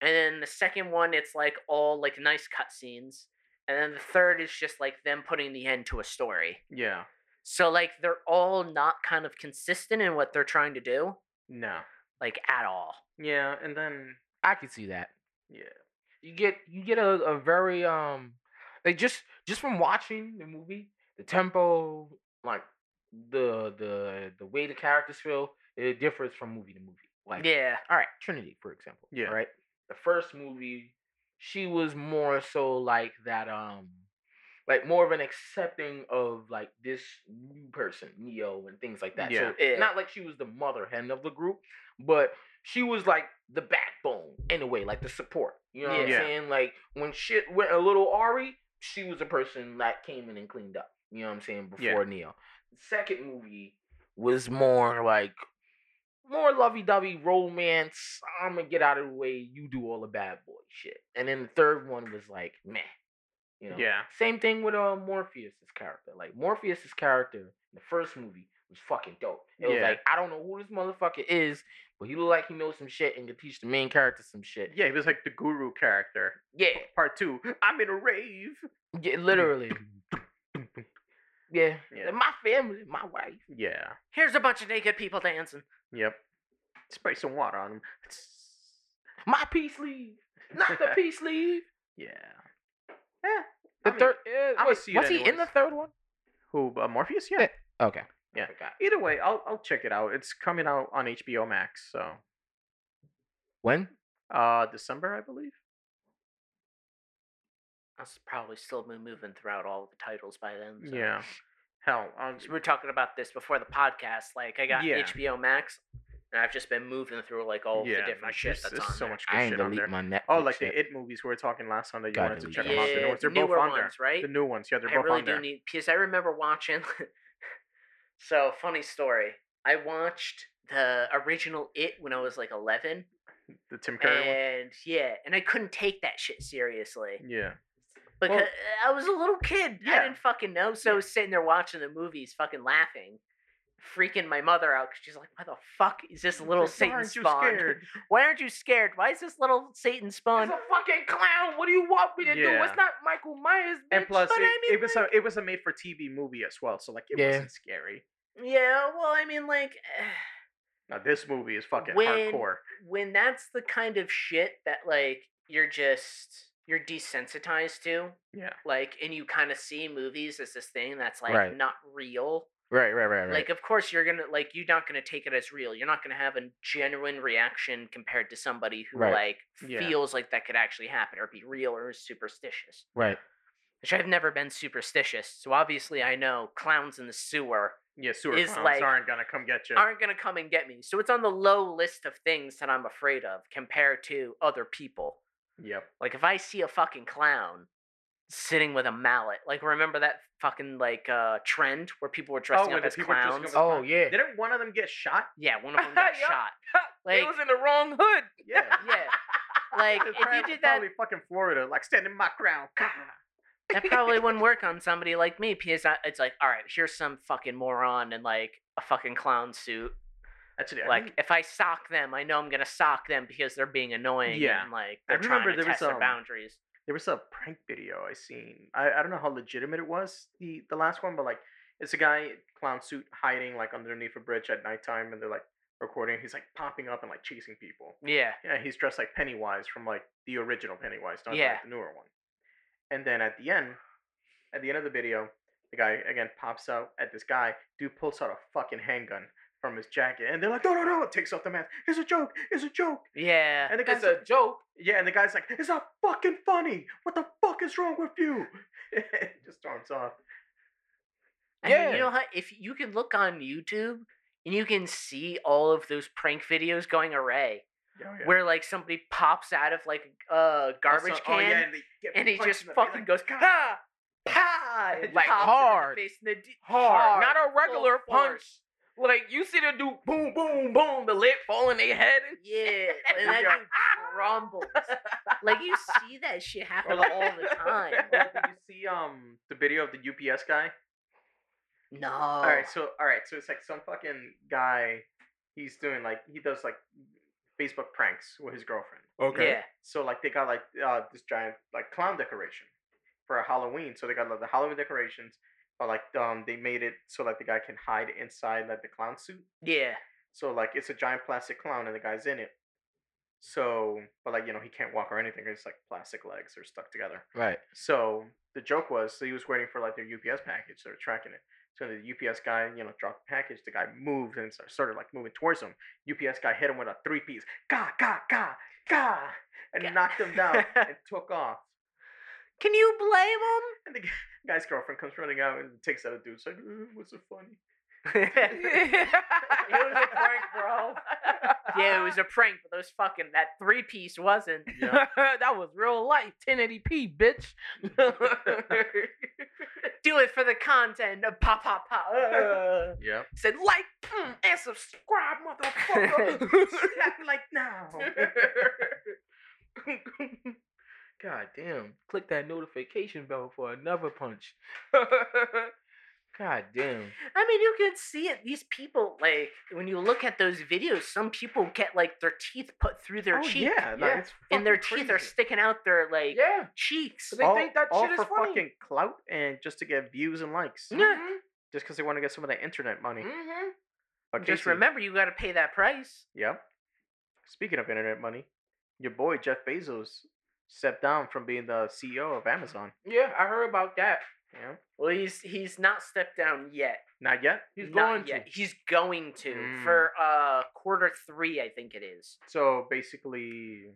and then the second one, it's like all like nice cutscenes, and then the third is just like them putting the end to a story.
yeah
So like they're all not kind of consistent in what they're trying to do,
no
like at all.
yeah and then
I could see that.
yeah
You get you get a, a very um like just just from watching the movie, the tempo, like the the the way the characters feel, it differs from movie to movie. Like
Yeah.
all right, Trinity, for example.
Yeah.
Right. The first movie, she was more so like that, um, like more of an accepting of like this new person, Neo, and things like that. So eh,
Yeah. Yeah.
not like she was the mother hen of the group, but she was like the backbone in a way, like the support. You know what
Yeah.
I'm saying? Like when shit went a little awry, she was the person that came in and cleaned up. You know what I'm saying?
Yeah.
Before Neo. The second movie was more like more lovey dovey romance. I'm gonna get out of the way. You do all the bad boy shit. And then the third one was like meh. You know.
yeah
Same thing with uh Morpheus's character. Like Morpheus's character in the first movie was fucking dope. It was
Yeah.
like I don't know who this motherfucker is, but he look like he knows some shit and can teach the main character some shit.
Yeah, he was like the guru character.
Yeah,
Part two. I'm in a rave.
yeah literally. Yeah.
Yeah.
And my family, my wife.
Yeah.
Here's a bunch of naked people dancing.
Yep. Spray some water on him.
My peace leave, not the peace leave.
Yeah. Eh,
The
I mean,
third. yeah,
I'ma
wait,
see it
was he in the
anyways.
third one?
Who? Uh, Morpheus? Yeah.
Yeah. Okay.
Yeah.
Forgot.
Either way, I'll I'll check it out. It's coming out on HBO Max. So,
When?
uh, December, I believe.
I'll s- probably still be moving throughout all the titles by then. so.
Yeah. Hell, um,
So we were talking about this before the podcast. Like I got
Yeah.
HBO Max, and I've just been moving through like all
yeah,
the different
like,
shit
there's-
that's
there's
on
so
there.
much good
I ain't
shit on
delete
there.
my Netflix.
Oh, like
yet.
the It movies we were talking last time that you
Gotta
wanted to
delete
check
that.
them out. They're,
Yeah,
no- they're
the newer
both on there.
ones, right?
The new ones, yeah, they're
I
both
really
on
do
there.
need because I remember watching. so funny story. I watched the original It when I was like eleven,
the Tim Curry
and yeah, and I couldn't take that shit seriously
one. Yeah.
because I was a little kid. I
yeah.
didn't fucking know, so I was sitting there watching the movies, fucking laughing. Freaking my mother out because she's like, "Why the fuck is this little
It's like,
Satan
"Why aren't you
spawn?
scared?"
Why aren't you scared? Why is this little Satan spawn?"
It's a fucking clown. What do you want me to do?
Yeah.
It's not Michael Myers. Bitch.
And plus,
but
it,
I mean,
it was a it was a made for TV movie as well, so like it
Yeah.
wasn't scary.
Yeah, well, I mean, like,
Now this movie is fucking
When-
hardcore.
when that's the kind of shit that, like, you're just you're desensitized to,
Yeah.
like, and you kind of see movies as this thing that's like
Right.
not real.
right, right, right,
Like, of course, you're gonna like you're not gonna take it as real. You're not gonna have a genuine reaction compared to somebody who
Right.
like
Yeah.
feels like that could actually happen or be real or is superstitious.
right.
Which I've never been superstitious, so obviously I know clowns in the sewer
Yeah, sewer
Is
clowns
like-
aren't gonna come get you.
aren't going to come and get me. So it's on the low list of things that I'm afraid of compared to other people.
Yep.
Like if I see a fucking clown sitting with a mallet, like remember that fucking like uh trend where people were dressing
where
up
the
as
people were dressing
clowns?
up as-
Oh yeah.
Didn't one of them get shot?
Yeah, one of them got
Yeah.
shot.
it
Like
was in the wrong hood.
Yeah.
yeah. Like if you did that,
probably fucking Florida, like standing my ground. Gah.
that probably wouldn't work on somebody like me because I, it's like, all right, here's some fucking moron in like a fucking clown suit.
Actually, I
Like
rem-
if I sock them, I know I'm gonna sock them because they're being annoying.
Yeah.
and, like
I
they're trying
remember
to
there was,
test their
um,
boundaries.
there was a prank video I seen. I, I don't know how legitimate it was the the last one, but like it's a guy clown suit hiding like underneath a bridge at nighttime, and they're like recording. He's like popping up and like chasing people.
Yeah,
Yeah, he's dressed like Pennywise from like the original Pennywise, not
Yeah.
like the newer one. And then at the end, at the end of the video, the guy again pops out at this guy. Dude pulls out a fucking handgun from his jacket, and they're like, "No, no, no!" Takes off the mask. It's a joke. It's a joke.
yeah.
And the guy's
It's a joke.
yeah, and the guy's like, "It's not fucking funny. What the fuck is wrong with you?" Just storms off.
I mean,
Yeah.
you know how if you can look on YouTube and you can see all of those prank videos going array,
Yeah, yeah.
where like somebody pops out of like a uh, garbage
Also-
can
oh, yeah, and, they get
and he
punched
just
in the- they're
fucking
like,
goes
"God."
pa pa and
Like,
pops him in the
hard.
face and the d-
Hard. Not a
full
regular punch.
force.
Like you see the dude, boom, boom, boom, the lip falling their head. And,
Yeah, and that
Yeah.
dude crumbles. like you see that shit happen
like-
all the time.
Well, did you see um the video of the UPS guy?
No.
All right, so all right, so it's like some fucking guy. He's doing like he does like Facebook pranks with his girlfriend.
Yeah.
So like they got like uh, this giant like clown decoration for Halloween. So they got like the Halloween decorations, but like um they made it so like the guy can hide inside like the clown suit.
Yeah.
So like it's a giant plastic clown and the guy's in it. So but like you know he can't walk or anything. It's like plastic legs are stuck together.
Right.
So the joke was, so he was waiting for like their UPS package. They were tracking it. So the UPS guy, you know, dropped the package. The guy moved and started, started like moving towards him. UPS guy hit him with a three piece, ga ga ga ga, and
Ga-
knocked him down and took off.
Can you blame
And the g- guy's girlfriend comes running out and takes out a dude. It's like, "Uh, what's so funny?
him? bro. yeah, it was a prank, but those fucking that three piece wasn't.
that was real life, 1080p, bitch. Mm,
Do it for the content. uh, Pop pop pop. uh.
Yep.
Said like mm, and subscribe, motherfucker.
Slap like now.
God damn. Click that notification bell for another punch. God damn.
I mean, you can see it. These people, like, when you look at those videos, some people get like their teeth put through their
oh,
cheek,
yeah, no,
yeah.
it's
and their
fucking
teeth are
crazy.
sticking out their like
Yeah.
cheeks.
But they
all,
think that
all
shit
for
is funny.
fucking clout and just to get views and likes,
Yeah.
just because they want to get some of that internet money.
Mm-hmm.
But
Mm. Just
Casey-
remember, you got to pay that price.
Yep. Speaking of internet money, your boy Jeff Bezos stepped down from being the CEO of Amazon.
Yeah, I heard about that.
Yeah.
Well, he's he's not stepped down yet.
Not yet.
He's
Not
going
yet.
to.
He's going to
Mm.
for uh quarter three, I think it is.
So basically,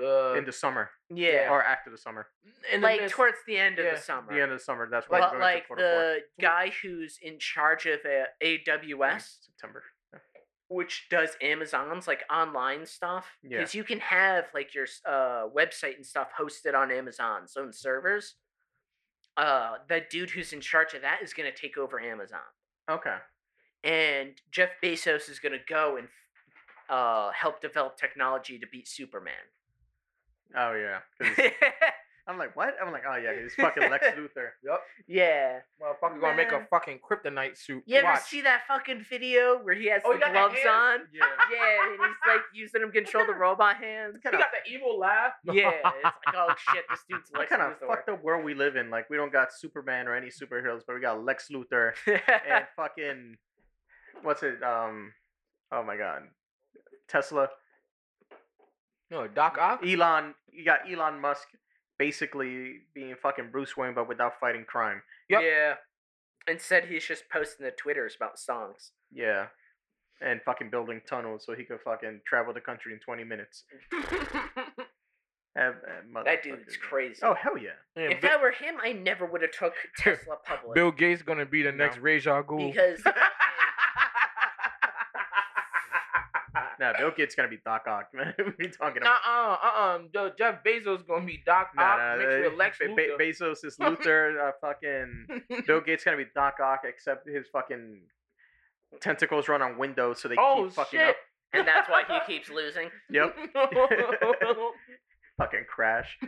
Uh,
in the summer
Yeah,
or after the summer,
in the
like
midst-
towards the end of
yeah,
the summer.
the end of the summer. That's why.
but like the guy who's in charge of uh, AWS,
September.
Mm-hmm.
which does Amazon's like online stuff,
Yeah.
because you can have like your s- uh, website and stuff hosted on Amazon's own servers. Uh, the dude who's in charge of that is gonna take over Amazon,
Okay.
and Jeff Bezos is gonna go and uh, help develop technology to beat Superman.
Oh yeah. 'cause I'm like, what? I'm like, oh yeah, he's fucking Lex Luthor.
Yep.
yeah.
Motherfucker gonna make a
Man.
fucking kryptonite suit.
You ever
Watch.
see that fucking video where he has
Oh,
the
he got that
gloves
hand?
on?
Yeah.
Yeah, and he's like using him control the robot hands.
What
He
kind of,
got the evil laugh.
Yeah, it's like oh shit, this dude's
what
Lex
kind of
Luthor.
fucked up world we live in? Like we don't got Superman or any superheroes, but we got Lex Luthor and fucking what's it? Um, oh my god, Tesla.
No, Doc Ock.
Elon, you got Elon Musk basically being fucking Bruce Wayne, but without fighting crime.
Yep.
Yeah. Instead, he's just posting the twitters about songs.
Yeah. And fucking building tunnels so he could fucking travel the country in 20 minutes. Have- have
That dude's
motherfuckers-
crazy.
Oh, hell yeah.
Yeah,
if
Bill,
that were him, I never would have took Tesla public
Bill Gates gonna be the
No.
next Ray Ghul.
because
Nah, Bill Gates gonna be Doc Ock, man. what are you talking
Nah,
about?
uh, uh, uh, Jeff Bezos gonna be Doc Ock mixed
uh,
with Lex
Be- Be-
Luthor.
Bezos is Luther. uh, fucking Bill Gates gonna be Doc Ock, except his fucking tentacles run on windows, so they
oh
keep fucking
shit!
up.
and that's why he keeps losing.
Yep, fucking crash.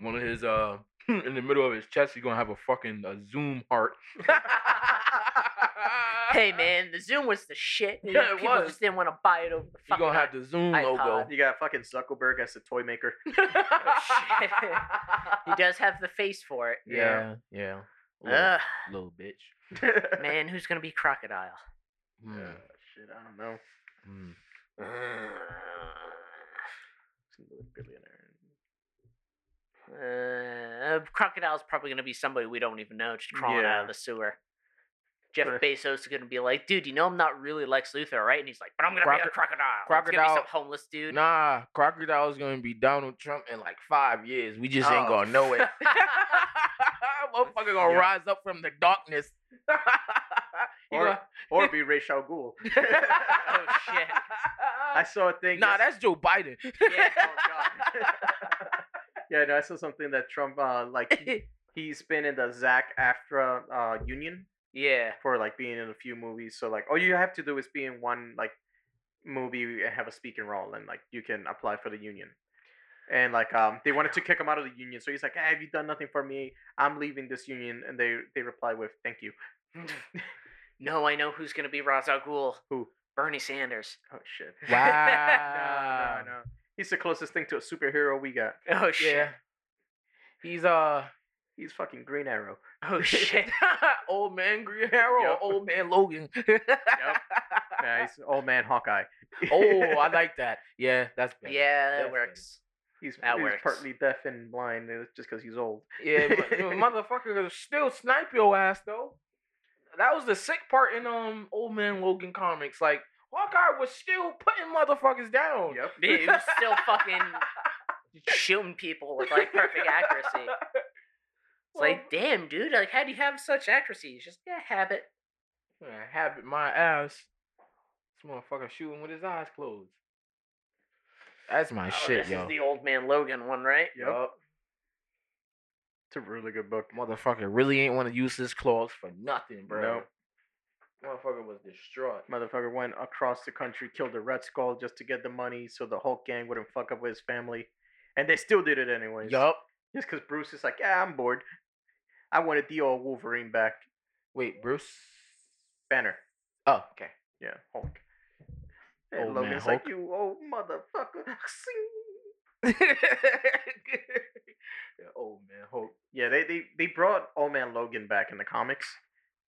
One of his uh, in the middle of his chest, he's gonna have a fucking a Zoom heart.
Hey man, the Zoom was the shit. and
Yeah, it
People
was.
just didn't want to buy it over the
You're
fucking.
gonna have the Zoom
iPod.
logo.
You got fucking Zuckerberg as the toy maker. Oh,
he does have the face for it.
Yeah, yeah.
Ugh,
Little, little bitch.
man, who's gonna be crocodile?
Uh,
Mm,
shit, I don't know.
mm.
Some little billionaire.
Uh, crocodile's probably gonna be somebody we don't even know, just crawling out
Yeah.
of the sewer. Jeff
Sure.
Bezos is gonna be like, dude, you know I'm not really Lex Luthor, right? And he's like, but I'm gonna be a
Croco-
crocodile. It's gonna be
crocodile-
some homeless dude.
Nah, crocodile's gonna be Donald Trump in like five years. We just ain't
Oh.
gonna know it. Motherfucker gonna
Yeah.
rise up from the darkness. He
Or,
gonna-
or be Ray Al Ghul.
Oh shit.
I saw a thing.
Nah,
yes-
that's Joe Biden.
Yeah.
oh, God. yeah, no, I saw something that Trump, uh, like, he, he's been in the Zach AFTRA uh, union
yeah.
for, like, being in a few movies. So, like, all you have to do is be in one, like, movie and have a speaking role, and, like, you can apply for the union. And, like, um, they wanted to kick him out of the union. So he's like, hey, have you done nothing for me? I'm leaving this union. And they, they reply with, thank you.
No, I know who's gonna be Ra's al Ghul.
Who?
Bernie Sanders.
Oh, shit.
Wow.
no, no, no. He's the closest thing to a superhero we got.
Oh shit.
Yeah. He's uh
He's fucking Green Arrow.
Oh shit.
old man Green Arrow
Yup.
or old man Logan.
Yeah, he's old man Hawkeye.
oh, I like that. Yeah, that's better.
yeah,
That's
that works.
He's,
That
he's
works.
partly deaf and blind uh, just because he's old.
Yeah, but, you know, motherfucker could still snipe your ass though. That was the sick part in um Old Man Logan comics. Like Hawkeye was still putting motherfuckers down.
Yep.
Dude, he was still fucking shooting people with like perfect accuracy. It's like, damn, dude, like how do you have such accuracy? It's just yeah, habit.
Well, yeah, habit my ass. This motherfucker shooting with his eyes closed. That's my
Oh,
shit,
this
yo.
is the old man Logan one, right?
Yep. It's a really good book.
Motherfucker really ain't want to use his claws for nothing, bro.
Nope.
Motherfucker was distraught.
Motherfucker went across the country, killed the Red Skull just to get the money so the Hulk gang wouldn't fuck up with his family. And they still did it anyways.
Yup.
Just because Bruce is like, yeah, I'm bored. I wanted the old Wolverine back.
Wait, Bruce.
Banner.
Oh, okay.
Yeah, Hulk. And
Old man
Logan's
Hulk.
like, you old motherfucker.
Yeah, oh man, Hulk.
Yeah, they, they, they brought Old Man Logan back in the comics.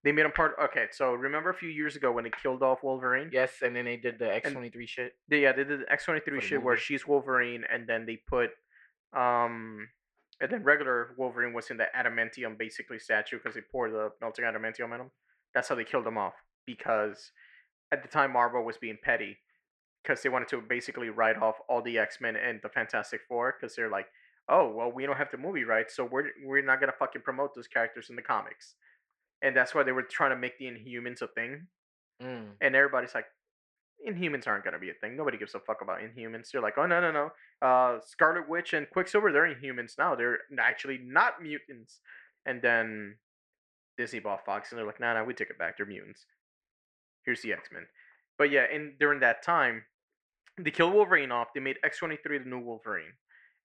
They made him part. Okay, so remember a few years ago when they killed off Wolverine?
Yes, and then they did the X twenty three shit.
They, yeah, they did the X twenty
For
three
the
shit where
movie.
she's Wolverine, and then they put, um, and then regular Wolverine was in the adamantium basically statue because they poured the melting adamantium on him. That's how they killed him off because at the time Marvel was being petty because they wanted to basically write off all the X Men and the Fantastic Four because they're like, oh well, we don't have the movie rights, so we're we're not gonna fucking promote those characters in the comics, and that's why they were trying to make the Inhumans a thing
Mm.
and everybody's like, Inhumans aren't gonna be a thing. Nobody gives a fuck about Inhumans. You're like, oh no no no, uh, Scarlet Witch and Quicksilver, they're Inhumans now. They're n- actually not mutants. And then Disney bought Fox, and they're like, nah nah, we take it back. They're mutants. Here's the X Men. But yeah, and during that time, they killed Wolverine off. They made X twenty three the new Wolverine,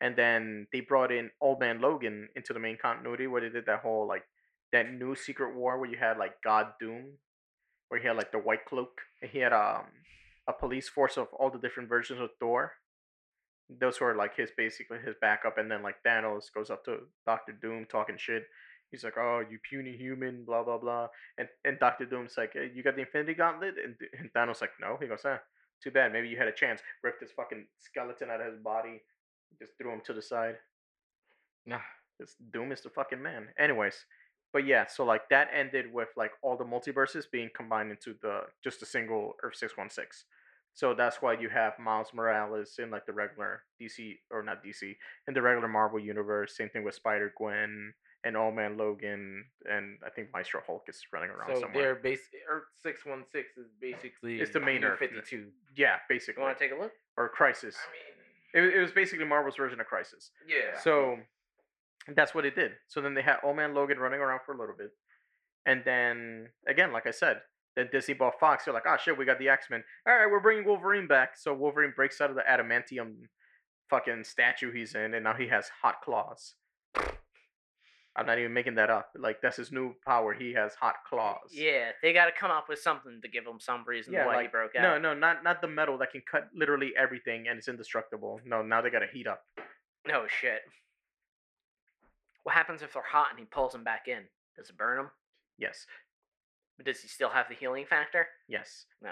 and then they brought in Old Man Logan into the main continuity where they did that whole like that new Secret War where you had like God Doom where he had like the white cloak and he had um a police force of all the different versions of Thor. Those were like his basically his backup, and then like Thanos goes up to Doctor Doom talking shit. He's like, "Oh, you puny human," blah blah blah, and and Doctor Doom's like, "Eh, "You got the Infinity Gauntlet?" And, and Thanos like, "No." He goes, "Ah, too bad. Maybe you had a chance." Ripped his fucking skeleton out of his body, just threw him to the side.
Nah.
This Doom is the fucking man. Anyways, but yeah, so like that ended with like all the multiverses being combined into the just a single Earth six one six. So that's why you have Miles Morales in like the regular DC or not DC in the regular Marvel universe. Same thing with Spider Gwen and Old Man Logan and I think Maestro Hulk is running around
So they're
somewhere.
bas- Earth six one six is basically
It's the main Earth.
fifty two.
Yeah,
You
basically
want to take a look?
or Crisis.
I mean,
It, wa- it was basically Marvel's version of Crisis.
yeah.
So that's what it did. So then they had Old Man Logan running around for a little bit. And then, again, like I said, then Disney bought Fox. They're like, oh shit, we got the X Men. All right, we're bringing Wolverine back. So Wolverine breaks out of the adamantium fucking statue he's in, and now he has hot claws. I'm not even making that up. Like, that's his new power. He has hot claws.
Yeah, they got to come up with something to give him some reason
Yeah,
why he
like,
broke out.
No, no, not not the metal that can cut literally everything and it's indestructible. No, now they gotta heat up.
No shit. What happens if they're hot and he pulls them back in? Does it burn them?
Yes,
Does he still have the healing factor?
yes.
Okay.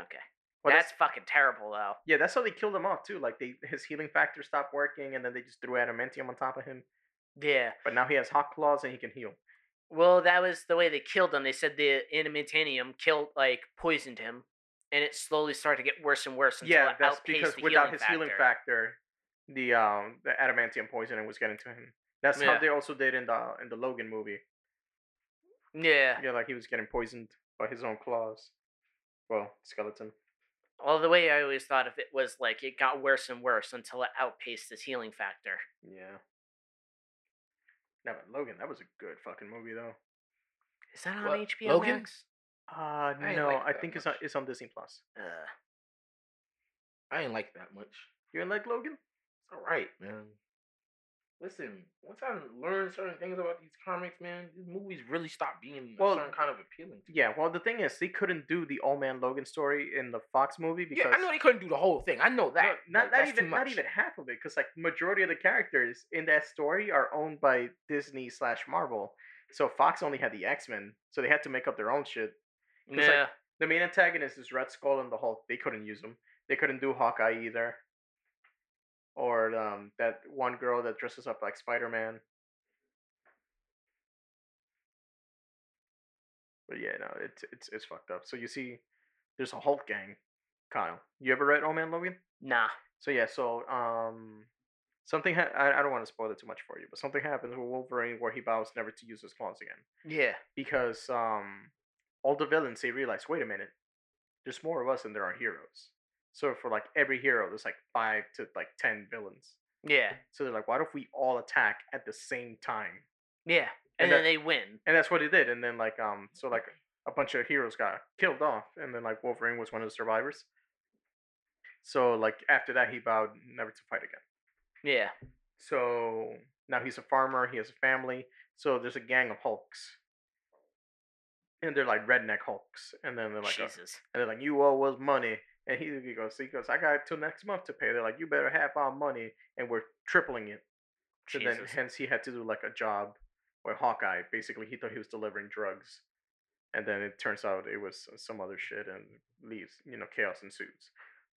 Well,
that's, fucking terrible, though.
Yeah, that's how they killed him off too. Like they his healing factor stopped working, and then they just threw adamantium on top of him.
Yeah.
But now he has hot claws and he can heal.
Well, that was the way they killed him. They said the animatanium killed, like, poisoned him, and it slowly started to get worse and worse until
yeah,
it
that's
outpaced
because
the
without
healing
his
factor.
healing factor, the um the adamantium poisoning was getting to him. That's
Yeah.
how they also did in the in the Logan movie.
Yeah.
Yeah, like he was getting poisoned by his own claws. Well, skeleton.
Well, the way I always thought of it was like it got worse and worse until it outpaced his healing factor.
Yeah. No, but Logan, that was a good fucking movie though.
Is that on
What,
HBO
Logan?
Max?
Uh
didn't
no,
like it
I
that
think it's on
much.
it's on Disney Plus.
Ugh.
I ain't like that much.
You didn't like Logan?
It's all right, man. Listen, once I learn certain things about these comics, man, these movies really stop being
Well,
a certain kind of appealing. To me.
Yeah, well, the thing is, they couldn't do the Old Man Logan story in the Fox movie because
yeah, I know they couldn't do the whole thing. I know Oh,
No,
that. Like,
not, not
that's too
even not
much.
even half of it, because like majority of the characters in that story are owned by Disney slash Marvel. So Fox only had the X Men, so they had to make up their own shit. like-
Yeah.
The main antagonist is Red Skull and the Hulk. They couldn't use them. They couldn't do Hawkeye either, or um, that one girl that dresses up like Spider Man. But yeah, no, it's it's it's fucked up. So you see, there's a Hulk gang. Kyle, you ever read Old Man Logan?
Nah.
So yeah, so um, something ha- I I don't want to spoil it too much for you, but something happens with Wolverine where he vows never to use his claws again
Yeah.
because um, all the villains they realize, wait a minute, there's more of us than there are heroes. So for like every hero, there's like five to like ten villains.
Yeah.
So they're like, why don't we all attack at the same time?
Yeah. And,
And
then
that-
they win.
And that's what he did. And then like um, so like a bunch of heroes got killed off, and then like Wolverine was one of the survivors. So like after that, he vowed never to fight again.
Yeah.
So now he's a farmer, he has a family. So there's a gang of Hulks. and they're like redneck hulks, and then they're like, uh,
Jesus.
and they're like, you owe us money, and he, he goes, he goes, I got till next month to pay. They're like, you better have our money, and we're tripling it. So then,
Jesus.
hence, he had to do like a job or Hawkeye. Basically, he thought he was delivering drugs, and then it turns out it was s- some other shit, and leaves. You know, chaos ensues,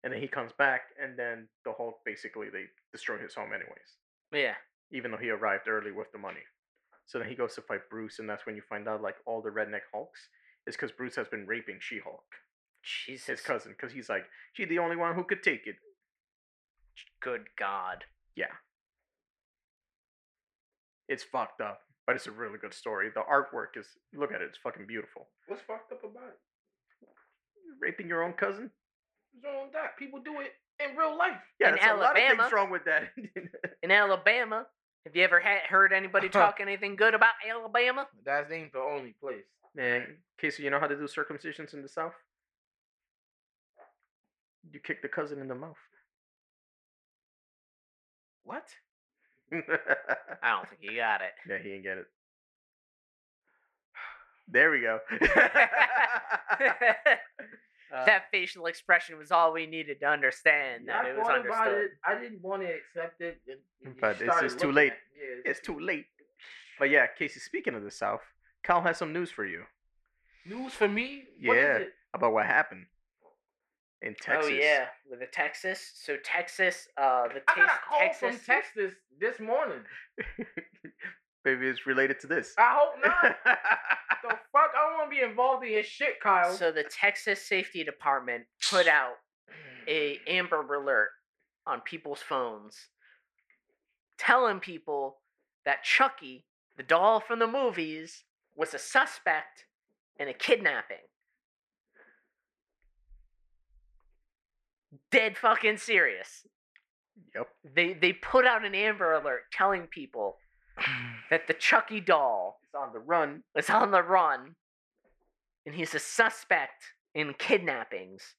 and then he comes back, and then the Hulk basically they destroy his home anyways,
Yeah.
even though he arrived early with the money. So then he goes to fight Bruce, and that's when you find out like all the redneck Hulks is because Bruce has been raping She Hulk,
Jesus.
his cousin, because he's like she the only one who could take it.
Good God.
It's fucked up, but it's a really good story. The artwork is look at it, it's fucking beautiful.
What's fucked up about it?
Raping your own cousin?
What's wrong with that? People do it in real life.
Yeah,
In
there's a lot of
Alabama.
things wrong with that.
In Alabama, have you ever had, heard anybody talk anything good about Alabama?
That ain't the only place.
Man, Casey, you know how to do circumcisions in the South? You kick the cousin in the mouth.
What?
yeah,
I don't think you got it.
he didn't get it. There we go. Uh,
that facial expression was all we needed to understand that
I
it was
thought about
understood.
it. I didn't want to accept it. and- and
But it's
started
just too
looking
late.
at it. Yeah, it's
it's too late. But yeah, Casey, speaking of the South, Kyle has some news for you
News for me?
What is
Yeah.
it?
about what happened in Texas.
Oh yeah, with the Texas. So Texas, uh, the
I got
Tex-
a call
Texas.
from Texas this morning.
Maybe it's related to this.
I hope not. the fuck? I don't want to be involved in your shit, Kyle.
So the Texas Safety Department put out a Amber Alert on people's phones, telling people that Chucky, the doll from the movies, was a suspect in a kidnapping. Dead fucking serious.
Yep.
They they put out an Amber Alert telling people that the Chucky doll
It's on the run.
is on the run, and he's a suspect in kidnappings.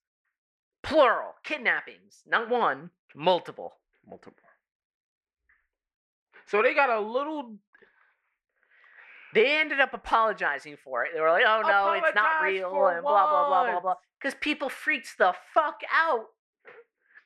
Plural, kidnappings. Not one, multiple.
Multiple.
so they got a little
They ended up apologizing for it. They were like, oh no, it's not
Apologize
real,
for
and blah, blah, blah, blah,
what?
blah. Because people freaks the fuck out.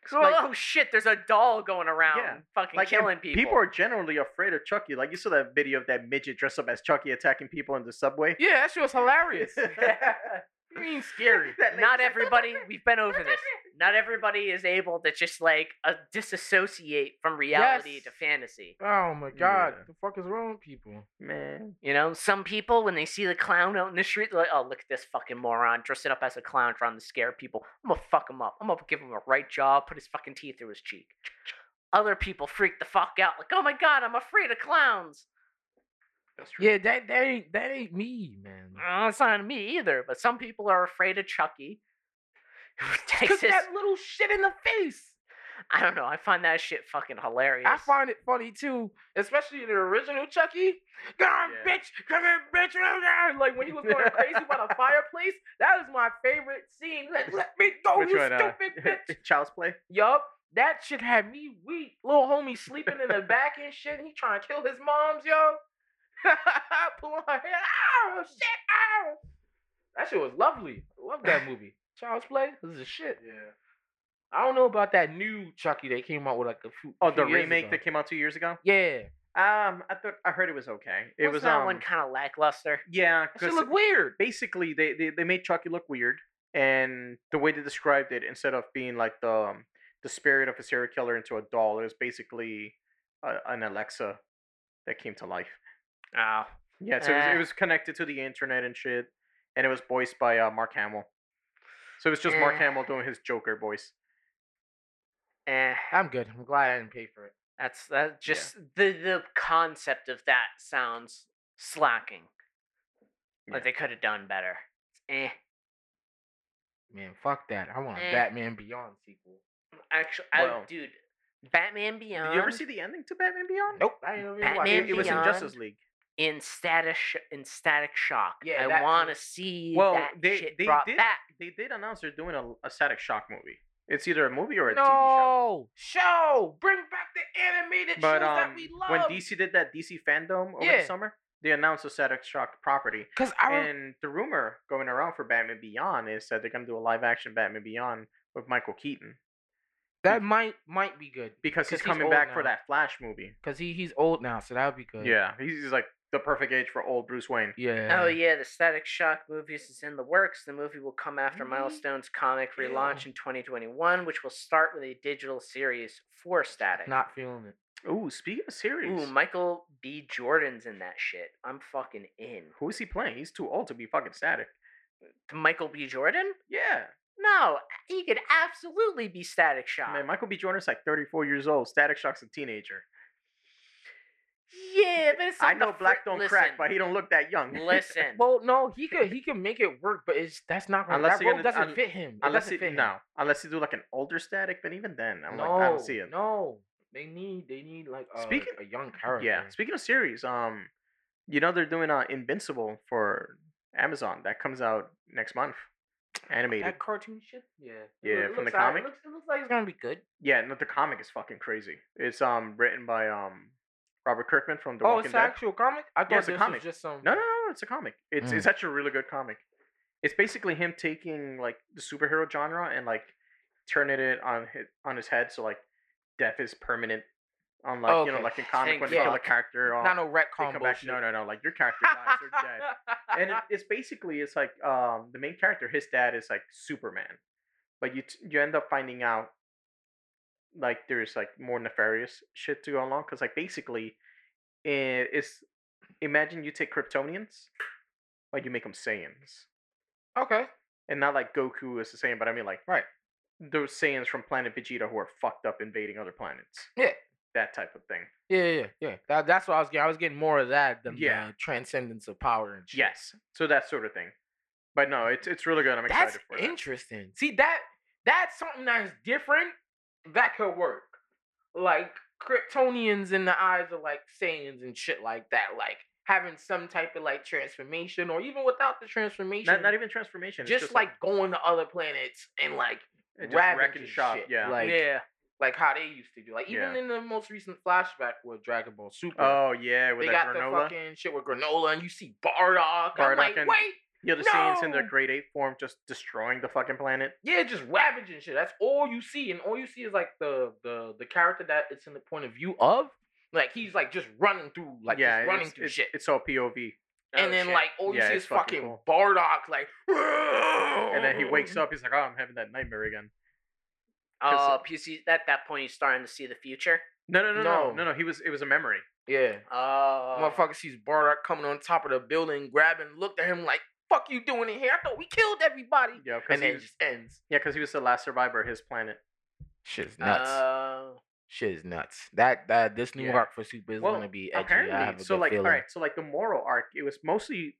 'Cause they're like,
Like-
oh shit, there's a doll going around
Yeah,
fucking
and
killing people.
People are generally afraid of Chucky. Like you saw that video of that midget dressed up as Chucky attacking people in the subway.
Yeah, that shit was hilarious.
that
you mean scary.
not everybody, we've been over this. Not everybody is able to just like uh, disassociate from reality
Yes.
to fantasy.
Oh my god,
Yeah.
the fuck is wrong with people?
man.
You know, some people when they see the clown out in the street, they're like, "Oh, look at this fucking moron dressing up as a clown trying to scare people. I'm gonna fuck him up. I'm gonna give him a right jaw, put his fucking teeth through his cheek." Other people freak the fuck out, like, "Oh my god, I'm afraid of clowns."
That's true.
Yeah, that that ain't that ain't me, man.
Uh, it's not me either, but some people are afraid of Chucky.
Cause
Texas,
that little shit in the face.
I don't know. I find that shit fucking hilarious.
I find it funny too, especially the original Chucky. Come on,
Yeah.
bitch, come here, bitch. come here." Like when he was going crazy by the fireplace, that is my favorite scene. Like, let me go,
Which
you
one, uh,
stupid bitch.
Child's play.
Yup. That shit had me weak. Little homie sleeping in the back and shit. and He trying to kill his moms, yo. Pull on her head. Ow, shit, ow. That shit was lovely. I love that movie. Child's Play. This is shit.
Yeah.
I don't know about that new Chucky they came out with like a few.
Oh,
few
the
years
remake
ago.
that came out two years ago.
yeah.
Um, I thought I heard it was okay. It
Wasn't
was
that
um,
one kind of lackluster.
yeah,
That shit
because
look weird.
basically they, they they made Chucky look weird, and the way they described it, instead of being like the um, the spirit of a serial killer into a doll, it was basically uh, an Alexa that came to life.
Oh,
Yeah, so it, was, it
Ah.
was connected to the internet and shit, and it was voiced by uh, Mark Hamill. So it was just Mark
Eh.
Hamill doing his Joker voice.
eh.
I'm good. I'm glad I didn't pay for it.
That's that just the the concept of that sounds slacking.
Yeah.
Like they could have done better. Eh.
Man, fuck that. I want a
Eh.
Batman Beyond sequel.
Actually,
Well-
I, dude, Batman Beyond
Did you ever see the ending to Batman Beyond?
Nope. I ain't even watched
Batman
It, it was in
Beyond.
Justice League.
in status Sh- in Static Shock.
Yeah,
I
that
want to
too.
see
Well,
that
they-
shit
they
brought
did-
back.
They did announce they're doing a, a Static Shock movie. It's either a movie or a TV show.
No show. Bring back the animated
But
shows
um,
that we love.
when DC did that DC fandom over
Yeah.
the summer, they announced the Static Shock property.
Because I rem-
And the rumor going around for Batman Beyond is that they're gonna do a live action Batman Beyond with Michael Keaton
that might might be good
because he's
'Cause he's
coming
old
back for
now.
that Flash movie.
because he he's old now, so that would be good.
Yeah, he's, he's like the perfect age for old Bruce Wayne.
Yeah.
Oh yeah, the Static Shock movies is in the works. The movie will come after
Mm-hmm.
Mhm.
Milestone's comic relaunch in 2021, which will start with a digital series for Static.
Not feeling it.
Ooh, speaking of series,
Ooh, Michael B. Jordan's in that shit. I'm fucking in.
who is he playing? He's too old to be fucking Static.
Michael B. Jordan?
Yeah,
No, he could absolutely be Static Shock.
man, Michael B. Jordan's like 34 years old. Static Shock's a teenager.
yeah, but it's
I
not the
know
fir-
black don't
Listen,
crack, but he don't look that young.
listen.
Well, no, he could he can make it work, but it's that's not gonna,
Unless
that
you're
role
gonna-
doesn't
un-
fit him. It
unless
doesn't
it,
fit him.
no, unless you do like an older Static, but even then, I'm
no,
like, I don't see it.
No, they need they need like a,
Speaking-
a young character.
Yeah. Speaking of series, um, you know they're doing uh Invincible for Amazon that comes out next month, animated.
that cartoon shit. Yeah,
Yeah,
It loo- it
from the
looks alright.
comic?
It looks, it looks like it's gonna be good.
Yeah, no, the comic is fucking crazy. It's um written by um Robert Kirkman from The
oh,
Walking
it's
Dead.
an actual comic. I thought
it's a
this
comic.
was just some.
No, no, no, it's a comic. It's it's actually a really good comic. It's basically him taking like the superhero genre and like turning it on his on his head. So like death is permanent. On like you know
Okay,
like in comic
thank
when they kill a
fuck.
character off,
not no
they
retcon
come back.
bullshit.
No, no, no. Like your character dies, they're dead. and it, it's basically it's like um the main character his dad is like superman but you t- you end up finding out like there's like more nefarious shit to go along because like basically it is imagine you take kryptonians but you make them saiyans
okay.
and not like goku is the same but i mean like right those saiyans from planet vegeta who are fucked up invading other planets
Yeah.
that type of thing
Yeah, yeah, yeah. That, that's what I was getting. I was getting more of that than
Yeah.
the transcendence of power and shit.
yes so that sort of thing but no it's it's really good i'm excited
That's
for it
interesting. See that that's something that's different that could work. Like Kryptonians in the eyes of like Saiyans and shit like that, like having some type of like transformation or even without the transformation.
not, not even transformation it's
just, like, going to other planets and like
It just
ravaging
wrecking shop,
shit.
yeah.
Like,
yeah.
like how they used to do. Like even
Yeah.
in the most recent flashback with Dragon Ball Super.
Oh yeah, with
they
that
got the
granola.
fucking shit with granola and you see Bardock. I'm
Bardock
like,
and-
wait,
You know, the scenes in their
No!
grade eight form just destroying the fucking planet.
Yeah, just ravaging shit. That's all you see, and all you see is like the the the character that it's in the point of view of. Like he's like just running through, like
yeah,
just running
it's,
through
it's,
shit,
It's all POV,
and then like all you
Yeah,
see
it's
is
fucking
fucking
cool.
Bardock, like.
and then he wakes up. He's like, "Oh, I'm having that nightmare again."
Oh,
'Cause-
you see, at that point, he's starting to see the future.
No, no, no, no,
No.
no, no. He was. It was a memory.
Yeah,
Oh,
motherfucker sees Bardock coming on top of the building, grabbing, looked at him like, "Fuck you doing in here? I thought we killed everybody."
Yeah, because he,
And then it
was-
just ends.
yeah, 'cause he was the last survivor of his planet.
Shit's
Oh.
Shit is nuts. That that this
Yeah.
for Super is
Well,
be
Apparently, so
good
like, all
feeling.
right, so like the moral arc, it was mostly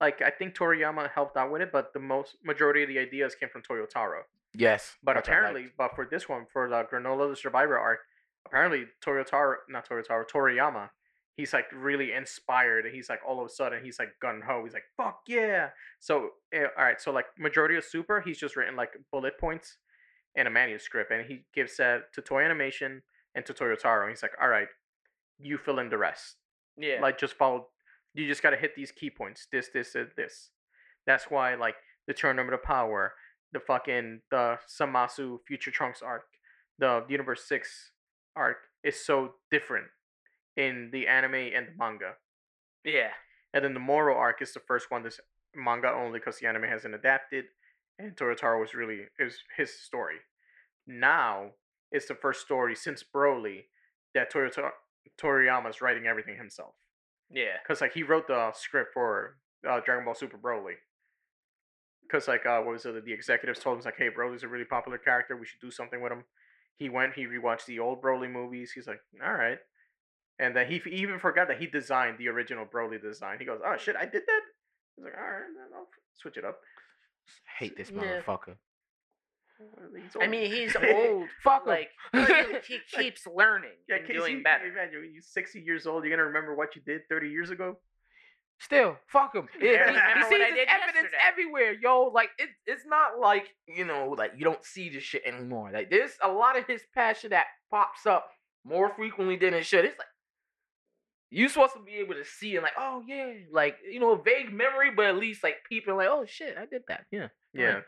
like I think Toriyama helped out with it, but the most majority of the ideas came from Toyotaro.
Yes,
But
which I liked.
apparently, but for this one, for the Granola the Survivor arc, apparently Toyotaro, not Toyotaro, Toriyama, he's like really inspired, and he's like all of a sudden he's like gun ho, he's like fuck yeah. So eh, all right, so like majority of Super, he's just written like bullet points in a manuscript, and he gives that to Toy Animation and to Toyotaro, and he's like, all right, you fill in the rest.
yeah.
Like just follow. You just gotta hit these key points. This, this, and this. That's why like the tournament of power, the fucking the Samasu Future Trunks arc, the Universe Six arc is so different in the anime and the manga.
yeah.
And then the Moro arc is the first one that's manga only because the anime hasn't adapted, and Torotaro was really is his story. Now it's the first story since Broly that Toyota Toriyama's writing everything himself
Yeah.
because like he wrote the script for uh, Dragon Ball Super Broly. Because like uh, what was it? The executives told him like, "Hey, Broly's a really popular character. We should do something with him." He went. He rewatched the old Broly movies. He's like, "All right," and then he f- even forgot that he designed the original Broly design. He goes, "Oh shit, I did that." He's like, "All right, then I'll switch it up."
hate this
Yeah.
motherfucker.
Uh, He's
I
old.
mean, he's old.
Oh, Fuck
but,
'em.
like, but he, he
Like,
keeps learning
yeah,
and
Casey,
doing better.
Imagine when you're 60 years old. You're gonna remember what you did 30 years ago.
Still, fuck him.
Yeah,
Yeah,
remember
he,
what
sees
I
his
did
evidence
yesterday.
everywhere, yo. Like it, it's not like you know, like you don't see this shit anymore. Like there's a lot of his passion that pops up more frequently than it should. It's like, You supposed to be able to see and like, oh yeah, like you know, vague memory, but at least like people like, oh shit, I did that. Yeah.
Yeah.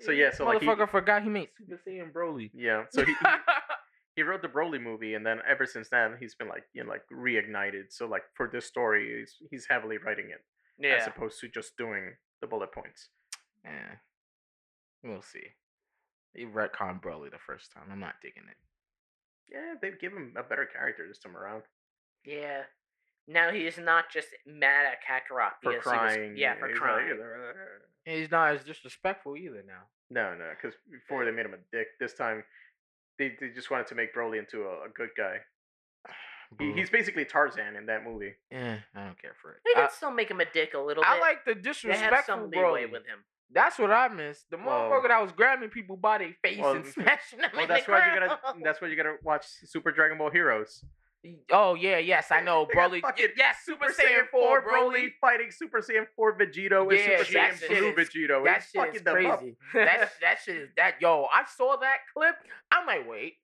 So yeah, so like he,
motherfucker forgot he made Super Saiyan Broly.
yeah, so he he wrote the Broly movie, and then ever since then he's been like you know like reignited. So like for this story, he's he's heavily writing it as
Yeah.
opposed to just doing the bullet points.
Eh, we'll see. He retconned Broly the first time. I'm not digging it.
Yeah, they've given him a better character this time around.
Yeah. Now he is not just mad at Kakarot
For
because he was-
crying,
yeah, for
he's like,
crying.
And he's not as disrespectful either now.
No, no, because before they made him a dick. This time, they, they just wanted to make Broly into a, a good guy. He,
Boo.
he's basically Tarzan in that movie.
Eh, I don't care for it.
They can
I,
still make him a dick a little
I
bit.
like the
they have
disrespectful
some leeway
Broly.
with him.
That's what I miss. The
Well-
motherfucker that was grabbing people by their face
Well,
and smashing them.
Well,
in the
that's why you gotta.
ground.
That's why you gotta watch Super Dragon Ball Heroes.
Oh yeah, yes, I know,
They got
Broly.
fucking
Yes, Super Saiyan Four, Broly.
fighting Super Saiyan 4 Vegito and
Yeah,
Super
that
Saiyan
shit
Blue
is-
Vegito.
That
He's
shit
fucking
is
them up.
crazy. that sh- that shit is that yo. I saw that clip. I'm like, wait,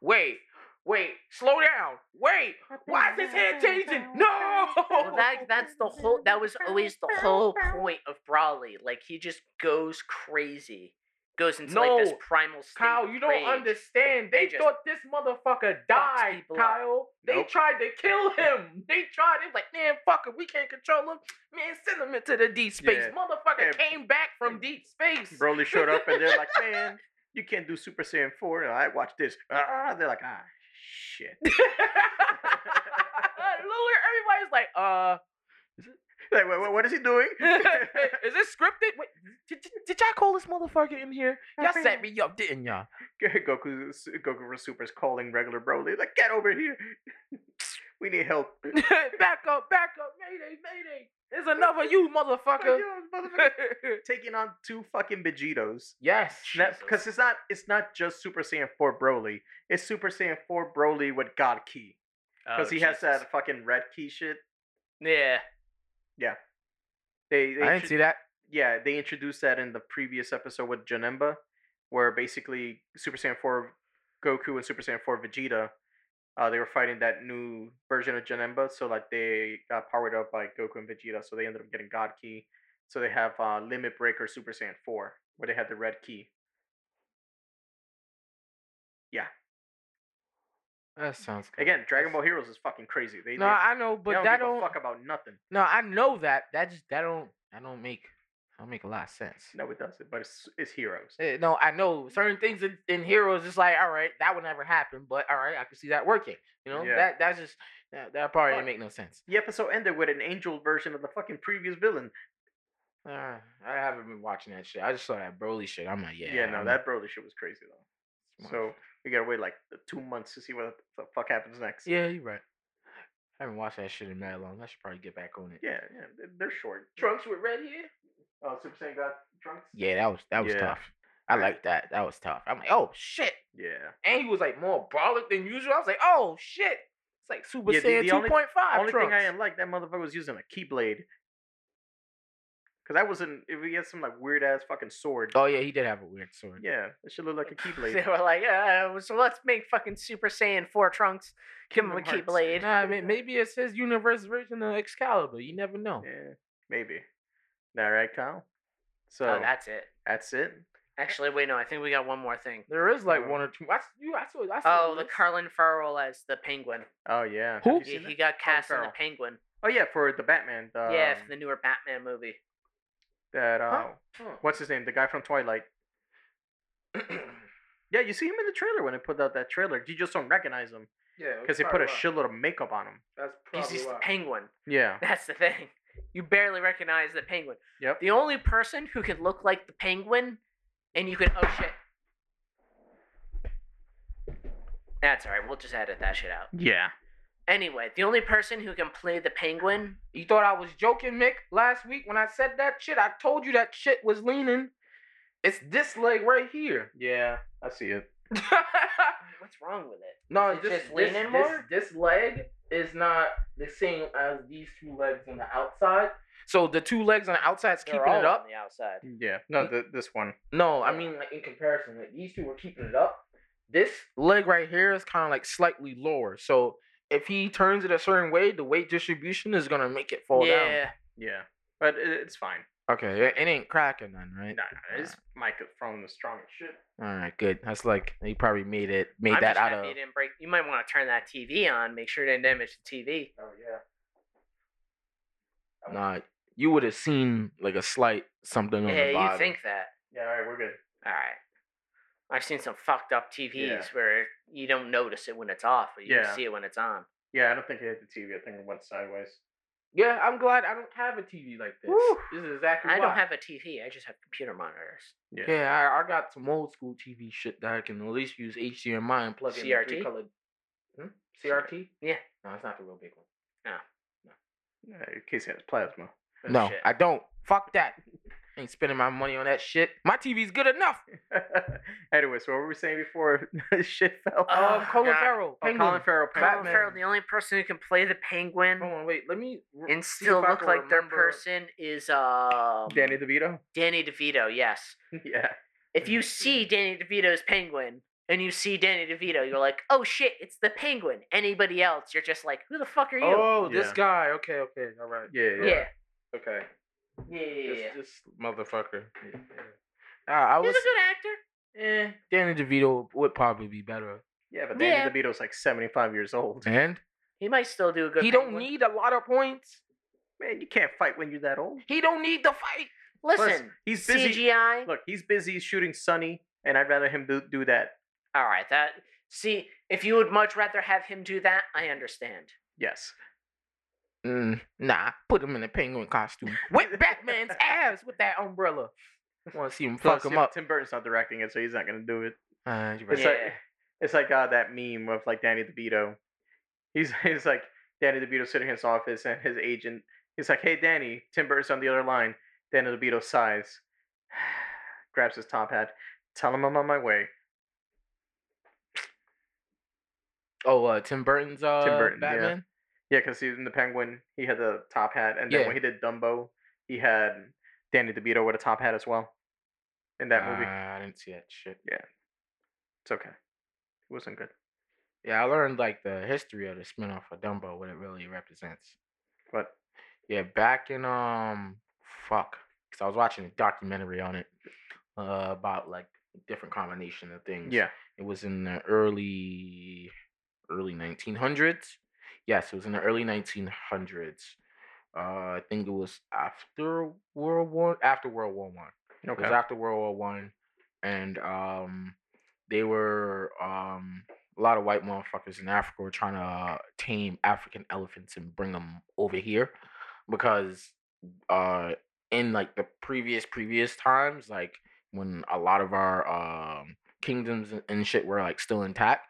wait, wait, slow down, wait. Why is his head changing? No.
Well, that that's the whole. That was always the whole point of Brawly. Like he just goes crazy, goes into like this
No,
primal state.
Kyle,
of
you don't
rage.
understand. They,
They just
thought this motherfucker died,
people up.
Kyle. They
Nope.
tried to kill him. They tried it like, man, fuck him. We can't control him. Man, send him into the deep space.
Yeah.
Motherfucker
And-
came back from deep space.
Broly showed up and they're like, man, you can't do Super Saiyan 4. I watch this. Ah, they're like, ah, shit.
Literally, everybody's like, uh,
Like, "Wha- wha- what is he doing?
is this scripted? Wait, did, did, did y'all call this motherfucker in here? Y'all set me up, didn't y'all?
Goku, Goku from Super's calling regular Broly, like, get over here. We need help.
back up, back up, mayday, mayday. There's another
Yo,
you, motherfucker.
motherfucker, Taking on two fucking Vegitos.
yes.
Because it's not it's not just Super Saiyan 4 Broly. It's Super Saiyan 4 Broly with God Key.
Oh,
Because he has that fucking red key shit.
Yeah.
They, they
I
intro-
didn't see that.
yeah, they introduced that in the previous episode with Janemba, where basically Super Saiyan 4 Goku and Super Saiyan 4 Vegeta, uh, they were fighting that new version of Janemba. So like they got powered up by Goku and Vegeta, so they ended up getting God Key. So they have uh, Limit Breaker Super Saiyan 4, where they had the red key.
That sounds good.
Again, Dragon Ball Heroes is fucking crazy. They,
No,
they,
I know,
they
but
don't
that
give a
don't.
fuck about nothing.
No, I know that. That just that don't. That don't make. That don't make a lot of sense.
No, it doesn't. But it's it's heroes.
Eh, No, I know certain things in, in Heroes. It's like, all right, that would never happen, but all right, I can see that working. You know,
Yeah.
that that's just that, that part
Fuck.
didn't make no sense.
The episode ended with an angel version of the fucking previous villain.
Uh, I haven't been watching that shit. I just saw that Broly shit. I'm like, yeah,
Yeah,
I'm
no,
not-
that Broly shit was crazy though.
Smart.
So we gotta wait like the two months to see what the fuck happens next.
yeah, you're right. I haven't watched that shit in that long. I should probably get back on it.
yeah, yeah, they- they're short.
Trunks with red hair.
Oh, Super Saiyan got trunks.
Yeah, that was that was
Yeah.
tough. I
Right.
like that. That was tough. I'm like, oh shit,
Yeah.
and he was like more brolic than usual. I was like, oh shit, it's like Super
Yeah, the-
Saiyan
the
two
only-
point five.
Only thing I didn't like that motherfucker was using a keyblade. Cause that wasn't. If he had some like weird ass fucking sword.
Oh yeah, he did have a weird sword.
Yeah, it should look like a
They
keyblade.
were like, uh, so let's make fucking Super Saiyan four trunks. Give him a
Kingdom Hearts.
Keyblade.
Nah, ma- maybe it's his universe version of Excalibur. You never know.
yeah, maybe. All right, Kyle. So
oh, that's it.
that's it.
Actually, wait, no, I think we got one more thing.
There is like
Uh,
one or two. I, s- you, I saw, I saw
Oh, the
list.
Carlin Farrell as the Penguin.
Oh yeah.
Who?
Have you
He,
seen
he
that?
got cast in the
Farrell.
Penguin.
Oh yeah, for the Batman. The,
yeah,
um,
for the newer Batman movie.
that uh,
Huh? Huh.
what's his name? The guy from Twilight. Yeah, you see him in the trailer when they put out that trailer. You just don't recognize him
Yeah,
because they put a shitload of makeup on him.
That's
He's
probably
just the
why.
Penguin.
Yeah.
That's the thing. You barely recognize the Penguin.
Yep.
The only person who could look like the Penguin, and you could oh shit. That's alright. We'll just edit that shit out.
Yeah.
Anyway, the only person who can play the Penguin.
You thought I was joking, Mick, last week when I said that shit? I told you that shit was leaning. It's this leg right here.
Yeah, I see it.
What's wrong with it?
no,
Is it
it's just,
just
this,
leaning
this-
more?
This, leg is not the same as these two legs on the outside. So the two legs on the outside is
They're
keeping it
all
up.
on the outside.
Yeah. No, th this one.
No, I mean like in comparison, like these two were keeping it up. This leg right here is kind of like slightly lower, so if he turns it a certain way, the weight distribution is gonna make it fall down.
yeah.
Yeah, but it, it's fine.
Okay, it, it ain't cracking then,
Nah,
right?
nah, it's Micah throwing the strongest shit.
All right, good. That's like he probably made it made
I'm
that
just
out
happy
of.
you didn't break. You might want to turn that TV on. Make sure it didn't damage the TV.
Oh yeah.
Nah, you would have seen like a slight something on the
yeah,
bottom.
you think that?
Yeah, all right, we're good.
All right. I've seen some fucked up TVs where you don't notice it when it's off, but you
Yeah.
see it when it's on.
Yeah, I don't think it hit the TV. I think it went sideways.
Yeah, I'm glad I don't have a TV like this.
Whew.
This is exactly
I
why.
don't have a TV. I just have computer monitors.
Yeah.
Yeah, I, I got some old school TV shit that I can at least use HDMI and plug in the
CRT?
three-colored- Hmm? CRT?
Yeah.
No, it's not the real big one.
Yeah, in case it has plasma.
Oh,
no,
shit.
I don't. Fuck that. ain't spending my money on that shit. My TV's good enough.
anyway, so what were we saying before shit fell?
Oh,
um, Colin
God.
Farrell.
Oh,
Penguin.
Colin Farrell.
Colin
Penguin.
Farrell, the only person who can play the penguin
Hold on, wait. Let me r-
and
see
still
if I
look
can
like their
Oh, remember-
person is um,
Danny DeVito.
Danny DeVito. Yes.
yeah.
If you
Mm,
see Danny DeVito's penguin and you see Danny DeVito, you're like, oh shit, it's the penguin. Anybody else, you're just like, who the fuck are you?
Oh,
Yeah.
this guy. Okay, okay, all right.
Yeah. Yeah.
yeah.
Okay,
Yeah. yeah,
this,
yeah.
this motherfucker. Uh, I
He's
was.
a good actor.
Eh, Danny DeVito would probably be better.
Yeah, but Danny
Yeah.
DeVito's like 75 years old.
And
He might still do a good
he don't
penguin.
need a lot of points.
Man, you can't fight when you're that old.
He don't need the fight.
Plus,
Listen,
he's busy.
CGI.
Look, he's busy shooting Sunny, and I'd rather him do, do that.
All right, that. See, if you would much rather have him do that, I understand.
Yes.
Mm, nah, put him in a penguin costume. Whip Batman's ass with that umbrella. Want to see him fuck
Plus,
him
Tim-
up?
Tim Burton's not directing it, so he's not gonna do it.
Uh, you're right.
It's
Yeah.
like it's like uh, that meme of like Danny DeVito. He's he's like Danny DeVito sitting in his office, and his agent. He's like, "Hey, Danny, Tim Burton's on the other line." Danny DeVito sighs, grabs his top hat. Tell him I'm on my way.
Oh, uh, Tim Burton's uh,
Burton, yeah.
Batman.
Yeah, because he was in the Penguin. He had the top hat, and then
Yeah.
when he did Dumbo, he had Danny DeVito with a top hat as well. In that movie,
Uh, I didn't see that shit.
it's okay. It wasn't good.
Yeah, I learned like the history of the spinoff of Dumbo, what it really represents.
But
Yeah, back in um, fuck, because I was watching a documentary on it uh, about like different combination of things.
yeah,
it was in the early early 1900s. Yes, it was in the early 1900s. Uh, I think it was after World War after World War One. It
okay,
was after World War One, and um, they were um a lot of white motherfuckers in Africa were trying to tame African elephants and bring them over here, because uh in like the previous previous times, like when a lot of our um kingdoms and- and shit were like still intact.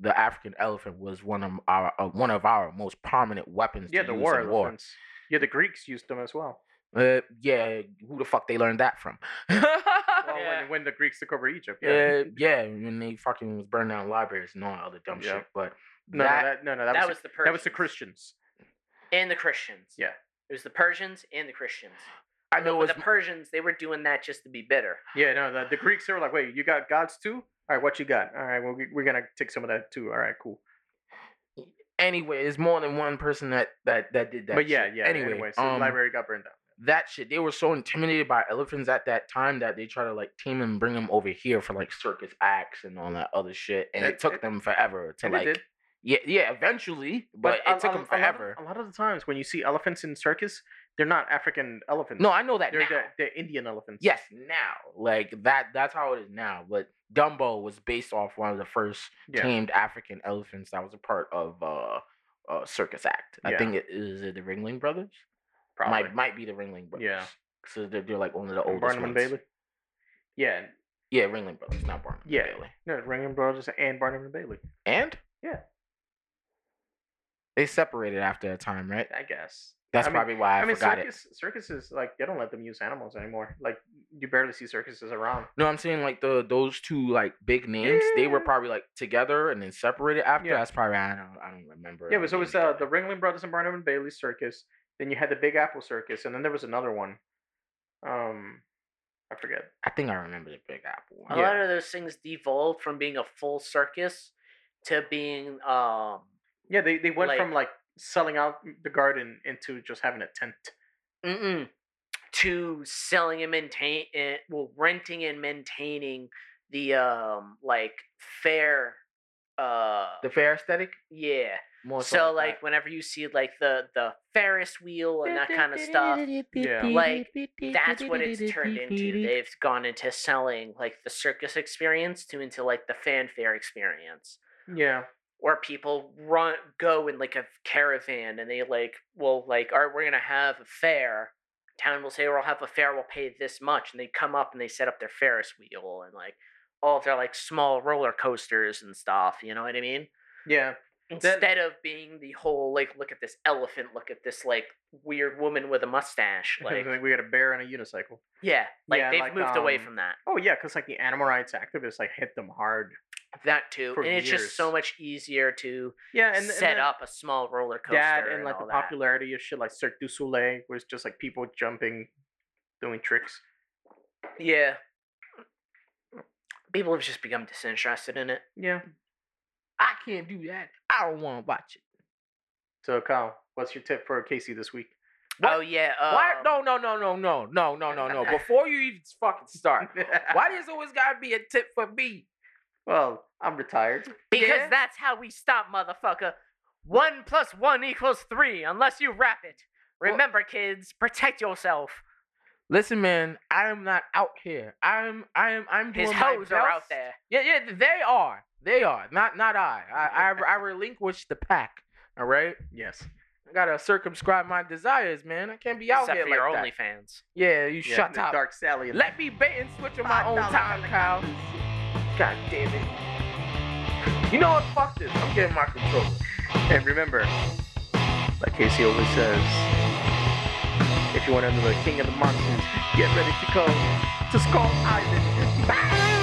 The African elephant was one of our uh, one of our most prominent weapons.
yeah.
to
The
use
war
in war.
elephants. Yeah, the Greeks used them as well.
Uh, yeah, who the fuck they learned that from?
Well,
Yeah.
when, when the Greeks took over Egypt, yeah.
Yeah, Uh, yeah, when they fucking was burning down libraries and all that other dumb
Yeah.
shit. But
No,
that,
no, that, no, no,
that,
that, was,
was, the
the,
Persians.
that was the Christians.
and the Christians.
Yeah.
it was the Persians and the Christians.
I know
But
it's
the Persians, they were doing that just to be bitter.
Yeah, no, the, the Greeks they were like, wait, you got gods too? All right, what you got? All right, well, we, we're gonna take some of that too. All right, cool.
anyway. It's more than one person that that that did that.
but yeah,
shit.
yeah.
Anyway,
Anyway, so the
um,
library got burned down.
that shit. They were so intimidated by elephants at that time that they try to like tame and bring them over here for like circus acts and all that other shit. And it,
It-
took
it-
them forever to
and it
like.
did.
Yeah, yeah. Eventually, but,
a-
it took
a-
them
a lot of-
forever.
A lot, of, the times when you see elephants in circus, they're not African elephants.
No, I know that
they're,
now.
they're, they're Indian elephants.
Yes, now. Like that that's how it is now. But Dumbo was based off one of the first
Yeah.
tamed African elephants that was a part of uh uh circus act. I
Yeah.
think it is it the Ringling Brothers?
probably.
Might might be the Ringling Brothers.
Yeah.
So they're, they're like one of the oldest
Barnum and
ones.
Bailey. Yeah,
Yeah, Ringling Brothers, not Barnum
Yeah.
and Bailey.
no, Ringling Brothers and Barnum and Bailey.
And?
Yeah.
They separated after that time, right?
I guess
That's
I mean-
probably why I,
I mean,
forgot it.
circus, circuses like they don't let them use animals anymore. Like you barely see circuses around.
No, I'm saying like the those two like big names, they were
Mm.
Yeah.
probably like together and then separated after.
Yeah.
That's probably I don't I don't remember.
Yeah, it was
them
always
being
uh,
together.
the Ringling Brothers and Barnum and Bailey Circus. Then you had the Big Apple Circus, and then there was another one. Um, I forget.
I think I remember the Big Apple
A
one.
Oh.
Yeah.
lot of those things devolved from being a full circus to being um
Yeah, they, they went
Like-
from like selling out the garden into just having a tent.
Mm-mm. to selling and maintain and well renting and maintaining the um like fair uh
The fair aesthetic.
yeah
More
so like whenever you see like the the ferris wheel and that kind of stuff
Yeah.
like that's what it's turned into they've gone into selling like the circus experience to into like the fanfare experience
Yeah.
where people run go in like a caravan and they like well like all right we're gonna have a fair town will say we'll have a fair we'll pay this much and they come up and they set up their ferris wheel and like all their like small roller coasters and stuff you know what i mean
Yeah.
instead of being the whole like look at this elephant look at this like weird woman with a mustache
Like,
like
we got a bear and a unicycle.
yeah like
Yeah,
they've
like,
moved away
um,
from that
Oh yeah, because like the animal rights activists like hit them hard.
that too
for
and it's just so
years.
much easier to
Yeah, and
set
and then
up a small roller coaster
that and like the
all that.
popularity of shit like Cirque du Soleil was just like people jumping, doing tricks.
Yeah. People have just become disinterested in it.
Yeah.
I can't do that. I don't want to watch it.
So Kyle, what's your tip for Casey this week?
What?
Oh yeah. Um,
Why? No, no, no, no, no, no, no, no, no. Before you even fucking start, why does always gotta be a tip for me?
Well, I'm retired.
Because
Yeah.
that's how we stop, motherfucker. One plus one equals three, unless you wrap it.
Well-
Remember, kids, protect yourself.
Listen, man, I am not out here. I'm, I'm, I'm doing
His
my
hoes are out
best.
there.
Yeah, yeah, they are. They are. Not, not I. I, I, I relinquished the pack. All right.
Yes.
I gotta circumscribe my desires, man. I can't be out
Except
here
for
like
your
that.
OnlyFans.
Yeah, you
Yeah,
shut
the
up.
Dark Sally. and-
Let me bait and switch on my own
$5
time, Kyle. God damn it. You know what? Fuck this. I'm getting my controller.
And remember, like Casey always says, if you want to know the king of the monsters, get ready to go to Skull Island. Bye!